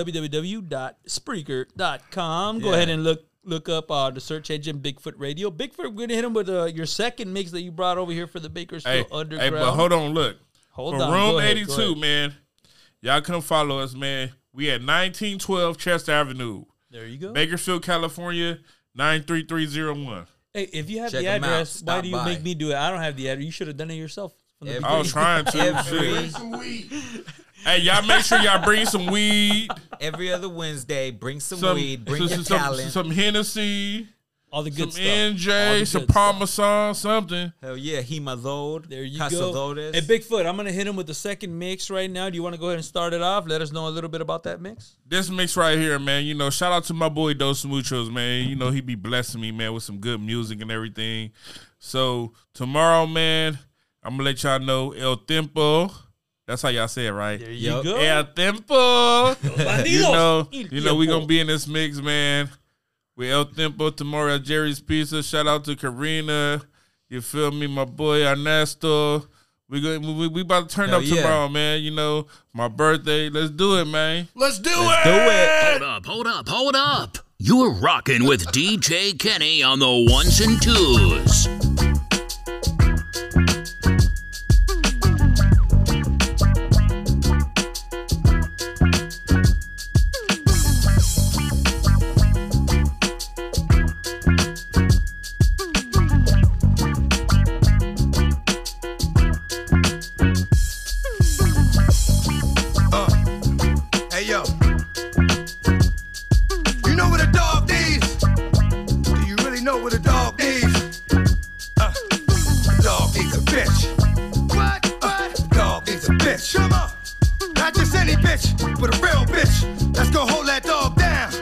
Speaker 5: www.spreaker.com. Go
Speaker 1: Yeah.
Speaker 5: ahead and look look up uh, the search engine Bigfoot Radio. Bigfoot, we're gonna hit him with uh, your second mix that you brought over here for the Bakersfield
Speaker 7: Hey, hey,
Speaker 5: Underground.
Speaker 7: but hold on, look.
Speaker 5: Hold
Speaker 7: For
Speaker 5: on,
Speaker 7: Room
Speaker 5: go ahead,
Speaker 7: 82,
Speaker 5: go ahead.
Speaker 7: man. Y'all come follow us, man. We at 1912 Chester Avenue.
Speaker 5: There you go.
Speaker 7: Bakersfield, California, 93301.
Speaker 5: Hey, if you have
Speaker 7: Check
Speaker 5: the
Speaker 7: 'em out.
Speaker 5: address, why
Speaker 7: Stop
Speaker 5: do you
Speaker 7: by.
Speaker 5: make me do it? I don't have the address. You should have done it yourself. from the
Speaker 7: I was trying
Speaker 5: beginning.
Speaker 7: to. shit. Hey, y'all make sure y'all bring some weed.
Speaker 1: Every other Wednesday, bring some, weed, bring
Speaker 7: some,
Speaker 1: your
Speaker 7: some,
Speaker 1: talent.
Speaker 7: some Hennessy,
Speaker 5: all the
Speaker 7: some
Speaker 1: good stuff. All the
Speaker 7: NJ, some
Speaker 1: good stuff.
Speaker 7: Parmesan, something.
Speaker 1: Hell yeah, Himadod.
Speaker 5: There you
Speaker 1: Casadores.
Speaker 5: go. Hey, Bigfoot, I'm gonna hit him with the second mix right now. Do you want to go ahead and start it off? Let us know a little bit about that mix.
Speaker 7: This mix right here, man. You know, shout out to my boy Dos Muchos, man. You know, he be blessing me, man, with some good music and everything. So tomorrow, man, I'm gonna let y'all know El Tempo. That's how y'all say it, right? There
Speaker 5: you go.
Speaker 7: El Tempo.
Speaker 5: bandidos.
Speaker 7: you know,
Speaker 5: El
Speaker 7: you know, we
Speaker 5: Tiempo.
Speaker 7: gonna be in this mix, man. With El Tempo tomorrow at Jerry's Pizza. Shout out to Karina. You feel me, my boy Ernesto. We go, we, we about to turn
Speaker 1: Hell
Speaker 7: up
Speaker 1: yeah.
Speaker 7: tomorrow, man. You know, my birthday. Let's do it, man.
Speaker 6: Let's do
Speaker 7: it.
Speaker 18: Hold up, hold up, hold up. You're rocking with DJ Kenny on the ones and twos.
Speaker 3: Uh. Hey yo. You know what a dog needs? Do you really know what a dog needs? Uh, a dog needs a bitch. What? What? A dog needs a bitch. Come on. Not just any bitch, but a real bitch. Let's go hold that dog down.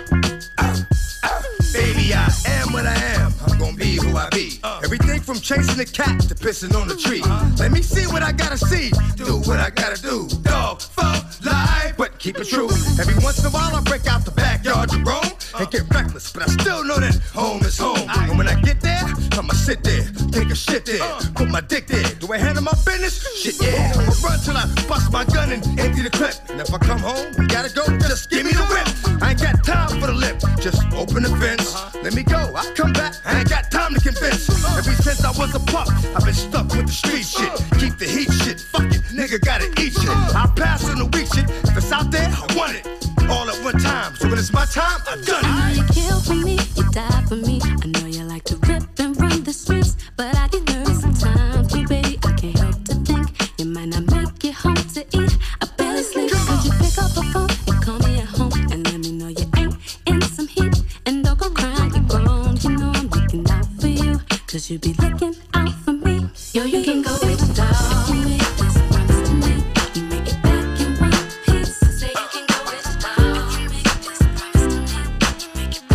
Speaker 3: Uh, uh, baby, I am what I am. I'm gonna be who I be. Everything from chasing the cat to pissing on the tree. Let me see what I gotta see. Do what I gotta do. Dog for life, but keep it true. Every once in a while I break out the backyard to roam and get reckless, but I still know that home is home. And when I get there, I'ma sit there, take a shit there, put my dick there. Do I handle my business? Shit, yeah. I'ma run till I bust my gun and empty the clip. And if I come home and gotta go, just give me the whip. I ain't got time for the lip. Just open the fence. Let me go. I come back. I ain't got time to convince. Ever since I was a pup, I've been stuck with the street shit. Keep the heat shit. Fuck it. Nigga gotta eat shit. I pass on the weak shit. If it's out there, I want it. All at one time. So when it's my time, I done it.
Speaker 12: I know you kill for me, you die for me. I know you like to rip and run the streets, but I get nervous sometimes, too, baby. I can't help to think you might not make it home to eat. I barely sleep. Could you pick up a phone and call me at home and let me know you ain't in some heat? And don't go crying, you grown. You know I'm looking out for you, cause you be looking out for me. Yo, you can go with the dog. You make this promise to me. You make it back in one piece. Say you can go with the dog. You make this promise to me.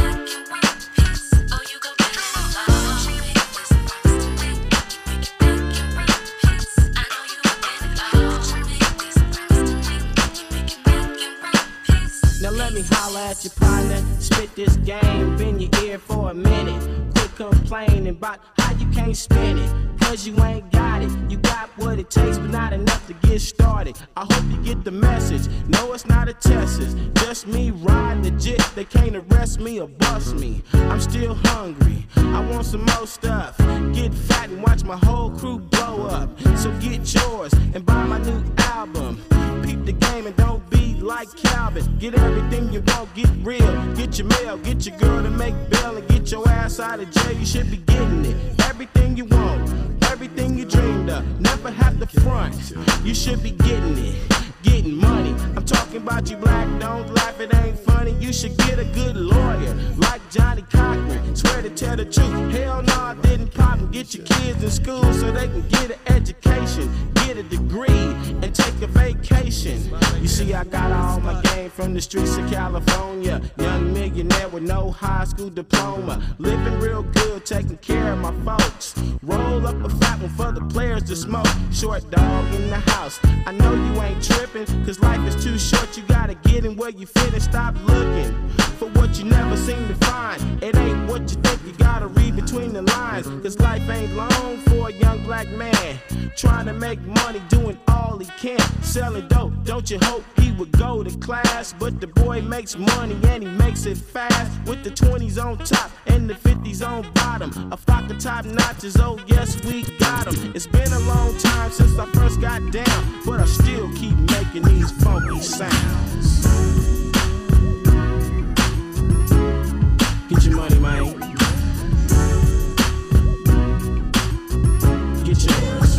Speaker 19: Now let me holler at your partner. Spit this game, been your ear for a minute. Quit complaining about how you can't spin it. cause you ain't got it. You got what it takes, but not enough to get started. I hope you get the message. No, it's not a test, it's just me riding legit. They can't arrest me or bust me. I'm still hungry. I want some more stuff. Get fat and watch my whole crew blow up. So get yours and buy my new album. Peep the game and don't be like Calvin. Get everything you want, get real. Get your mail, get your girl to make bail, and get your ass out of jail. You should be getting it. Everything you want, everything you dreamed of. Never have to front. You should be getting it. Getting money. I'm talking about you black, don't laugh, it ain't funny. You should get a good lawyer, like Johnny Cochran. Swear to tell the truth. Hell no, I didn't pop and get your kids in school so they can get an education, get a degree, and take a vacation. You see, I got all my game from the streets of California. Young millionaire with no high school diploma. Living real good, taking care of my folks. Roll up a fat one for the players to smoke. Short dog in the house. I know you ain't tripping, cause life is too short. You gotta get in where you fit and stop looking for what you never seem to find. It ain't what you think, you gotta read between the lines. Cause life ain't long for a young black man. Trying to make money, doing all he can. Selling dope, don't you hope he would go to class? But the boy makes money and he makes it fast. With the 20s on top and the 50s on bottom. A flock of top notches, oh yes, we got 'em. It's been a long time since I first got down, but I still keep making these funky sounds. Get your money, man. Get yours.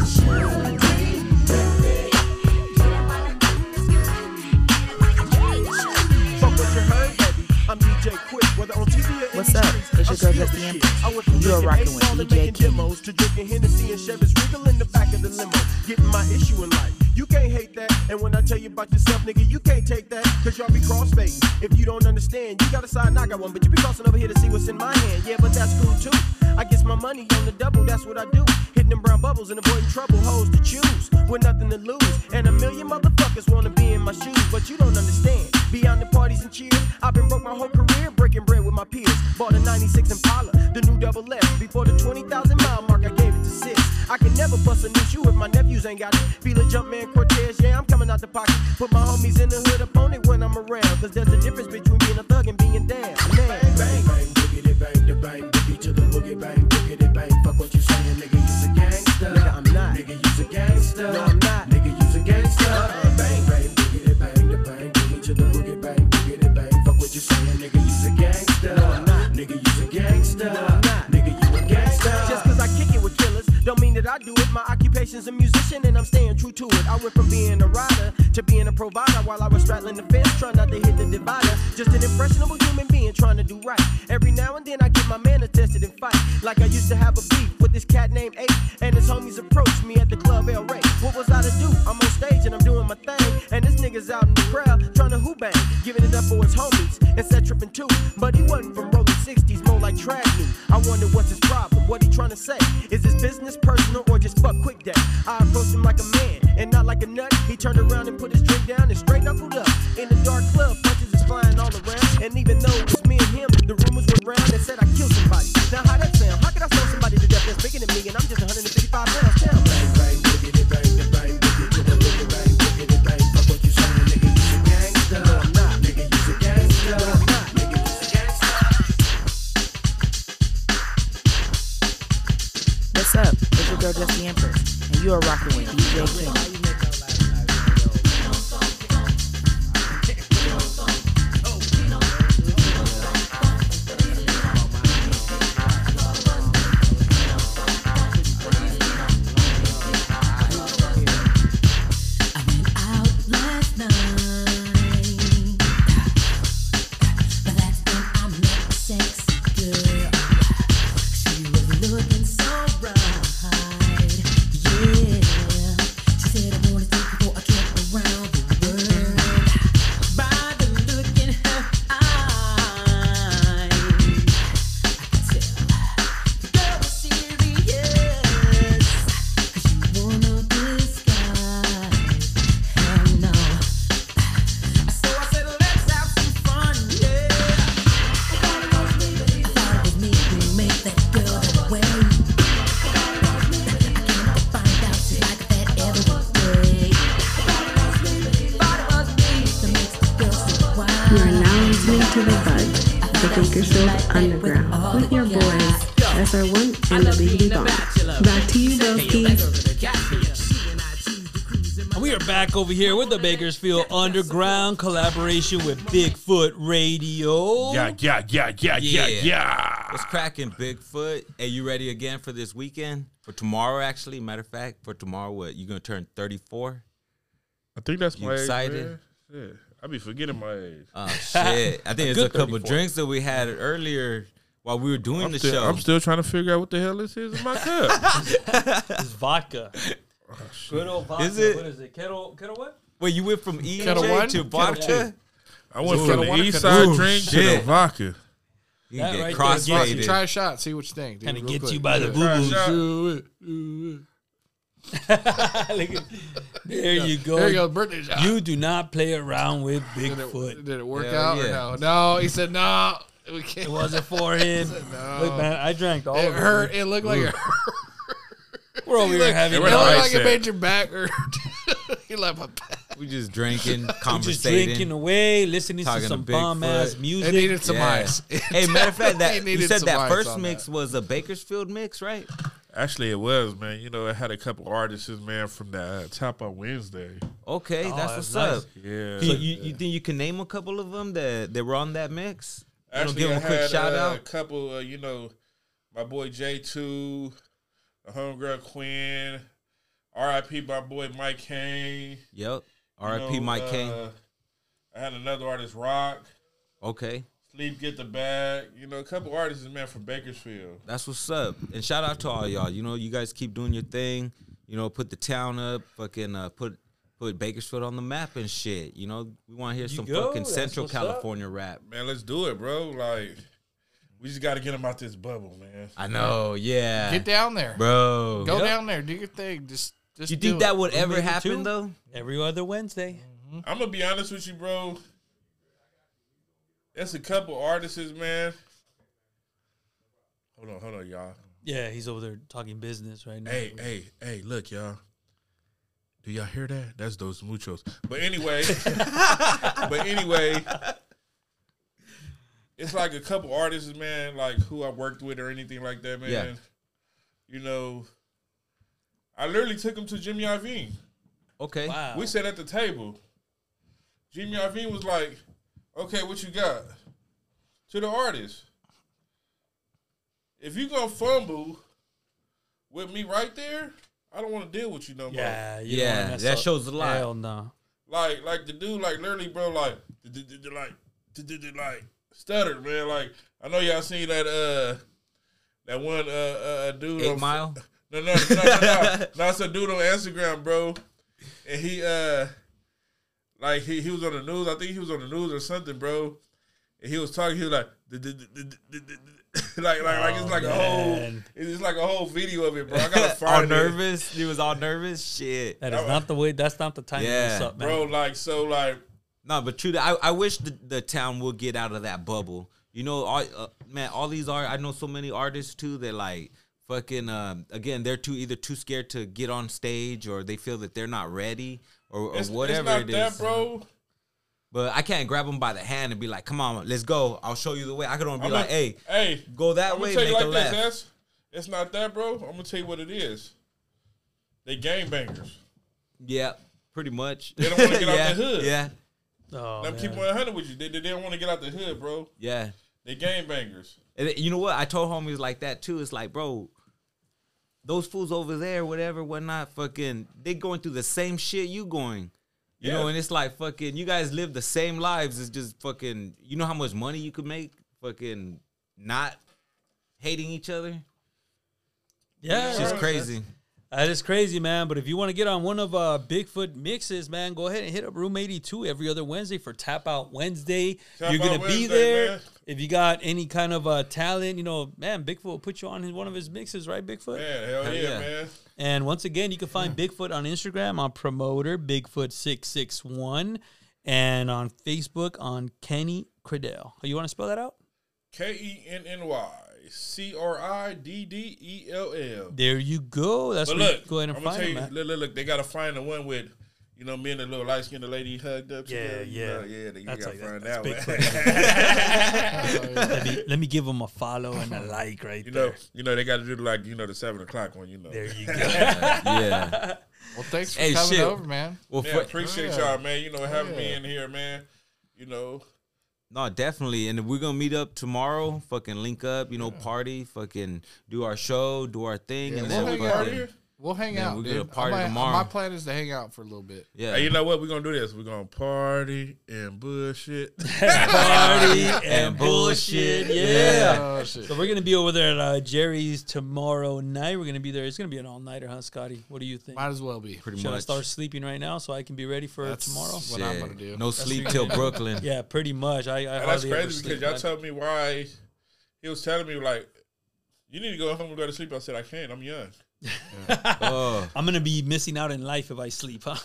Speaker 20: Fuck what you heard, baby. I'm DJ Quick, whether on TV or in
Speaker 9: What's
Speaker 20: the
Speaker 9: up?
Speaker 20: streets,
Speaker 9: It's your
Speaker 20: I'm still
Speaker 9: girl, Dusty
Speaker 20: the
Speaker 9: M.
Speaker 20: kid. I went from
Speaker 9: You are
Speaker 20: drinking
Speaker 9: rocking with
Speaker 20: Ace Hall and
Speaker 9: DJ
Speaker 20: making
Speaker 9: Kenny.
Speaker 20: demos to drinking Hennessy and Chevy's Regal in the back of the limo, getting my issue in life. You can't hate that, and when I tell you about yourself, nigga, you can't take that, cause y'all be crossfading. If you don't understand, you got a side and I got one, but you be crossing over here to see what's in my hand. Yeah, but that's cool too. I guess my money on the double, that's what I do. Hitting them brown bubbles and avoiding trouble, hoes to choose, with nothing to lose. And a million motherfuckers wanna be in my shoes, but you don't understand. Beyond the parties and cheers, I've been broke my whole career, breaking bread with my peers. Bought a 96 Impala, the new double F. Before the 20,000 mile mark, I gave it to sis. I can never bust a new shoe if my nephews ain't got it. Feel a Jumpman Cortez, yeah, I'm coming out the pocket. Put my homies in the hood upon it when I'm around. Cause there's a difference between being a thug and being down. Man. Bang, bang, boogity, bang, the bang, boogie to the boogie, bang, boogity, bang. Fuck what you saying, nigga, you's a gangster. Nigga, I'm not. Nigga, you's a gangster. No, I'm not. Nigga, you's a gangster. Bang, bang, boogity, bang, the bang, boogie to the boogie, bang, boogity, bang. Fuck what you saying, nigga, you's a gangster. No, I'm not. Nigga, you's a gangster. No, I'm not. Nigga, you a gangster. Just cause I kick it with killers, don't mean that I do it. My occupation's a musician and I'm staying true to it. I went from being a rider to being a provider while I was straddling the fence, trying not to hit the divider. Just an impressionable human being trying to do right. Every now and then I get my manner tested and fight. Like I used to have a beef with this cat named Ape, and his homies approached me at the club El Rey. What was I to do? I'm on stage and I'm doing my thing, and this nigga's out in the crowd trying to who bang, giving it up for his homies and set tripping too. But he wasn't from rolling 60s, more like trash news. I wonder what's his problem, what he trying to say. Is his business personal or just fuck quick day? I approached him like a man and not like a nut. He turned around and put his drink down and straight knuckled up. In the dark club, punches is flying all around. And even though it was me and him, the rumors were round and said I killed somebody. Now how that sound? How could I slow somebody to death that's bigger than me and I'm just 155 pounds? Tell me.
Speaker 9: What's up? It's your girl, Dusty Empress, and you are rocking with DJ Kenny.
Speaker 12: Looking so bright, yeah.
Speaker 21: listening to The Bug, the Bakersfield Underground, with your boys, SR1 and the Biggity Bomb. Back to you, broskies.
Speaker 5: We are back over here with the Bakersfield Underground collaboration with Bigfoot Radio.
Speaker 1: Yeah, yeah,
Speaker 7: yeah, yeah, yeah, yeah.
Speaker 1: What's cracking, Bigfoot? Are you ready again for this weekend? For tomorrow, actually. Matter of fact, for tomorrow, what? You gonna turn 34?
Speaker 7: I think that's
Speaker 1: you
Speaker 7: my
Speaker 1: excited?
Speaker 7: age. man. Shit. I be forgetting my age.
Speaker 1: Oh shit! I think it's a couple drinks that we had earlier while we were doing
Speaker 7: I'm
Speaker 1: the
Speaker 7: still,
Speaker 1: show.
Speaker 7: I'm still trying to figure out what the hell this is in my cup.
Speaker 5: It's vodka. Oh,
Speaker 7: Oh,
Speaker 5: Good old vodka.
Speaker 1: Is it-
Speaker 5: What is it? Kettle, kettle what?
Speaker 1: Wait, you went from E
Speaker 5: Kettle one?
Speaker 1: to
Speaker 5: Kettle
Speaker 1: vodka?
Speaker 5: two.
Speaker 7: I went
Speaker 1: Ooh.
Speaker 7: from the east side
Speaker 1: Ooh,
Speaker 7: drink to the
Speaker 1: shit.
Speaker 7: vodka.
Speaker 1: You can
Speaker 6: That
Speaker 1: get
Speaker 6: right there gets
Speaker 1: crossfaded.
Speaker 6: you. Try a shot, see what you think. dude,
Speaker 5: Kinda
Speaker 6: real
Speaker 5: gets
Speaker 6: quick.
Speaker 5: you by the
Speaker 6: Yeah.
Speaker 5: boo-boos.
Speaker 6: Try a shot.
Speaker 5: Do
Speaker 6: Do
Speaker 5: Look at- there you go.
Speaker 6: There you go. Birthday shot.
Speaker 5: You do not play around with
Speaker 6: it-
Speaker 5: Bigfoot.
Speaker 6: Did it work out or no? No, he said no. We can't.
Speaker 5: It wasn't for
Speaker 6: He
Speaker 5: him.
Speaker 6: said, no.
Speaker 5: Look, man, I drank all
Speaker 6: it
Speaker 5: of it.
Speaker 6: hurt. It looked like
Speaker 5: Ooh.
Speaker 6: it hurt.
Speaker 5: We're over
Speaker 6: He
Speaker 5: here
Speaker 6: looked-
Speaker 5: having
Speaker 6: It
Speaker 5: an
Speaker 6: looked like
Speaker 5: upset.
Speaker 6: it made your back hurt. he left my back.
Speaker 1: We just drinking,
Speaker 5: We
Speaker 1: conversating,
Speaker 5: just drinking away, listening to
Speaker 1: talking
Speaker 5: some
Speaker 1: Bigfoot.
Speaker 5: bomb ass music.
Speaker 1: Yeah. hey, matter of fact, that
Speaker 6: They
Speaker 1: you
Speaker 6: needed
Speaker 1: said
Speaker 6: some
Speaker 1: that
Speaker 6: ice
Speaker 1: first
Speaker 6: on
Speaker 1: mix was a Bakersfield mix, right?
Speaker 7: Actually, it was man. You know, it had a couple artists, man, from the uh, Top on Wednesday.
Speaker 1: Okay,
Speaker 7: Oh,
Speaker 1: that's,
Speaker 7: that's
Speaker 1: what's
Speaker 7: nice.
Speaker 1: up.
Speaker 7: Yeah.
Speaker 1: So
Speaker 7: Yeah.
Speaker 1: you, you think you can name a couple of them that, that were on that mix? You don't
Speaker 7: Actually,
Speaker 1: give them
Speaker 7: I
Speaker 1: a quick
Speaker 7: had,
Speaker 1: shout
Speaker 7: uh,
Speaker 1: out.
Speaker 7: A couple, uh, you know, my boy J Two, the homegirl Quinn, R.I.P. My boy Mike Kane. You
Speaker 1: Yep. R.I.P.
Speaker 7: know,
Speaker 1: Mike
Speaker 7: uh,
Speaker 1: Kane.
Speaker 7: I had another artist, Rock.
Speaker 1: Okay.
Speaker 7: Sleep, get the bag. You know, a couple artists, man, from Bakersfield.
Speaker 1: That's what's up. And shout out to all y'all. You know, you guys keep doing your thing. You know, put the town up, fucking uh, put put Bakersfield on the map and shit. You know, we want to hear
Speaker 7: You
Speaker 1: some
Speaker 7: go,
Speaker 1: fucking
Speaker 7: that's
Speaker 1: Central
Speaker 7: what's up.
Speaker 1: California rap.
Speaker 7: Man, let's do it, bro. Like, we just got to get them out this bubble, man.
Speaker 1: I know, yeah.
Speaker 6: Get down there,
Speaker 1: Bro.
Speaker 6: Go
Speaker 1: Yep.
Speaker 6: down there. Do your thing. Just, just.
Speaker 1: You
Speaker 6: do
Speaker 1: think
Speaker 6: it.
Speaker 1: that would ever happen, though?
Speaker 5: Every other Wednesday.
Speaker 7: I'm gonna Mm-hmm. be honest with you, bro. That's a couple artists, man. Hold on, hold on, y'all.
Speaker 5: Yeah, he's over there talking business right now.
Speaker 7: Hey, hey, hey, look, y'all. Do y'all hear that? That's those muchos. But anyway, but anyway, it's like a couple artists, man, like who I worked with or anything like that, man.
Speaker 1: Yeah.
Speaker 7: You know, I literally took him to Jimmy Iovine.
Speaker 1: Okay.
Speaker 5: Wow.
Speaker 7: We sat at the table. Jimmy Iovine was like, "Okay, what you got?" To the artist, if you gonna fumble with me right there, I don't want to deal with you no more.
Speaker 5: Yeah, Uh, you don't wanna
Speaker 1: Yeah,
Speaker 5: mess
Speaker 1: that
Speaker 5: up.
Speaker 1: shows a lot.
Speaker 5: Hell no.
Speaker 7: Like, like the dude, like literally, bro, like, d- d- d- like, d- d- d- like, stuttered, man. Like, I know y'all seen that, uh, that one, uh, uh dude,
Speaker 1: Eight
Speaker 7: on-
Speaker 1: Mile?
Speaker 7: No, no, no, no, no. no, it's a dude on Instagram, bro, and he, uh, like, he he was on the news. I think he was on the news or something, bro. And he was talking. He was like, d- d- d- d- d- d- d- d- like, like, like, it's like a whole,
Speaker 1: Oh, man.
Speaker 7: it's just like a whole video of it, bro. I gotta
Speaker 1: all
Speaker 7: find it.
Speaker 1: nervous. He was all nervous. Shit.
Speaker 5: That is not the way. That's not the time to mess up, man.
Speaker 7: bro. Like, so, like,
Speaker 1: No, but true. I, I wish the, the town would get out of that bubble. You know, all, uh, man, all these are. I know so many artists too that like fucking. Um, again, they're too either too scared to get on stage or they feel that they're not ready or, or
Speaker 7: it's,
Speaker 1: whatever
Speaker 7: it's not
Speaker 1: it is.
Speaker 7: that, bro.
Speaker 1: But I can't grab them by the hand and be like, "Come on, let's go. I'll show you the way." I could only be
Speaker 7: I'm
Speaker 1: like,
Speaker 7: not-
Speaker 1: "Hey,
Speaker 7: hey,
Speaker 1: go that
Speaker 7: I'm
Speaker 1: way,
Speaker 7: gonna
Speaker 1: make
Speaker 7: tell you
Speaker 1: a
Speaker 7: like this,
Speaker 1: left."
Speaker 7: that's, it's not that, bro. I'm gonna tell you what it is. They game bangers.
Speaker 1: yeah, pretty much.
Speaker 7: They don't want to get
Speaker 1: yeah,
Speaker 7: out the hood.
Speaker 1: Yeah,
Speaker 5: Oh,
Speaker 7: Let me keep 100 with you. They, they, they don't want to get out the hood, bro.
Speaker 1: yeah.
Speaker 7: They game bangers.
Speaker 1: And it- you know what? I told homies like that too. It's like, bro, those fools over there, whatever, whatnot, fucking, they going through the same shit you going. You know,
Speaker 7: Yeah.
Speaker 1: and it's like fucking, you guys live the same lives. It's just fucking, you know how much money you could make fucking not hating each other?
Speaker 5: Yeah,
Speaker 1: It's just crazy.
Speaker 5: That is crazy, man. But if you want to get on one of uh, Bigfoot mixes, man, go ahead and hit up Room 82 every other Wednesday for Tap Out Wednesday.
Speaker 7: Tap
Speaker 5: You're
Speaker 7: Out
Speaker 5: going to be
Speaker 7: Wednesday,
Speaker 5: there.
Speaker 7: man.
Speaker 5: If you got any kind of uh, talent, you know, man, Bigfoot will put you on his, one of his mixes, right, Bigfoot?
Speaker 7: Yeah, hell, yeah, man.
Speaker 5: And once again, you can find Bigfoot on Instagram on promoter Bigfoot661 and on Facebook on Kenny Cradell. You want to spell that out?
Speaker 7: K E N N Y C R I D D E L L.
Speaker 5: There you go. That's
Speaker 7: but
Speaker 5: where you
Speaker 7: look,
Speaker 5: can go ahead and
Speaker 7: I'm
Speaker 5: find
Speaker 7: gonna
Speaker 5: him
Speaker 7: tell
Speaker 5: at.
Speaker 7: you, look, look, look, they gotta find the one with, You know, me and the little light skinned lady hugged up.
Speaker 5: Yeah,
Speaker 7: together, you
Speaker 5: yeah.
Speaker 7: know, yeah. They, you
Speaker 5: That's
Speaker 7: got
Speaker 5: like-
Speaker 7: friend
Speaker 5: that's
Speaker 7: that,
Speaker 5: big
Speaker 7: way.
Speaker 5: friend. Let me- let me give 'em a follow and a like right
Speaker 7: you know, You know, they got to do like you know the seven o'clock one. You know.
Speaker 5: There you
Speaker 6: go. Yeah. Well, thanks for coming over, man.
Speaker 7: Well,
Speaker 6: Well,
Speaker 7: yeah,
Speaker 6: for-
Speaker 7: appreciate
Speaker 6: Yeah.
Speaker 7: y'all, man. You know, having me
Speaker 6: Yeah.
Speaker 7: in here, man. You know,
Speaker 1: No, definitely. And we're gonna meet up tomorrow. Fucking link up, you know, party, fucking do our show, do our thing, and
Speaker 6: we'll
Speaker 1: then
Speaker 6: hang out.
Speaker 1: fucking,
Speaker 6: We'll hang
Speaker 1: then
Speaker 6: out.
Speaker 1: We're
Speaker 6: dude.
Speaker 1: gonna party
Speaker 6: I might-
Speaker 1: tomorrow.
Speaker 6: My plan is to hang out for a little bit.
Speaker 1: Yeah.
Speaker 7: Hey, you know what? We're gonna do this. We're gonna party and bullshit.
Speaker 5: party and bullshit. Yeah.
Speaker 7: Oh, shit.
Speaker 5: so we're gonna be over there at uh, Jerry's tomorrow night. We're gonna be there. It's gonna be an all nighter, huh, Scotty? What do you think?
Speaker 6: Might as well be. Pretty
Speaker 5: Should I
Speaker 1: much.
Speaker 5: start sleeping right now so I can be ready for
Speaker 6: That's
Speaker 5: tomorrow?
Speaker 6: what I'm Shit. gonna do. No
Speaker 5: That's
Speaker 1: sleep
Speaker 5: what
Speaker 1: till
Speaker 5: you do.
Speaker 1: Brooklyn.
Speaker 5: Yeah, pretty much. I, I
Speaker 7: And that's
Speaker 5: hardly ever
Speaker 7: crazy because
Speaker 5: sleep,
Speaker 7: y'all
Speaker 5: man.
Speaker 7: told me why he was telling me like, you need to go home and go to sleep. I said I can't. I'm young.
Speaker 1: Oh.
Speaker 5: I'm gonna be missing out in life if I sleep, huh?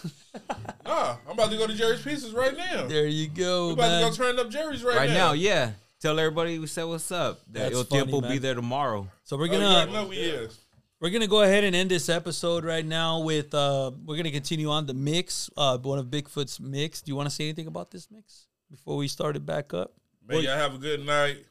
Speaker 7: Nah, I'm about to go to Jerry's Pieces right now.
Speaker 5: There you go,
Speaker 7: We about
Speaker 5: man.
Speaker 7: to go turn up Jerry's right,
Speaker 1: right, now. yeah. Tell everybody we said what's up. That
Speaker 5: That's
Speaker 1: Il
Speaker 5: funny,
Speaker 1: Tiempo will be
Speaker 5: man.
Speaker 1: there tomorrow.
Speaker 5: So we're
Speaker 7: Oh, you
Speaker 5: gonna
Speaker 7: already know we is.
Speaker 5: We're gonna go ahead and end this episode right now with uh we're gonna continue on the mix, uh one of Bigfoot's mix. Do you wanna say anything about this mix before we start it back up?
Speaker 7: Man, y'all have a good night.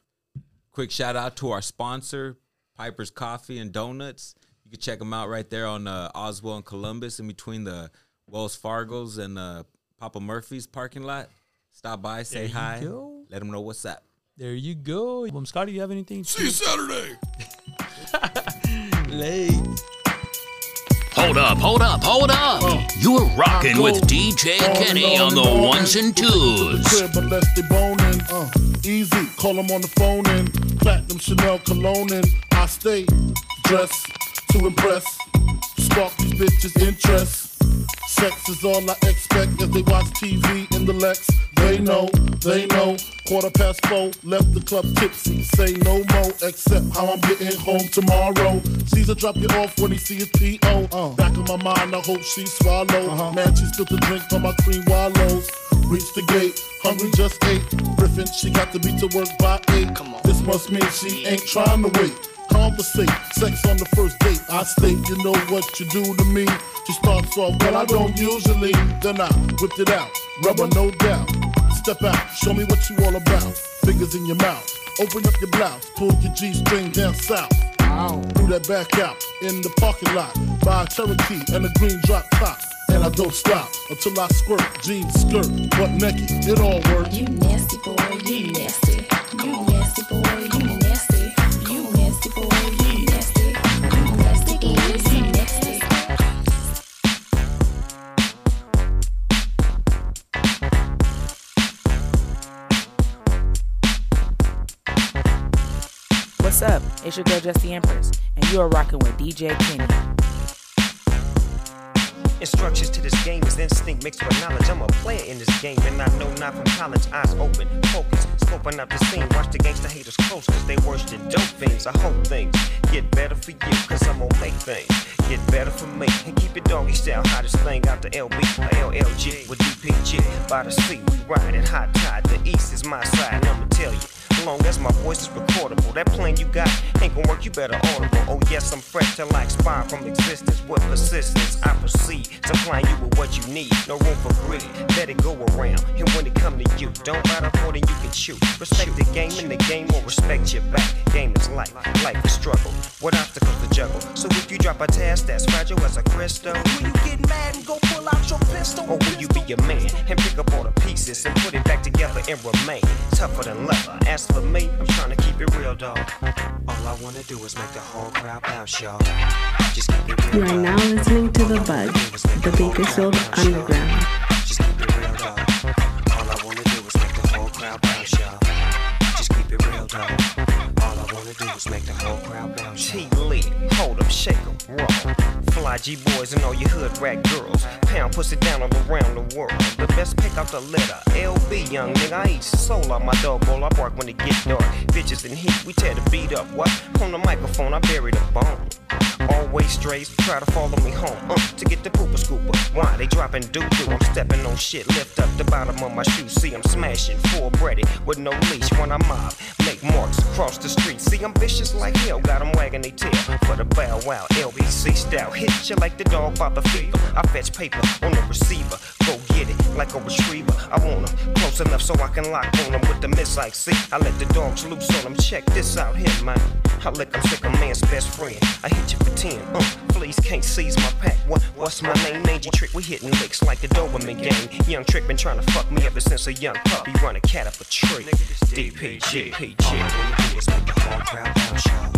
Speaker 1: Quick shout out to our sponsor, Piper's Coffee and Donuts. You can check them out right there on uh, Oswald and Columbus in between the Wells Fargo's and uh, Papa Murphy's parking lot. Stop by,
Speaker 5: There
Speaker 1: say
Speaker 5: you
Speaker 1: hi,
Speaker 5: go.
Speaker 1: let them know what's up.
Speaker 5: There you go. Um, Scotty, you have anything? See you
Speaker 7: Saturday.
Speaker 5: Late.
Speaker 18: Hold up, hold up, hold up. You're rocking with DJ Kenny on the ones and twos.
Speaker 2: crib unless they boning. Uh, easy, call them on the phone and platinum Chanel cologne and I stay dressed to impress, spark these bitches' interest. Sex is all I expect as they watch TV in the Lex. They know, they know. Quarter past four, left the club tipsy. Say no more, except how I'm getting home tomorrow. Caesar drop you off when he see his P.O. Back of my mind, I hope she swallow. Man, she spilled the drink on my cream wallows. Reach the gate, hungry just ate. Griffin, she got to be to work by eight. Come on. This must mean she ain't trying to wait. Conversate, sex on the first date. I state, you know what you do to me. She starts off, well, I don't usually. Then I whipped it out, rubber no doubt. Step out, show me what you all about. Fingers in your mouth, open up your blouse, pull your G string down south. Threw that back out in the parking lot by a Cherokee and a green drop top. And I don't stop until I squirt, jeans, skirt, butt naked. It all works. You nasty boy, you nasty. You nasty boy, you nasty. You nasty boy, you nasty. You nasty boy, you nasty.
Speaker 9: What's up? It's your girl Just the Empress, and you are rocking with DJ Kenny.
Speaker 22: Instructions to this game is instinct mixed with knowledge. I'm a player in this game, and I know not from college. Eyes open, focus, scoping up the scene. Watch the gangster haters close, cause they worse than dope things. I hope things get better for you, cause I'm gonna make things get better for me. And keep it doggy style, hottest thing out the LB, or LLG with DPG. By the sea, we ride at high tide. The east is my side, and I'ma tell you. Long as my voice is recordable, that plan you got ain't gonna work. You better audible. Oh yes, I'm fresh till I expire from existence. With persistence, I proceed, supplying you with what you need. No room for greed. Let it go around, and when it come to you, don't bite off more than you can chew. Respect the game, and the game will respect your back. Game is life, life is struggle. What obstacles to juggle? So if you drop a task that's fragile as a crystal, will you get mad and go pull out your pistol? Or will you be a man and pick up all the pieces and put it back together and remain tougher than leather? As for me, I'm trying to keep it real, dog. All I wanna do is make the whole crowd bounce, y'all. Just keep it
Speaker 21: You are now listening to The Bug, the Bakersfield Underground.
Speaker 22: real, dog. All I wanna do is make the whole crowd bounce, y'all. Just keep it real, dog. All I wanna do is make the whole crowd bounce. T lead, hold 'em, shake 'em, roll. Fly G boys and all your hood rat girls. Pound pussy down all around the world. The best pick out the litter. LB young nigga, I eat soul out my dog bowl. I bark when it get dark. Bitches in heat, we tear the beat up. What? On the microphone, I bury the bone. Always strays, try to follow me home uh, to get the pooper scooper. Why they dropping doo doo? I'm stepping on shit, lift up the bottom of my shoe. See, I'm smashing full breaded with no leash when I mob. Make marks across the street. See, I'm vicious like hell, got 'em wagging they tail. For the bow wow, LBC stout. Hit you like the dog by the fever. I fetch paper on the receiver. Go get it like a retriever. I want 'em close enough so I can lock on 'em with the miss I see. I let the dogs loose on 'em. Check this out here, man. I lick 'em sick, a man's best friend. I hit you for 10. Uh, fleas can't seize my pack. What, what's my name? Mangy Trick, we hitting licks like the Doberman gang. Young Trick been trying to fuck me ever since a young puppy. Run a cat up a tree. DPG. DPG. All I wanna do is make the whole crowd bounce, y'all.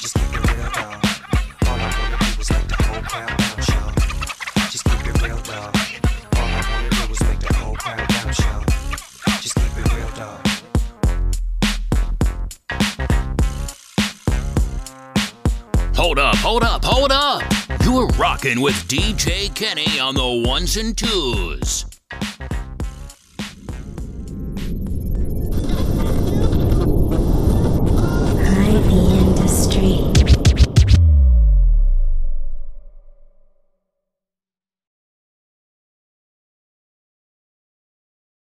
Speaker 22: Just keep it real, dawg. All I wanna do is make the whole crowd bounce, y'all. Just keep it real, dawg. All I wanna do is make the whole crowd bounce, y'all. Just keep it real, dawg.
Speaker 18: Hold up, hold up, hold up. You're rocking with DJ Kenny on the ones and twos.